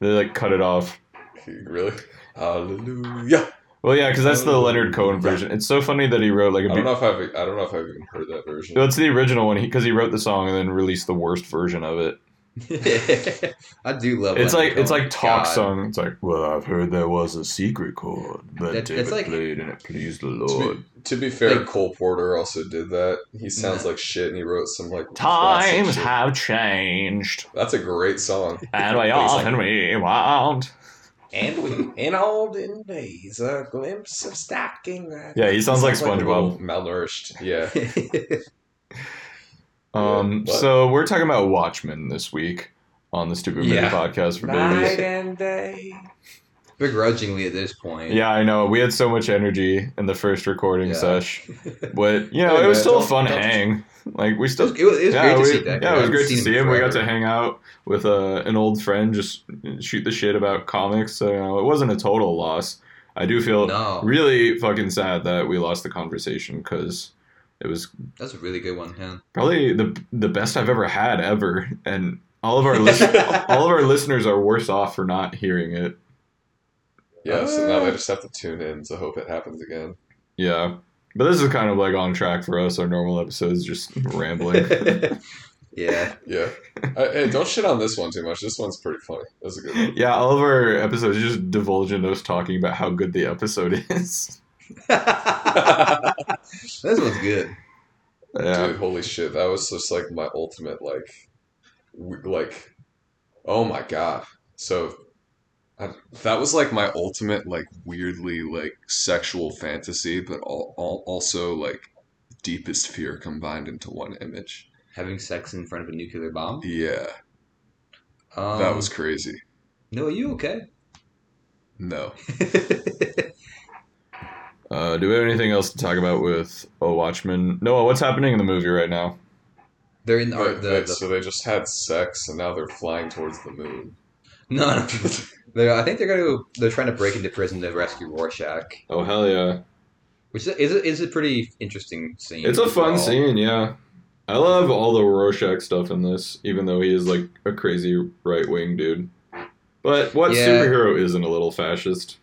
Speaker 5: They like cut it off.
Speaker 7: Really? Hallelujah.
Speaker 5: Well, yeah, because that's the
Speaker 7: Oh,
Speaker 5: Leonard Cohen
Speaker 7: yeah.
Speaker 5: version. It's so funny that he wrote like
Speaker 7: I
Speaker 5: a.
Speaker 7: don't
Speaker 5: Be-
Speaker 7: know if I've I don't know if I've even heard that version.
Speaker 5: that's the original one because he, wrote the song and then released the worst version of it.
Speaker 6: I do love.
Speaker 5: It's
Speaker 6: Leonard
Speaker 5: like it's
Speaker 6: Cohen.
Speaker 5: like talk
Speaker 6: God.
Speaker 5: song. It's like, well, I've heard there was a secret chord that,
Speaker 6: That-
Speaker 5: David
Speaker 6: that's like-
Speaker 5: played and it pleased the
Speaker 7: To
Speaker 5: Lord.
Speaker 7: be, to be fair,
Speaker 6: Like-
Speaker 7: Cole Porter also did that. He sounds
Speaker 6: Yeah.
Speaker 7: like shit, and he wrote some like classic
Speaker 5: Times
Speaker 7: shit.
Speaker 5: have changed,
Speaker 7: That's a great song.
Speaker 5: and we
Speaker 7: But he's
Speaker 5: often we want.
Speaker 7: And we, in olden days, a glimpse of stocking.
Speaker 5: Yeah, he sounds like
Speaker 7: a little
Speaker 5: SpongeBob.
Speaker 7: malnourished. Yeah.
Speaker 5: Um,
Speaker 7: Yeah, but-
Speaker 5: so we're talking about Watchmen this week on the Stupid Movie
Speaker 6: Yeah.
Speaker 5: Podcast for babies.
Speaker 7: and day.
Speaker 6: begrudgingly at this point.
Speaker 5: Yeah, I know. We had so much energy in the first recording
Speaker 6: Yeah.
Speaker 5: sesh, but you know,
Speaker 7: Hey,
Speaker 5: it was
Speaker 7: man,
Speaker 5: still a
Speaker 7: don't-
Speaker 5: fun
Speaker 7: don't-
Speaker 5: hang. Like we
Speaker 6: It was,
Speaker 5: still,
Speaker 6: it was, it was
Speaker 5: yeah,
Speaker 6: great to
Speaker 5: we-
Speaker 6: see that.
Speaker 5: yeah, it was great to see him. We got to hang out with uh, an old friend, just shoot the shit about comics. So you know, it wasn't a total loss. I do feel
Speaker 6: No.
Speaker 5: really fucking sad that we lost the conversation because it was
Speaker 6: That's a really good one, yeah.
Speaker 5: probably the the best I've ever had ever, and all of our listen all of our listeners are worse off for not hearing it.
Speaker 7: Yeah, so
Speaker 6: Uh.
Speaker 7: now they just have to tune in to hope it happens again.
Speaker 5: Yeah. But this is kind of like on track for us. Our normal episodes just rambling.
Speaker 6: yeah.
Speaker 7: Yeah. Uh, hey, don't shit on this one too much. This one's pretty funny. That's a good one.
Speaker 5: yeah, all of our episodes just divulge into us talking about how good the episode is.
Speaker 6: this one's good.
Speaker 5: Yeah.
Speaker 7: Dude, holy shit. That was just like my ultimate, like, w- like, oh my god. So I, that was like my ultimate, like, weirdly, like, sexual fantasy, but all, all, also, like, deepest fear combined into one image.
Speaker 6: Having sex in front of a nuclear bomb.
Speaker 7: Yeah,
Speaker 6: Um,
Speaker 7: that was crazy.
Speaker 6: No, are you okay?
Speaker 7: No.
Speaker 5: Uh, do we have anything else to talk about with a Watchman? Noah, what's happening in the movie right now?
Speaker 6: They're in the,
Speaker 7: But-
Speaker 6: the,
Speaker 7: but-
Speaker 6: the
Speaker 7: so they just had sex and now they're flying towards the moon.
Speaker 6: no. no. They're, I think they're gonna. They're trying to break into prison to rescue Rorschach,
Speaker 5: Oh hell yeah.
Speaker 6: which is is a, is a pretty interesting scene.
Speaker 5: It's a fun
Speaker 6: overall.
Speaker 5: scene, yeah. I love all the Rorschach stuff in this, even though he is like a crazy right wing dude. But what
Speaker 6: Yeah.
Speaker 5: superhero isn't a little fascist?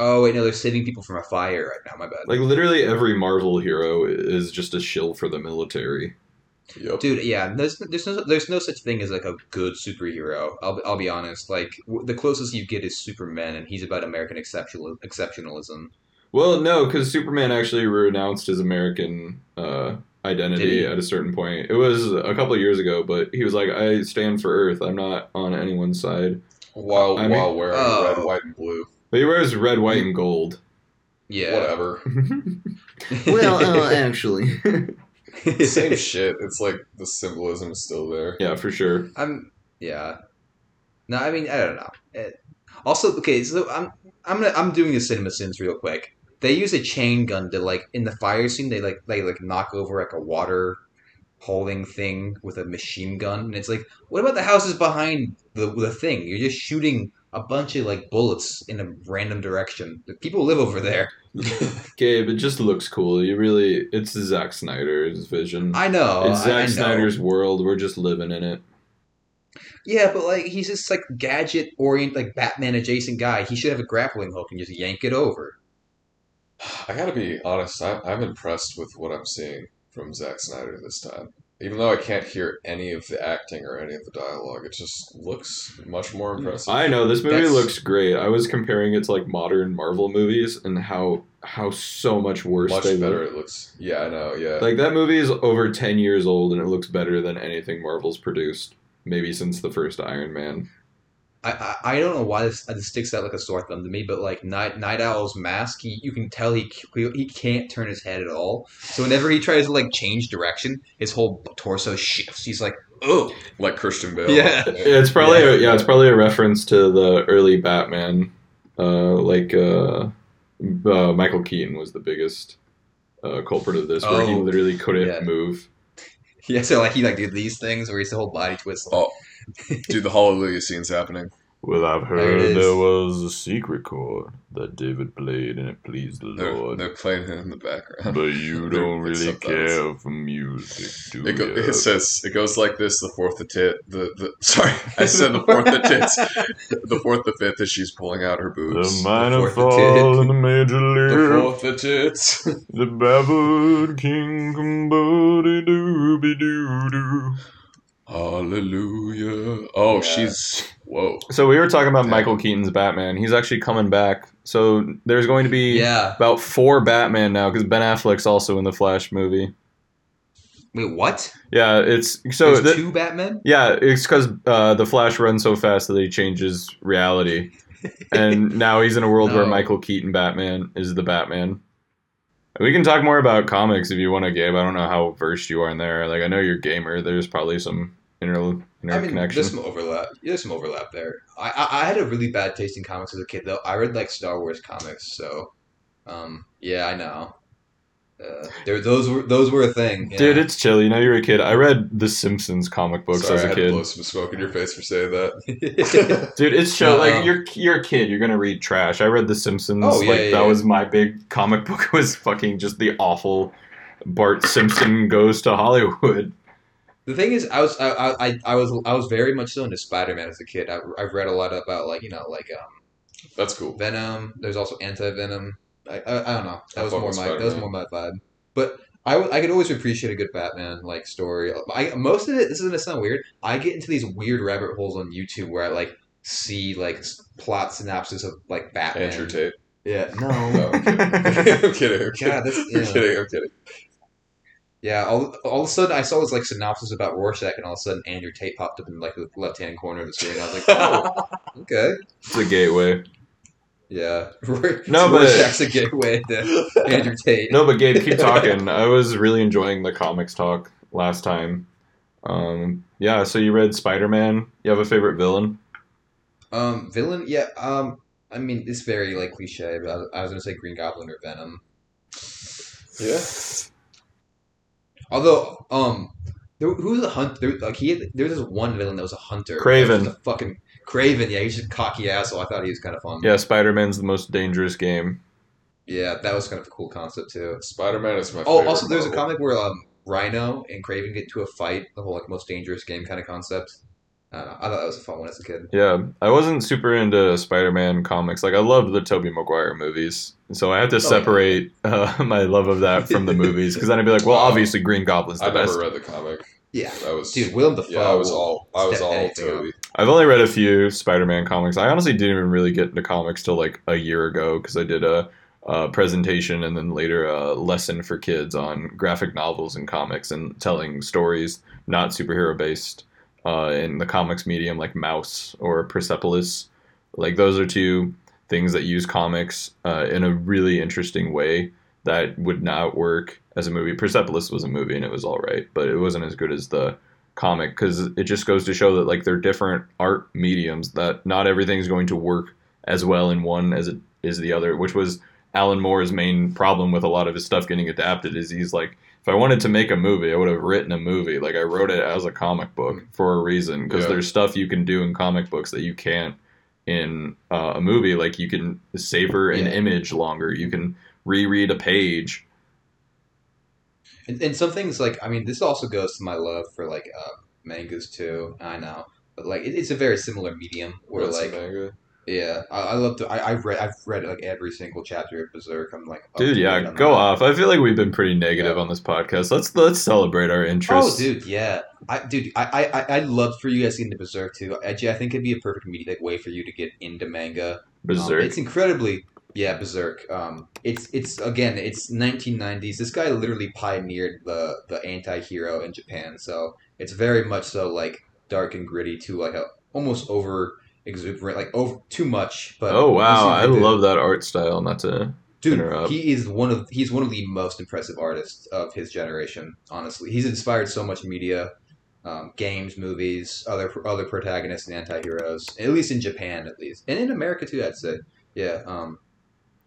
Speaker 6: Oh wait, no, they're saving people from a fire right now. My bad.
Speaker 5: Like literally every Marvel hero is just a shill for the military.
Speaker 7: Yep.
Speaker 6: Dude, yeah, there's there's no there's no such thing as like a good superhero. I'll be- I'll be honest. Like w- the closest you get is Superman, and he's about American exceptional exceptionalism.
Speaker 5: Well, no, because Superman actually renounced his American uh,
Speaker 6: Did
Speaker 5: identity
Speaker 6: he?
Speaker 5: at a certain point. It was a couple of years ago, but he was like, "I stand for Earth. I'm not on anyone's side."
Speaker 7: While
Speaker 5: I mean-
Speaker 7: while wearing
Speaker 6: Oh.
Speaker 7: red, white, and blue,
Speaker 5: But he wears red, white, and gold.
Speaker 6: Yeah.
Speaker 7: whatever.
Speaker 5: um,
Speaker 6: uh,
Speaker 5: actually,
Speaker 7: Same shit. It's like the symbolism is still there.
Speaker 5: yeah, for sure.
Speaker 6: I'm yeah. No, I mean I don't know. It- also, okay, so I'm I'm gonna, I'm doing the cinema sins real quick. They use a chain gun to like in the fire scene. They like they like knock over like a water holding thing with a machine gun, and it's like, what about the houses behind the the thing? You're just shooting a bunch of like bullets in a random direction. The people live over there.
Speaker 5: Gabe, it just looks cool. You really, it's Zack Snyder's vision.
Speaker 6: I know.
Speaker 5: it's
Speaker 6: I-
Speaker 5: Zack
Speaker 6: I know.
Speaker 5: Snyder's world. We're just living in it.
Speaker 6: Yeah, but like he's just like gadget orient, like Batman adjacent guy. He should have a grappling hook and just yank it over.
Speaker 7: I gotta be honest. I, I'm impressed with what I'm seeing from Zack Snyder this time. Even though I can't hear any of the acting or any of the dialogue, it just looks much more impressive.
Speaker 5: Mm, I know this movie
Speaker 6: That's-
Speaker 5: looks great. I was comparing it to like modern Marvel movies and how how so much worse
Speaker 7: much
Speaker 5: they
Speaker 7: better
Speaker 5: look.
Speaker 7: it looks. Yeah, I know. Yeah,
Speaker 5: Like that movie is over ten years old and it looks better than anything Marvel's produced, maybe since the first Iron Man.
Speaker 6: I, I, I don't know why this, this sticks out like a sore thumb to me, but like Night Night Owl's mask, he, you can tell he he can't turn his head at all. So whenever he tries to like change direction, his whole torso shifts. He's like, oh,
Speaker 7: like Christian Bale.
Speaker 6: Yeah.
Speaker 5: Yeah, it's probably yeah, a, yeah it's probably a reference to the early Batman, uh, like uh, uh, Michael Keaton was the biggest uh, culprit of this, where he
Speaker 6: Oh,
Speaker 5: literally couldn't
Speaker 6: yeah.
Speaker 5: move.
Speaker 6: yeah. So like he like did these things where he's the whole body twist.
Speaker 7: Oh, Dude, the Hallelujah scene's happening.
Speaker 5: Well, I've
Speaker 6: There it heard is. there
Speaker 5: was a secret chord that David played, and it pleased the
Speaker 7: They're, they're playing it in the background.
Speaker 5: But you
Speaker 7: There- don't it's really something else.
Speaker 5: for music, do
Speaker 7: It, go, it says it goes like this: the fourth, the tit, the, the sorry, I said the fourth, the tits, the fourth, the fifth, as she's pulling out her boobs.
Speaker 6: minor fourth fall
Speaker 5: and the major
Speaker 7: the fourth, the tits.
Speaker 5: The baboon king combody dooby doo doo.
Speaker 7: Hallelujah! Oh,
Speaker 6: Yeah.
Speaker 7: she's whoa.
Speaker 5: So we were talking about
Speaker 7: Yeah.
Speaker 5: Michael Keaton's Batman. He's actually coming back. So there's going to be
Speaker 6: Yeah.
Speaker 5: about four Batman now because Ben Affleck's also in the Flash movie.
Speaker 6: Wait, what?
Speaker 5: Yeah, it's so
Speaker 6: There's
Speaker 5: the,
Speaker 6: two Batman.
Speaker 5: yeah, it's because uh, the Flash runs so fast that he changes reality, and now he's in a world where
Speaker 6: Oh.
Speaker 5: Michael Keaton Batman is the Batman. We can talk more about comics if you want to, Gabe. I don't know how versed you are in there. Like I know you're a gamer. There's probably some inter
Speaker 6: I mean,
Speaker 5: interconnection.
Speaker 6: there's some overlap. There's some overlap there. I, I I had a really bad taste in comics as a kid, though. I read like Star Wars comics, so um, yeah, I know. Uh, there, those were those were a thing, yeah.
Speaker 5: Dude, it's chill. You know, you're a kid. I read The Simpsons comic books
Speaker 7: Sorry,
Speaker 5: as
Speaker 7: I
Speaker 5: a
Speaker 7: had to blow
Speaker 5: kid.
Speaker 7: some smoke in your face for saying that.
Speaker 5: Dude, it's chill.
Speaker 6: Uh-uh.
Speaker 5: Like you're you're a kid. You're gonna read trash. I read The Simpsons.
Speaker 6: Oh, yeah,
Speaker 5: like
Speaker 6: yeah,
Speaker 5: that
Speaker 6: yeah.
Speaker 5: was my big comic book. Was fucking just the awful Bart Simpson goes to Hollywood.
Speaker 6: the thing is, I was I, I, I- I was I was very much so into Spider Man as a kid. I, I've read a lot about like you know like um,
Speaker 7: That's cool.
Speaker 6: Venom. There's also Anti Venom. I, I I don't know. That
Speaker 7: I
Speaker 6: was
Speaker 7: fuck
Speaker 6: more
Speaker 7: with
Speaker 6: my that was more
Speaker 7: Spider-Man.
Speaker 6: my vibe. But I, w- I could always appreciate a good Batman like story. I most of it. This is gonna sound weird. I get into these weird rabbit holes on YouTube where I like see like s- plot synopsis of like Batman.
Speaker 7: Andrew Tate.
Speaker 6: Yeah.
Speaker 7: No,
Speaker 6: No.
Speaker 7: I'm kidding. I'm kidding. I'm
Speaker 6: God,
Speaker 7: kidding.
Speaker 6: that's
Speaker 7: I'm
Speaker 6: yeah.
Speaker 7: kidding. I'm kidding.
Speaker 6: yeah. All, all of a sudden, I saw this like synopsis about Rorschach, and all of a sudden, Andrew Tate popped up in like the left hand corner of the screen. I was like, oh, okay,
Speaker 5: It's a gateway.
Speaker 6: yeah. Rorschach's
Speaker 5: No, but-
Speaker 6: a gateway to Andrew Tate.
Speaker 5: No, but Gabe, keep talking. I was really enjoying the comics talk last time. Um, yeah. So you read Spider Man. You have a favorite villain?
Speaker 6: Um, villain, yeah. Um, I mean, it's very like cliche, but I, I was gonna say Green Goblin or Venom.
Speaker 7: Yeah.
Speaker 6: Although, um, there, who was a hunter? There, like he, had, there was this one villain that was a hunter.
Speaker 5: Craven.
Speaker 6: That was just a fucking Craven. Yeah, he's just a cocky asshole. I thought he was kind of fun.
Speaker 5: Yeah, Spider Man's the most dangerous game.
Speaker 6: yeah, that was kind of a cool concept too.
Speaker 7: Spider Man is my.
Speaker 6: Oh,
Speaker 7: favorite
Speaker 6: also, there's a
Speaker 7: Marvel.
Speaker 6: comic where um Rhino and Craven get into a fight. The whole like most dangerous game kind of concept. I don't know. I thought that was a fun one as a kid.
Speaker 5: Yeah, I wasn't super into Spider-Man comics. Like I loved the Tobey Maguire movies, so I
Speaker 7: Oh,
Speaker 5: had to separate uh, my love of that from the movies because then I'd be like, well, obviously Green Goblin's the
Speaker 7: I
Speaker 5: best.
Speaker 7: never read the comic.
Speaker 6: Yeah,
Speaker 7: That was
Speaker 6: dude, Willem Dafoe.
Speaker 7: yeah. I was all I was
Speaker 6: Step
Speaker 7: all
Speaker 6: anything up.
Speaker 7: Toby.
Speaker 5: I've only read a few Spider-Man comics. I honestly didn't even really get into comics till like a year ago because I did a, uh presentation and then later a lesson for kids on graphic novels and comics and telling stories not superhero based uh, in the comics medium like Mouse or Persepolis. Like those are two things that use comics uh, in a really interesting way that would not work as a movie. Persepolis was a movie and it was all right, but it wasn't as good as the comic because it just goes to show that like they're different art mediums that not everything's going to work as well in one as it is the other which was alan moore's main problem with a lot of his stuff getting adapted is he's like if i wanted to make a movie i would have written a movie like i wrote it as a comic book for a reason because
Speaker 7: Yeah.
Speaker 5: there's stuff you can do in comic books that you can't in uh, a movie like you can savor an
Speaker 6: Yeah.
Speaker 5: image longer you can reread a page
Speaker 6: And, and some things like I mean, this also goes to my love for like uh, mangas too. I know, but like it, it's a very similar medium where
Speaker 7: That's a
Speaker 6: like
Speaker 7: manga.
Speaker 6: yeah, I, I love to. I, I've read I've read like every single chapter of Berserk. I'm like, up
Speaker 5: dude
Speaker 6: to
Speaker 5: yeah
Speaker 6: date on
Speaker 5: go
Speaker 6: that.
Speaker 5: off i feel like we've been pretty negative
Speaker 6: Yeah.
Speaker 5: on this podcast let's let's celebrate our interests
Speaker 6: Oh, dude, yeah, I dude, I I I I'd love for you guys to get into Berserk too. Actually, I think it'd be a perfect media like, way for you to get into manga. Um,
Speaker 5: berserk
Speaker 6: it's incredibly yeah, Berserk. Um, it's it's again, it's 1990s. This guy literally pioneered the the anti-hero in Japan, so it's very much so like dark and gritty to like a almost over exuberant, like over too much. But
Speaker 5: oh wow
Speaker 6: you see
Speaker 5: i
Speaker 6: the-
Speaker 5: love that art style not to
Speaker 6: Dude,
Speaker 5: interrupt.
Speaker 6: he is one of he's one of the most impressive artists of his generation. Honestly, he's inspired so much media, um, games, movies, other other protagonists and antiheroes. At least in Japan, at least, and in America too. I'd say, yeah. Um,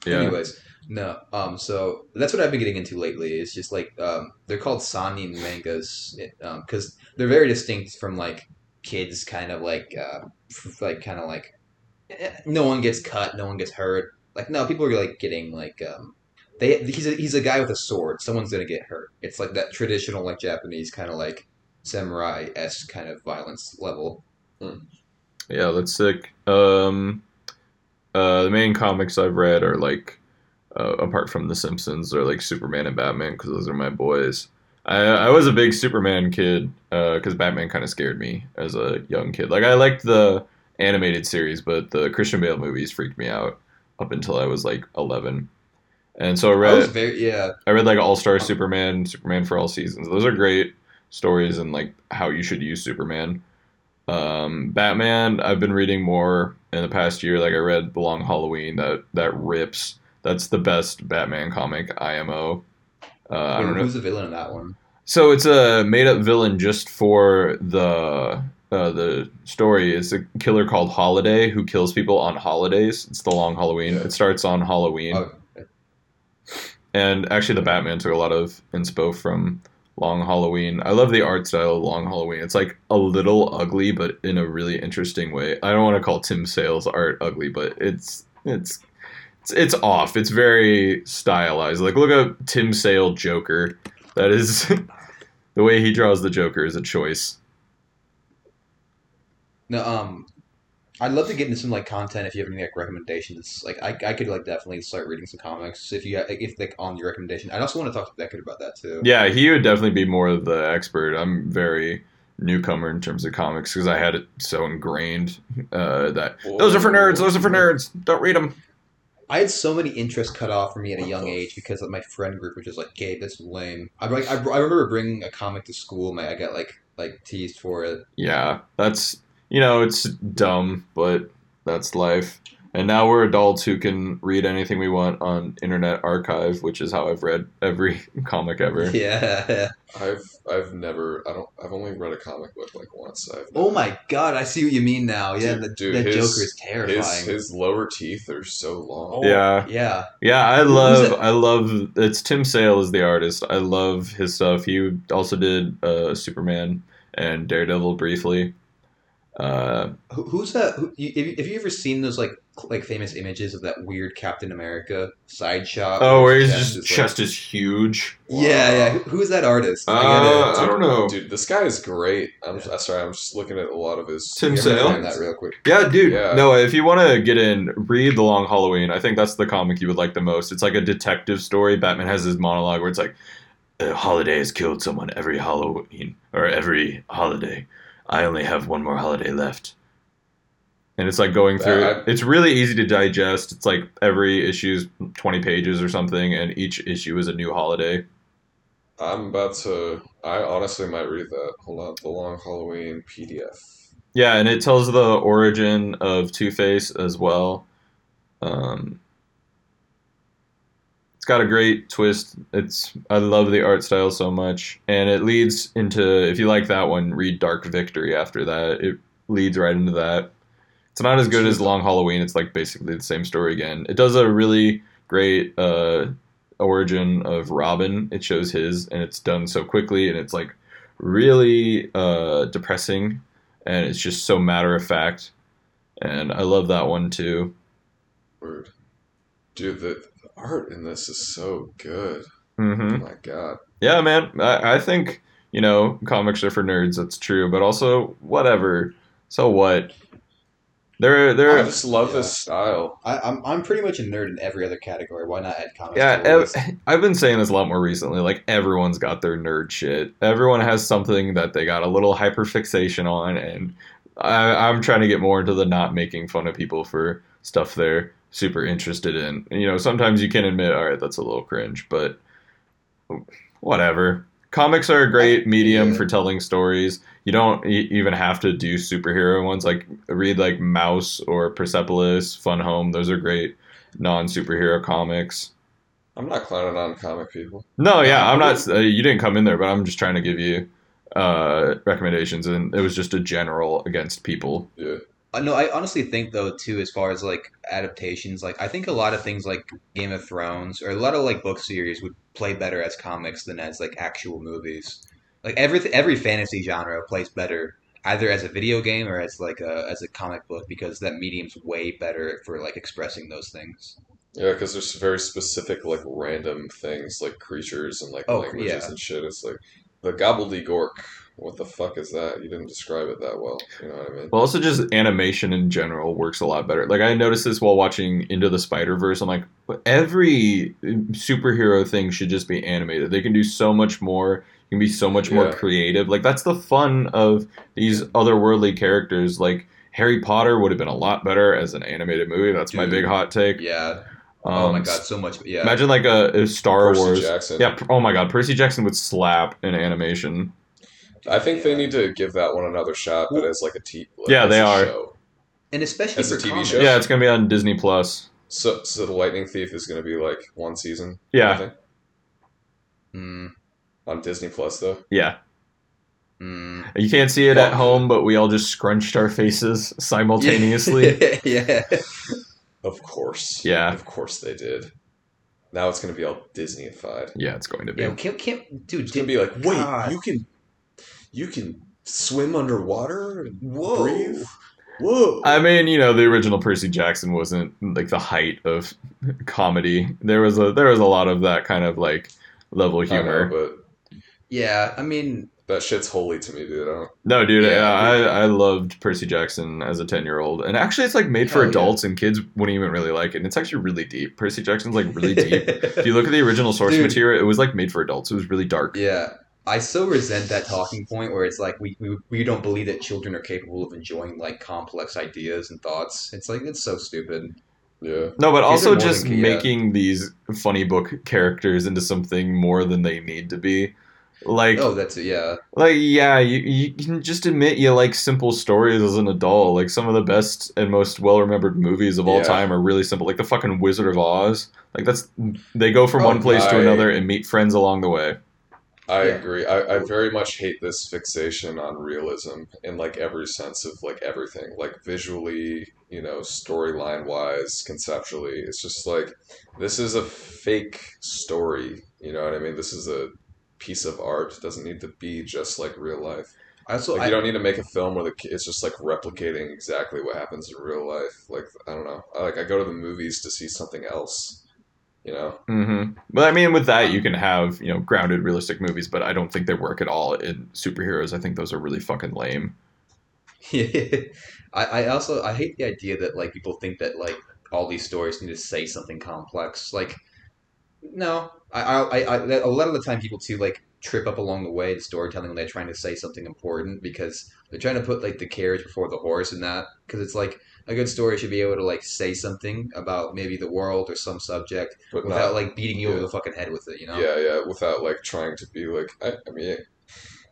Speaker 5: yeah
Speaker 6: Anyways, no. Um, so that's what I've been getting into lately. It's just like um, they're called sanin mangas because they're very distinct from like kids, kind of like uh, f- like kind of like eh, no one gets cut, no one gets hurt. Like no, people are like getting like um, they he's a, he's a guy with a sword. Someone's gonna get hurt. It's like that traditional like Japanese kind of like samurai esque kind of violence level.
Speaker 5: yeah that's sick um uh the main comics i've read are like uh, apart from the simpsons or like superman and batman because those are my boys I, I was a big Superman kid because Batman kind of scared me as a young kid. Like I liked the animated series, but the Christian Bale movies freaked me out up until I was like eleven. And so I read.
Speaker 6: I was very yeah.
Speaker 5: I read like All Star Superman, Superman for All Seasons. Those are great stories and like how you should use Superman. Um, Batman, I've been reading more in the past year. Like I read The Long Halloween. That that rips. That's the best Batman comic. IMO. Uh, I don't know.
Speaker 6: Who's the villain in that one?
Speaker 5: So it's a made up villain just for the uh, the story. It's a killer called Holiday who kills people on holidays. It's the Long Halloween. It starts on Halloween.
Speaker 6: Oh,
Speaker 5: And actually, the Batman took a lot of inspo from Long Halloween. I love the art style of Long Halloween. It's like a little ugly, but in a really interesting way. I don't want to call Tim Sale's art ugly, but it's it's it's, it's off. It's very stylized. Like look up Tim Sale Joker. That is the way he draws the Joker is a choice.
Speaker 6: No, um, I'd love to get into some like content if you have any like recommendations. Like, I, I could like definitely start reading some comics if you like, if like on your recommendation. I also want to talk to Deckard about that too.
Speaker 5: Yeah, he would definitely be more of the expert. I'm very newcomer in terms of comics because I had it so ingrained uh, that those are for nerds. Those are for nerds. Don't read them.
Speaker 6: I had so many interests cut off for me at a young age because of my friend group, which is like, "Gabe, that's lame." I like, I, I remember bringing a comic to school. My I got like like teased for it.
Speaker 5: Yeah, that's you know it's dumb, but that's life. And now we're adults who can read anything we want on Internet Archive, which is how I've read every comic ever.
Speaker 6: Yeah.
Speaker 7: I've I've never I don't I've only read a comic book like once. I've
Speaker 6: Oh my god, I see what you mean now. Yeah,
Speaker 7: Dude,
Speaker 6: the,
Speaker 7: dude,
Speaker 6: that
Speaker 7: his-
Speaker 6: Joker is
Speaker 7: his
Speaker 6: terrifying.
Speaker 7: his lower teeth are so long.
Speaker 5: Yeah,
Speaker 6: yeah.
Speaker 5: yeah, I
Speaker 6: Who's
Speaker 5: love,
Speaker 6: it?
Speaker 5: I love. It's Tim Sale is the artist. I love his stuff. He also did uh, Superman and Daredevil briefly. Uh,
Speaker 6: Who, who's that? Who, you, have, you, have you ever seen those like cl- like famous images of that weird Captain America side shot?
Speaker 5: oh, where his
Speaker 6: his
Speaker 5: just
Speaker 6: is, like-
Speaker 5: chest is huge.
Speaker 6: yeah, yeah. Who, who's that artist? I
Speaker 5: Uh,
Speaker 6: gotta,
Speaker 5: I don't know.
Speaker 7: dude. This guy is great. I'm I'm sorry. I'm just looking at a lot of his.
Speaker 5: Tim
Speaker 6: I'm
Speaker 5: Sale?
Speaker 6: gonna find that real quick.
Speaker 5: Yeah, dude.
Speaker 7: Yeah.
Speaker 5: No, if you want to get in, read The Long Halloween. I think that's the comic you would like the most. It's like a detective story. Batman has his monologue where it's like, uh, holiday has killed someone every Halloween or every holiday. I only have one more holiday left. And it's like going through.
Speaker 7: Uh,
Speaker 5: it's really easy to digest. It's like every issue's twenty pages or something, and each issue is a new holiday.
Speaker 7: I'm about to. I honestly might read that. Hold on, the Long Halloween PDF.
Speaker 5: Yeah, and it tells the origin of Two Face as well. Um, it's got a great twist. It's I love the art style so much, and it leads into if you like that one, read Dark Victory after that. It leads right into that. It's not as good as Long Halloween. It's like basically the same story again. It does a really great uh, origin of Robin. It shows his, and it's done so quickly, and it's like really uh, depressing and it's just so matter of fact. And I love that one too.
Speaker 7: Word, dude, the, the art in this is so good.
Speaker 5: Mm-hmm.
Speaker 7: Oh my god,
Speaker 5: Yeah, man. I, I think you know comics are for nerds. That's true, but also whatever. So what? They're
Speaker 7: I
Speaker 5: they're
Speaker 7: just love this style.
Speaker 8: I, I'm I'm pretty much a nerd in every other category. Why not add comics?
Speaker 5: yeah.
Speaker 8: to the list?
Speaker 5: Ev- I've been saying this a lot more recently. Like everyone's got their nerd shit. Everyone has something that they got a little hyper fixation on, and I, I'm trying to get more into the not making fun of people for stuff they're super interested in. You know, sometimes you can admit, all right, that's a little cringe, but whatever. Comics are a great medium
Speaker 8: Yeah.
Speaker 5: for telling stories. You don't e- even have to do superhero ones. Like read like Mouse or Persepolis, Fun Home. Those are great non-superhero comics.
Speaker 7: I'm not clowning on comic people.
Speaker 5: No, yeah, I'm not. Uh, you didn't come in there, but I'm just trying to give you uh, recommendations, and it was just a general against people.
Speaker 7: Yeah,
Speaker 6: Uh, No, I honestly think though too, as far as like adaptations, like I think a lot of things like Game of Thrones or a lot of like book series would play better as comics than as like actual movies. Like every every fantasy genre plays better either as a video game or as like a as a comic book because that medium's way better for like expressing those things.
Speaker 7: yeah, because there's very specific, like random things, like creatures and like
Speaker 6: Oh,
Speaker 7: languages
Speaker 6: yeah.
Speaker 7: and shit. It's like the gobbledygook. What the fuck is that? You didn't describe it that well. You know what I mean?
Speaker 5: Well, also just animation in general works a lot better. Like I noticed this while watching Into the Spider Verse. I'm like, every um, superhero thing should just be animated. They can do so much more. You can be so much more
Speaker 7: Yeah.
Speaker 5: creative. Like that's the fun of these otherworldly characters. Like Harry Potter would have been a lot better as an animated movie. That's my
Speaker 6: Dude.
Speaker 5: big hot take.
Speaker 6: Yeah.
Speaker 5: Um,
Speaker 6: Oh my god, so much. Yeah.
Speaker 5: Imagine like a, a Star
Speaker 7: Percy
Speaker 5: Wars.
Speaker 7: Jackson.
Speaker 5: Yeah. Oh my God, Percy Jackson would slap in animation.
Speaker 7: I think
Speaker 6: Yeah.
Speaker 7: they need to give that one another shot, but as like a T. like,
Speaker 5: Yeah,
Speaker 7: as
Speaker 5: they
Speaker 7: a
Speaker 5: are.
Speaker 7: show.
Speaker 6: and especially
Speaker 7: As
Speaker 6: for
Speaker 7: a TV
Speaker 6: comics.
Speaker 7: show?
Speaker 5: Yeah, it's gonna be on Disney Plus.
Speaker 7: So, so the Lightning Thief is going to be like one season. I
Speaker 5: Yeah.
Speaker 7: think.
Speaker 6: Mm,
Speaker 7: on Disney Plus though.
Speaker 5: Yeah,
Speaker 6: mm.
Speaker 5: you can't see it
Speaker 7: Yeah.
Speaker 5: at home, but we all just scrunched our faces simultaneously.
Speaker 6: yeah.
Speaker 7: Of course.
Speaker 5: Yeah.
Speaker 7: Of course they did. Now it's going to be all Disneyified.
Speaker 5: yeah, it's going to be.
Speaker 6: Yeah. Can't, can't dude.
Speaker 7: It's going to be like, wait, you can, you can swim underwater and
Speaker 6: Whoa.
Speaker 7: breathe. Whoa.
Speaker 5: I mean, you know, the original Percy Jackson wasn't like the height of comedy. There was a there was a lot of that kind of like level
Speaker 7: I know,
Speaker 5: humor.
Speaker 7: but
Speaker 6: Yeah. I mean.
Speaker 7: that shit's holy to me, dude. I don't.
Speaker 5: No, dude,
Speaker 6: Yeah.
Speaker 5: yeah, I I loved Percy Jackson as a ten year old, and actually, it's like made for
Speaker 6: Hell yeah.
Speaker 5: adults and kids wouldn't even really like it. And it's actually really deep. Percy Jackson's like really deep. if you look at the original source
Speaker 6: Dude.
Speaker 5: material, it was like made for adults. It was really dark.
Speaker 6: Yeah. I so resent that talking point where it's like we, we we don't believe that children are capable of enjoying like complex ideas and thoughts. It's like it's so stupid.
Speaker 7: Yeah.
Speaker 5: No, but
Speaker 6: These are
Speaker 5: also
Speaker 6: more
Speaker 5: just
Speaker 6: than- yeah.
Speaker 5: making these funny book characters into something more than they need to be. Like,
Speaker 6: Oh, that's yeah.
Speaker 5: like yeah, you, you can just admit you like simple stories as an adult. Like some of the best and most well remembered movies of all
Speaker 7: Yeah.
Speaker 5: time are really simple. Like the fucking Wizard of Oz. Like that's they go from
Speaker 7: Oh,
Speaker 5: one place to
Speaker 7: my-
Speaker 5: another and meet friends along the way.
Speaker 7: I
Speaker 6: Yeah.
Speaker 7: agree. I, I very much hate this fixation on realism in like every sense of like everything, like visually, you know, storyline wise, conceptually. It's just like this is a fake story. You know what I mean? This is a piece of art. It doesn't need to be just like real life.
Speaker 6: I also
Speaker 7: Like
Speaker 6: I,
Speaker 7: you don't need to make a film where the ki- it's just like replicating exactly what happens in real life. Like I don't know. I, like I go to the movies to see something else. You know?
Speaker 5: hmm But I mean, with that, you can have you know grounded, realistic movies, but I don't think they work at all in superheroes. I think those are really fucking lame.
Speaker 6: I I also I hate the idea that like people think that like all these stories need to say something complex. Like No, I, I, I, I, a lot of the time people too like trip up along the way in storytelling when they're trying to say something important because they're trying to put like the carriage before the horse and that because it's like a good story should be able to like say something about maybe the world or some subject
Speaker 7: but
Speaker 6: without
Speaker 7: not,
Speaker 6: like beating you over
Speaker 7: yeah.
Speaker 6: the fucking head with it, you know?
Speaker 7: yeah, yeah, without like trying to be like, I, I mean,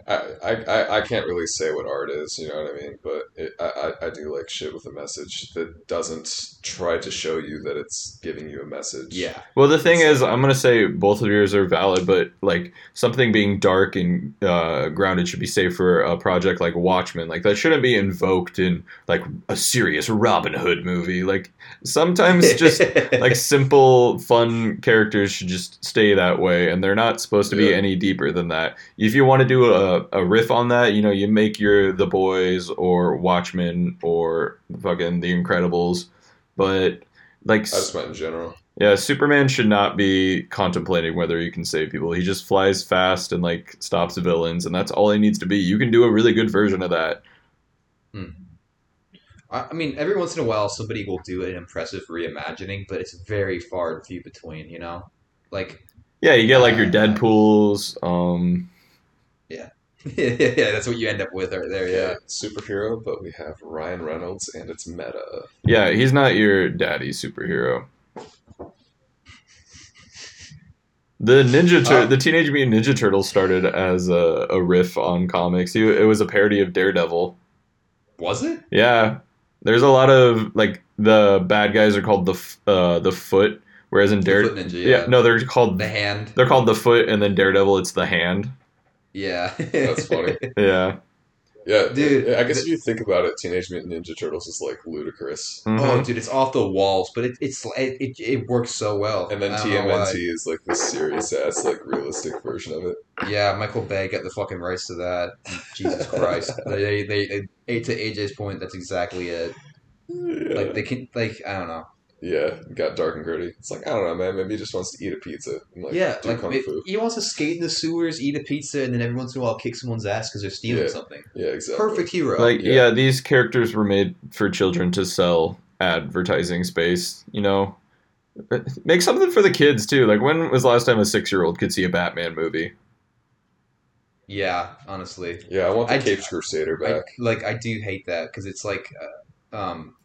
Speaker 7: I, I, I, I can't really say what art is, you know what I mean? But it, I, I, I do like shit with a message that doesn't try to show you that it's giving you a message.
Speaker 6: Yeah.
Speaker 5: Well, the thing is, I'm gonna say both of yours are valid, but like something being dark and uh, grounded should be safe for a project like Watchmen. Like that shouldn't be invoked in like a serious Robin Hood movie. Like sometimes just like simple, fun characters should just stay that way, and they're not supposed to be
Speaker 7: Yeah.
Speaker 5: any deeper than that. If you want to do a, a riff on that, you know, you make your The Boys or Watchmen or fucking The Incredibles, but like
Speaker 7: I just meant in general.
Speaker 5: yeah, Superman should not be contemplating whether he can save people. He just flies fast and like stops villains, and that's all he needs to be. You can do a really good version of that.
Speaker 6: Hmm. I I mean, every once in a while, somebody will do an impressive reimagining, but it's very far and few between. You know, like
Speaker 5: Yeah, you get like your Deadpool's. Um,
Speaker 6: yeah, that's what you end up with right there. Yeah,
Speaker 7: Superhero, but we have Ryan Reynolds and it's meta.
Speaker 5: yeah, he's not your daddy superhero. The Ninja Tur-
Speaker 6: Uh.
Speaker 5: the Teenage Mutant Ninja Turtles started as a, a riff on comics. He- It was a parody of Daredevil.
Speaker 6: was it?
Speaker 5: Yeah, there's a lot of like the bad guys are called the F- uh, the Foot, whereas in Daredevil.
Speaker 6: the Foot Ninja.
Speaker 5: Yeah,
Speaker 6: Yeah,
Speaker 5: no, they're called
Speaker 6: the hand.
Speaker 5: they're called the foot, and then Daredevil, it's the hand.
Speaker 6: Yeah,
Speaker 7: That's funny.
Speaker 5: Yeah,
Speaker 7: Yeah,
Speaker 6: Dude,
Speaker 7: I guess if you think about it, Teenage Mutant Ninja Turtles is like ludicrous.
Speaker 5: Mhm.
Speaker 6: Oh, dude, it's off the walls, but it, it's it, it, it works so well.
Speaker 7: And then
Speaker 6: I don't know why.
Speaker 7: TMNT is like the serious ass, like realistic version of it.
Speaker 6: Yeah, Michael Bay got the fucking rights to that. Jesus Christ, they, they, they, they to AJ's point, that's exactly it.
Speaker 7: Yeah.
Speaker 6: Like they can, like I don't know.
Speaker 7: yeah, got dark and gritty. It's like I don't know, man. Maybe he just wants to eat a pizza. And, like,
Speaker 6: yeah,
Speaker 7: do
Speaker 6: like
Speaker 7: kung
Speaker 6: it-
Speaker 7: fu.
Speaker 6: he wants to skate in the sewers, eat a pizza, and then every once in a while kick someone's ass because they're stealing
Speaker 7: Yeah.
Speaker 6: something.
Speaker 7: Yeah, exactly.
Speaker 6: Perfect hero.
Speaker 5: like yeah.
Speaker 7: yeah.
Speaker 5: these characters were made for children to sell advertising space. You know, make something for the kids too. Like when was the last time a six year old could see a Batman movie?
Speaker 6: yeah, honestly,
Speaker 7: Yeah, I want the
Speaker 6: I-
Speaker 7: Capes Crusader
Speaker 6: I,
Speaker 7: back.
Speaker 6: like I do hate that because it's like, uh, um,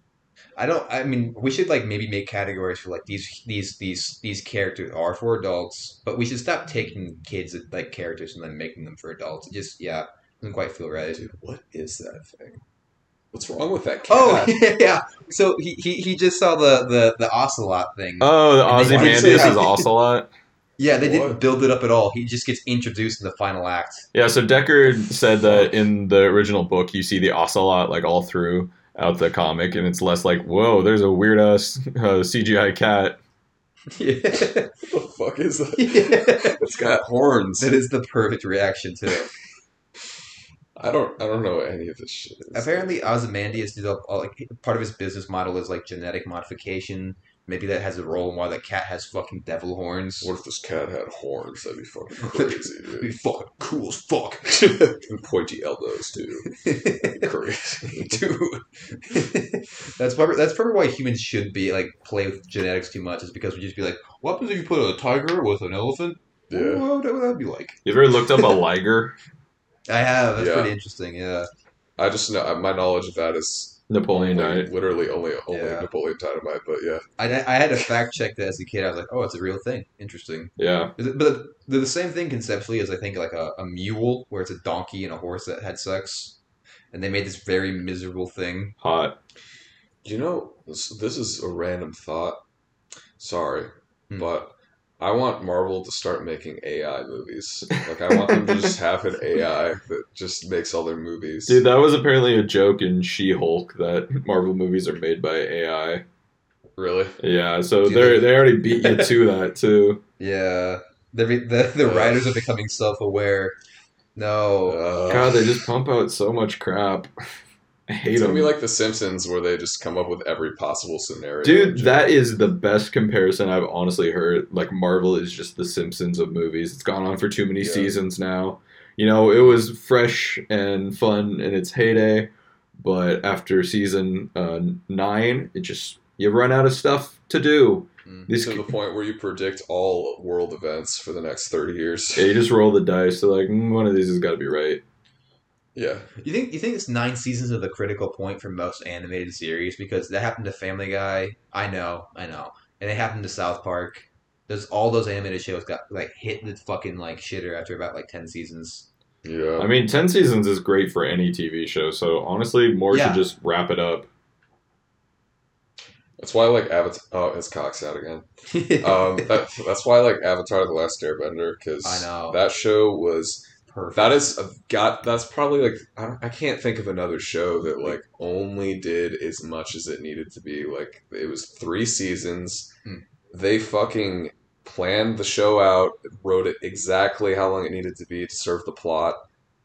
Speaker 6: I don't. I mean, we should like maybe make categories for like these these these these characters are for adults, but we should stop taking kids like characters and then making them for adults. It just yeah, doesn't quite feel right.
Speaker 7: Dude, what is that thing? What's wrong with that cat?
Speaker 6: Oh yeah, so he, he he just saw the the the ocelot thing.
Speaker 5: Oh, the
Speaker 6: And Mm-hmm. they-
Speaker 5: Ozymandias
Speaker 7: why'd you
Speaker 5: is
Speaker 7: say-
Speaker 5: Ocelot.
Speaker 6: Yeah, they
Speaker 7: What?
Speaker 6: didn't build it up at all. He just gets introduced in the final act.
Speaker 5: Yeah, so Deckard said that in the original book, you see the Ocelot like all through out the comic, and it's less like whoa, there's a weird ass uh, CGI cat.
Speaker 6: Yeah.
Speaker 7: What the fuck is that?
Speaker 6: that
Speaker 7: It's got horns.
Speaker 6: is the perfect reaction to it.
Speaker 7: I don't. I don't know what any of this shit is.
Speaker 6: Apparently, Ozymandias did all, all, like part of his business model is like genetic modification. Maybe that has a role in why the cat has fucking devil horns.
Speaker 7: What if this cat had horns? That'd be fucking crazy,
Speaker 6: It'd be
Speaker 7: dude.
Speaker 6: fucking cool as fuck,
Speaker 7: and pointy elbows too. That'd be crazy.
Speaker 6: dude. that's probably that's probably why humans should be like play with genetics too much. Is because we just be like, what happens if you put a tiger with an elephant?
Speaker 7: Yeah.
Speaker 6: What would that be like?
Speaker 5: You ever looked up a liger?
Speaker 6: I have. That's
Speaker 7: Yeah.
Speaker 6: pretty interesting. Yeah.
Speaker 7: I just know my knowledge of that is
Speaker 5: Napoleon
Speaker 7: only-
Speaker 5: died.
Speaker 7: literally only only
Speaker 6: Yeah.
Speaker 7: Napoleon Dynamite. But yeah,
Speaker 6: I, I had to fact check that as a kid. I was like, oh, it's a real thing. Interesting.
Speaker 5: Yeah,
Speaker 6: Is it- But they're the same thing conceptually as I think like a, a mule, where it's a donkey and a horse that had sex. And they made this very miserable thing.
Speaker 5: hot.
Speaker 7: you know, this, this is a random thought. Sorry,
Speaker 6: Hmm.
Speaker 7: but I want Marvel to start making AI movies. Like I want them to just have an AI that just makes all their movies.
Speaker 5: Dude, that was apparently a joke in She-Hulk that Marvel movies are made by AI.
Speaker 7: Really?
Speaker 5: Yeah, so
Speaker 6: Dude,
Speaker 5: they
Speaker 6: they-
Speaker 5: they already beat you to that too.
Speaker 6: Yeah. The, re- the, the
Speaker 7: Ugh.
Speaker 6: writers are becoming self aware. No.
Speaker 7: Uh,
Speaker 5: God, they just pump out so much crap. I hate
Speaker 7: It's gonna
Speaker 5: them.
Speaker 7: be like The Simpsons, where they just come up with every possible scenario.
Speaker 5: Dude, that is the best comparison I've honestly heard. Like Marvel is just the Simpsons of movies. It's gone on for too many
Speaker 7: Yeah.
Speaker 5: seasons now. You know, it was fresh and fun in its heyday, but after season uh, nine, it just you run out of stuff to do.
Speaker 6: Mm.
Speaker 5: These
Speaker 7: Hmm. to the
Speaker 5: ki-
Speaker 7: point where you predict all world events for the next 30 years.
Speaker 5: yeah, you just roll the dice. They're like, mm, one of these has got to be right.
Speaker 7: Yeah.
Speaker 6: You think you think it's nine seasons of the critical point for most animated series because that happened to Family Guy. I know, I know, and it happened to South Park. There's all those animated shows got like hit the fucking like shitter after about like ten seasons.
Speaker 7: Yeah.
Speaker 5: I mean, ten seasons is great for any TV show. So honestly, more
Speaker 6: Yeah.
Speaker 5: should just wrap it up.
Speaker 7: That's why I like Avatar. Oh, his cock's out again. Um, that, that's why I like Avatar: The Last Airbender because
Speaker 6: I know.
Speaker 7: that show was
Speaker 6: Perfect.
Speaker 7: that is I've got that's probably like I, don't, I can't think of another show that like only did as much as it needed to be. Like it was three seasons.
Speaker 6: Hmm.
Speaker 7: They fucking planned the show out, wrote it exactly how long it needed to be to serve the plot.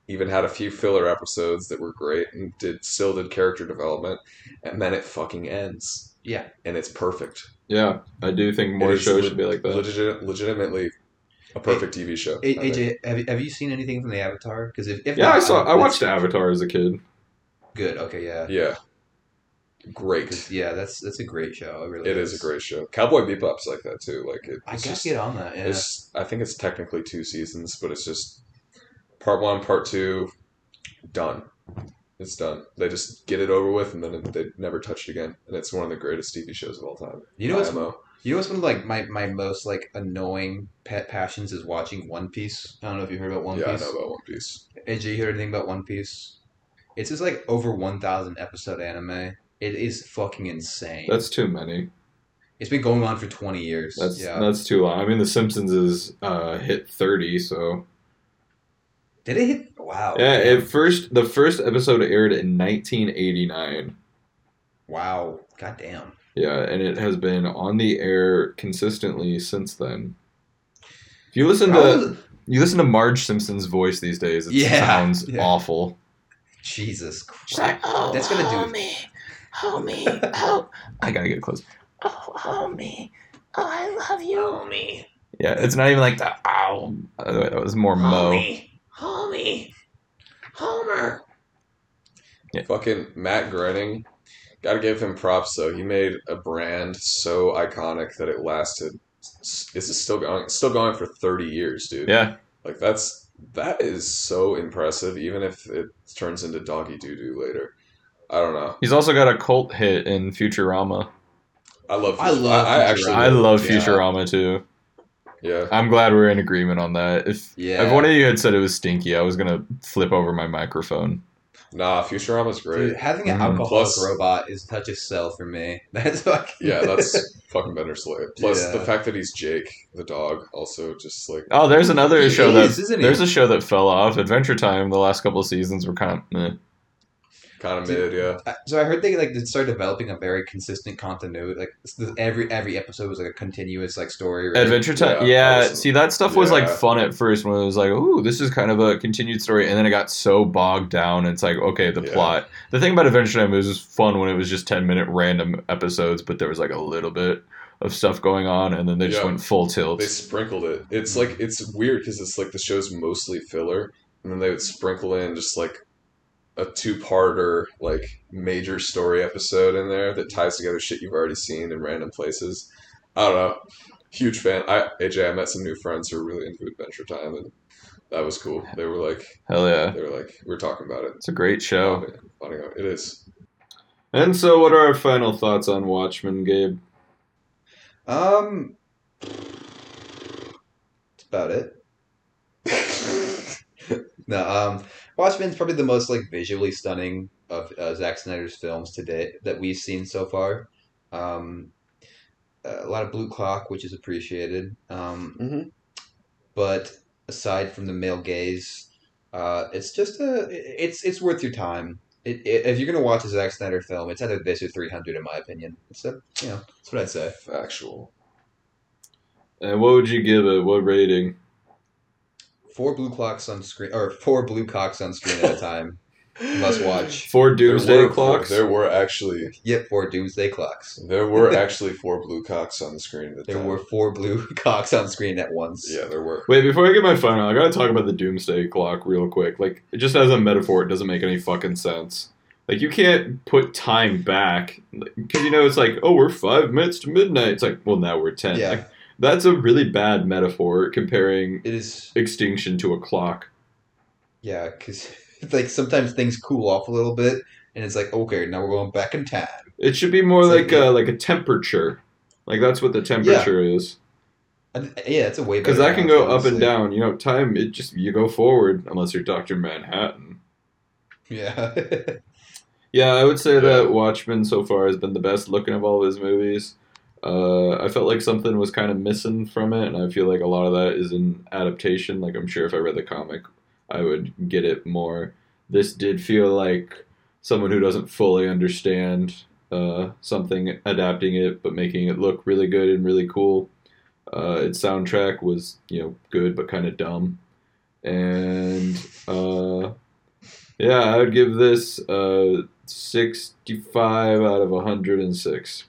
Speaker 7: Even had a few filler episodes that were great and did still did character development, and then it fucking ends
Speaker 6: yeah.
Speaker 7: and it's perfect.
Speaker 5: Yeah, I do think more
Speaker 7: It is
Speaker 5: shows
Speaker 7: le-
Speaker 5: should be like that.
Speaker 7: legit- legitimately, a perfect TV show.
Speaker 6: A-
Speaker 7: I think.
Speaker 6: AJ, have you, have you seen anything from the Avatar? Because if, if
Speaker 5: yeah,
Speaker 6: not,
Speaker 5: I saw. I
Speaker 6: that's
Speaker 5: watched Avatar as a kid.
Speaker 6: Good. Okay. Yeah.
Speaker 7: yeah,
Speaker 6: 'Cause,
Speaker 7: great.
Speaker 6: Yeah. That's that's a great show. It really
Speaker 7: It is a great show. Cowboy Bebop's like that too. Like it,
Speaker 6: I
Speaker 7: it's
Speaker 6: gotta
Speaker 7: just,
Speaker 6: get on that. Yeah.
Speaker 7: it's, I think it's technically two seasons, but it's just part one, part two, done. It's done. They just get it over with, and then it- they never touch it again. And it's one of the greatest TV shows of all time.
Speaker 6: You know what's
Speaker 7: IMO.
Speaker 6: You know what's one of like my, my most like annoying pet passions is watching One Piece. I don't know if you heard about One
Speaker 7: yeah,
Speaker 6: Piece.
Speaker 7: I know about One Piece.
Speaker 6: Did you hear anything about One Piece? It's just like over one thousand episode anime. It is fucking insane.
Speaker 5: That's too many.
Speaker 6: it's been going on for twenty years.
Speaker 5: That's
Speaker 6: yeah.
Speaker 5: that's too long. I mean, The Simpsons is uh, hit thirty, so
Speaker 6: Did it hit? Wow.
Speaker 5: yeah. It first the first episode aired in 1989.
Speaker 6: Wow. God damn.
Speaker 5: Yeah, and it has been on the air consistently since then. If you listen
Speaker 6: How
Speaker 5: to
Speaker 6: is it-
Speaker 5: you listen to Marge Simpson's voice these days, it
Speaker 6: Yeah,
Speaker 5: sounds
Speaker 6: yeah.
Speaker 5: awful.
Speaker 6: Jesus Christ.
Speaker 9: She's like, oh,
Speaker 6: That's gonna do-
Speaker 9: homie, homie, oh,
Speaker 5: I gotta get close.
Speaker 9: oh, homie, oh, I love you, homie,
Speaker 5: Yeah, it's not even like the ow. By the way, that was more Mo.
Speaker 9: homie, homie, Homer.
Speaker 7: Fucking Matt Groening. Gotta give him props though. He made a brand so iconic that it lasted. This is still going. It's still going for thirty years, dude.
Speaker 5: Yeah,
Speaker 7: Like that's that is so impressive. Even if it turns into doggy doo doo later, I don't know.
Speaker 5: he's also got a cult hit in Futurama.
Speaker 7: I love.
Speaker 6: I love
Speaker 7: I, actually.
Speaker 5: I love
Speaker 7: yeah,
Speaker 5: Futurama too.
Speaker 7: Yeah.
Speaker 5: I'm glad we're in agreement on that. If
Speaker 6: Yeah.
Speaker 5: if one of you had said it was stinky, I was gonna flip over my microphone.
Speaker 7: Nah, Futurama's great.
Speaker 6: Dude, having an
Speaker 5: Mhm.
Speaker 6: alcoholic
Speaker 7: Plus-
Speaker 6: robot is such a sell for me. That's fucking.
Speaker 7: Yeah, that's fucking better slave. Plus
Speaker 6: Yeah.
Speaker 7: the fact that he's Jake the dog, also just like
Speaker 5: Oh, there's another
Speaker 6: He
Speaker 5: show
Speaker 6: is,
Speaker 5: that
Speaker 6: isn't he?
Speaker 5: there's a show that fell off. Adventure Time. The last couple of seasons were kind of. Meh.
Speaker 7: kind of mid. Yeah.
Speaker 6: I- so I heard they like did start developing a very consistent continuity. Like s- the- every every episode was like a continuous like story. Right?
Speaker 5: Adventure Time.
Speaker 7: Yeah,
Speaker 5: Yeah,
Speaker 7: awesome.
Speaker 5: see that stuff was like
Speaker 7: Yeah.
Speaker 5: fun at first when it was like, ooh, this is kind of a continued story, and then it got so bogged down. It's like, okay, the
Speaker 7: Yeah.
Speaker 5: plot. The thing about Adventure Time is it was fun when it was just ten minute random episodes, but there was like a little bit of stuff going on, and then they just
Speaker 7: Yeah.
Speaker 5: went full tilt.
Speaker 7: They sprinkled it. It's like it's weird because it's like the show's mostly filler, and then they would sprinkle in just like a two-parter, like major story episode in there that ties together shit you've already seen in random places. I don't know. Huge fan. I AJ, I met some new friends who are really into Adventure Time, and that was cool. They were like,
Speaker 5: Hell yeah,
Speaker 7: they were like, we were talking about it.
Speaker 5: it's a great show.
Speaker 7: I don't know. It is.
Speaker 5: And so, what are our final thoughts on Watchmen, Gabe?
Speaker 6: Um, that's about it. No, um, Watchmen's probably the most like visually stunning of uh, Zack Snyder's films today that we've seen so far. Um, a lot of blue clock, which is appreciated. Um,
Speaker 7: Mhm.
Speaker 6: but aside from the male gaze, uh, it's just a it's it's worth your time. It, it, if you're gonna watch a Zack Snyder film, it's either this or 300, in my opinion. It's a you know that's what I'd say.
Speaker 7: Factual.
Speaker 5: And what would you give it? What rating?
Speaker 6: Four blue clocks on screen or four blue cocks on screen at a time. Must watch.
Speaker 5: Four
Speaker 7: There
Speaker 5: Doomsday
Speaker 7: were-
Speaker 5: clocks.
Speaker 7: There were actually
Speaker 6: Yep, four doomsday clocks.
Speaker 7: There were actually four blue cocks on the screen. At the
Speaker 6: There
Speaker 7: time.
Speaker 6: were four blue cocks on screen at once.
Speaker 7: Yeah, there were.
Speaker 5: Wait, before I get my final, I gotta talk about the Doomsday Clock real quick. Like, just as a metaphor, it doesn't make any fucking sense. Like you can't put time back because you know it's like oh we're five minutes to midnight. It's like well now we're ten.
Speaker 8: Yeah.
Speaker 5: Like, that's a really bad metaphor comparing
Speaker 8: It is.
Speaker 5: extinction to a clock.
Speaker 8: Yeah, because like sometimes things cool off a little bit, and it's like okay, now we're going back in time.
Speaker 5: It should be more
Speaker 8: It's
Speaker 5: like
Speaker 8: like-
Speaker 5: a, like a temperature. Like that's what the temperature is.
Speaker 8: And- yeah, it's a way
Speaker 5: Because
Speaker 8: better
Speaker 5: that can
Speaker 8: balance,
Speaker 5: go up and
Speaker 8: honestly.
Speaker 5: down. You know, time it just you go forward unless you're Doctor Manhattan.
Speaker 8: Yeah.
Speaker 5: Yeah, I would say that Watchmen so far has been the best looking of all of his movies. Uh, I felt like something was kind of missing from it, and I feel like a lot of that is in adaptation. Like I'm sure if I read the comic, I would get it more. This did feel like someone who doesn't fully understand uh, something adapting it, but making it look really good and really cool. Uh, its soundtrack was you know good but kind of dumb, and uh, yeah, I would give this uh 65 out of 106.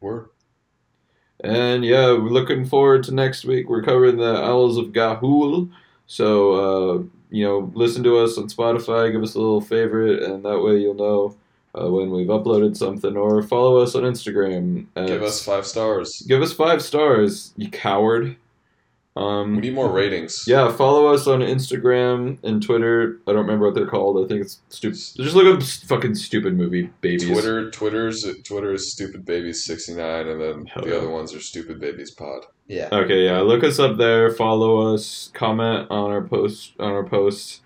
Speaker 8: Word.
Speaker 5: And yeah, we're looking forward to next week. We're covering the Owls of Gahul. So, uh, you know, listen to us on Spotify, give us a little favorite, and that way you'll know uh, when we've uploaded something, or follow us on Instagram. at-
Speaker 7: Give us five stars.
Speaker 5: give us five stars, you coward. Um,
Speaker 7: We need
Speaker 8: Mm-hmm.
Speaker 7: more ratings.
Speaker 5: Yeah, follow us on Instagram and Twitter. I don't remember what they're called. I think it's stupid. Just look up s- fucking stupid movie babies.
Speaker 7: Twitter, Twitter's Twitter is stupid babies sixty nine, and then
Speaker 5: Hell
Speaker 7: the
Speaker 5: yeah.
Speaker 7: other ones are stupid babies pod.
Speaker 8: Yeah.
Speaker 5: Okay, yeah, look us up there. Follow us. Comment on our post on our posts.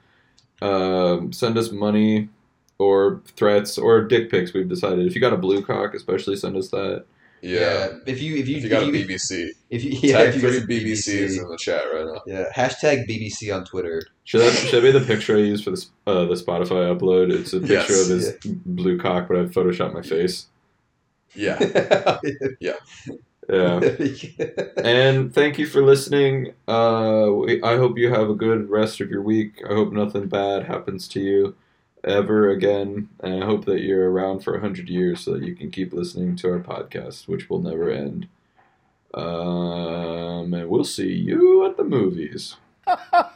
Speaker 5: Um, send us money or threats or dick pics. We've decided if you got a blue cock, especially send us that.
Speaker 7: Yeah,
Speaker 8: If you if you
Speaker 7: if you got a
Speaker 8: if you,
Speaker 7: BBC,
Speaker 8: if you yeah
Speaker 7: tag
Speaker 8: if you
Speaker 7: three
Speaker 8: got
Speaker 7: BBCs in the chat right now.
Speaker 8: Yeah. Hashtag BBC on Twitter.
Speaker 5: Should that should that be the picture I use for the sp- uh, the Spotify upload? It's a picture
Speaker 7: Yes.
Speaker 5: of his blue cock, but I've photoshopped my face.
Speaker 7: Yeah,
Speaker 8: yeah.
Speaker 5: Yeah. and thank you for listening. Uh, we, I hope you have a good rest of your week. I hope nothing bad happens to you ever again, and I hope that you're around for hundred years so that you can keep listening to our podcast, which will never end. Um, and we'll see you at the movies.
Speaker 3: Ha ha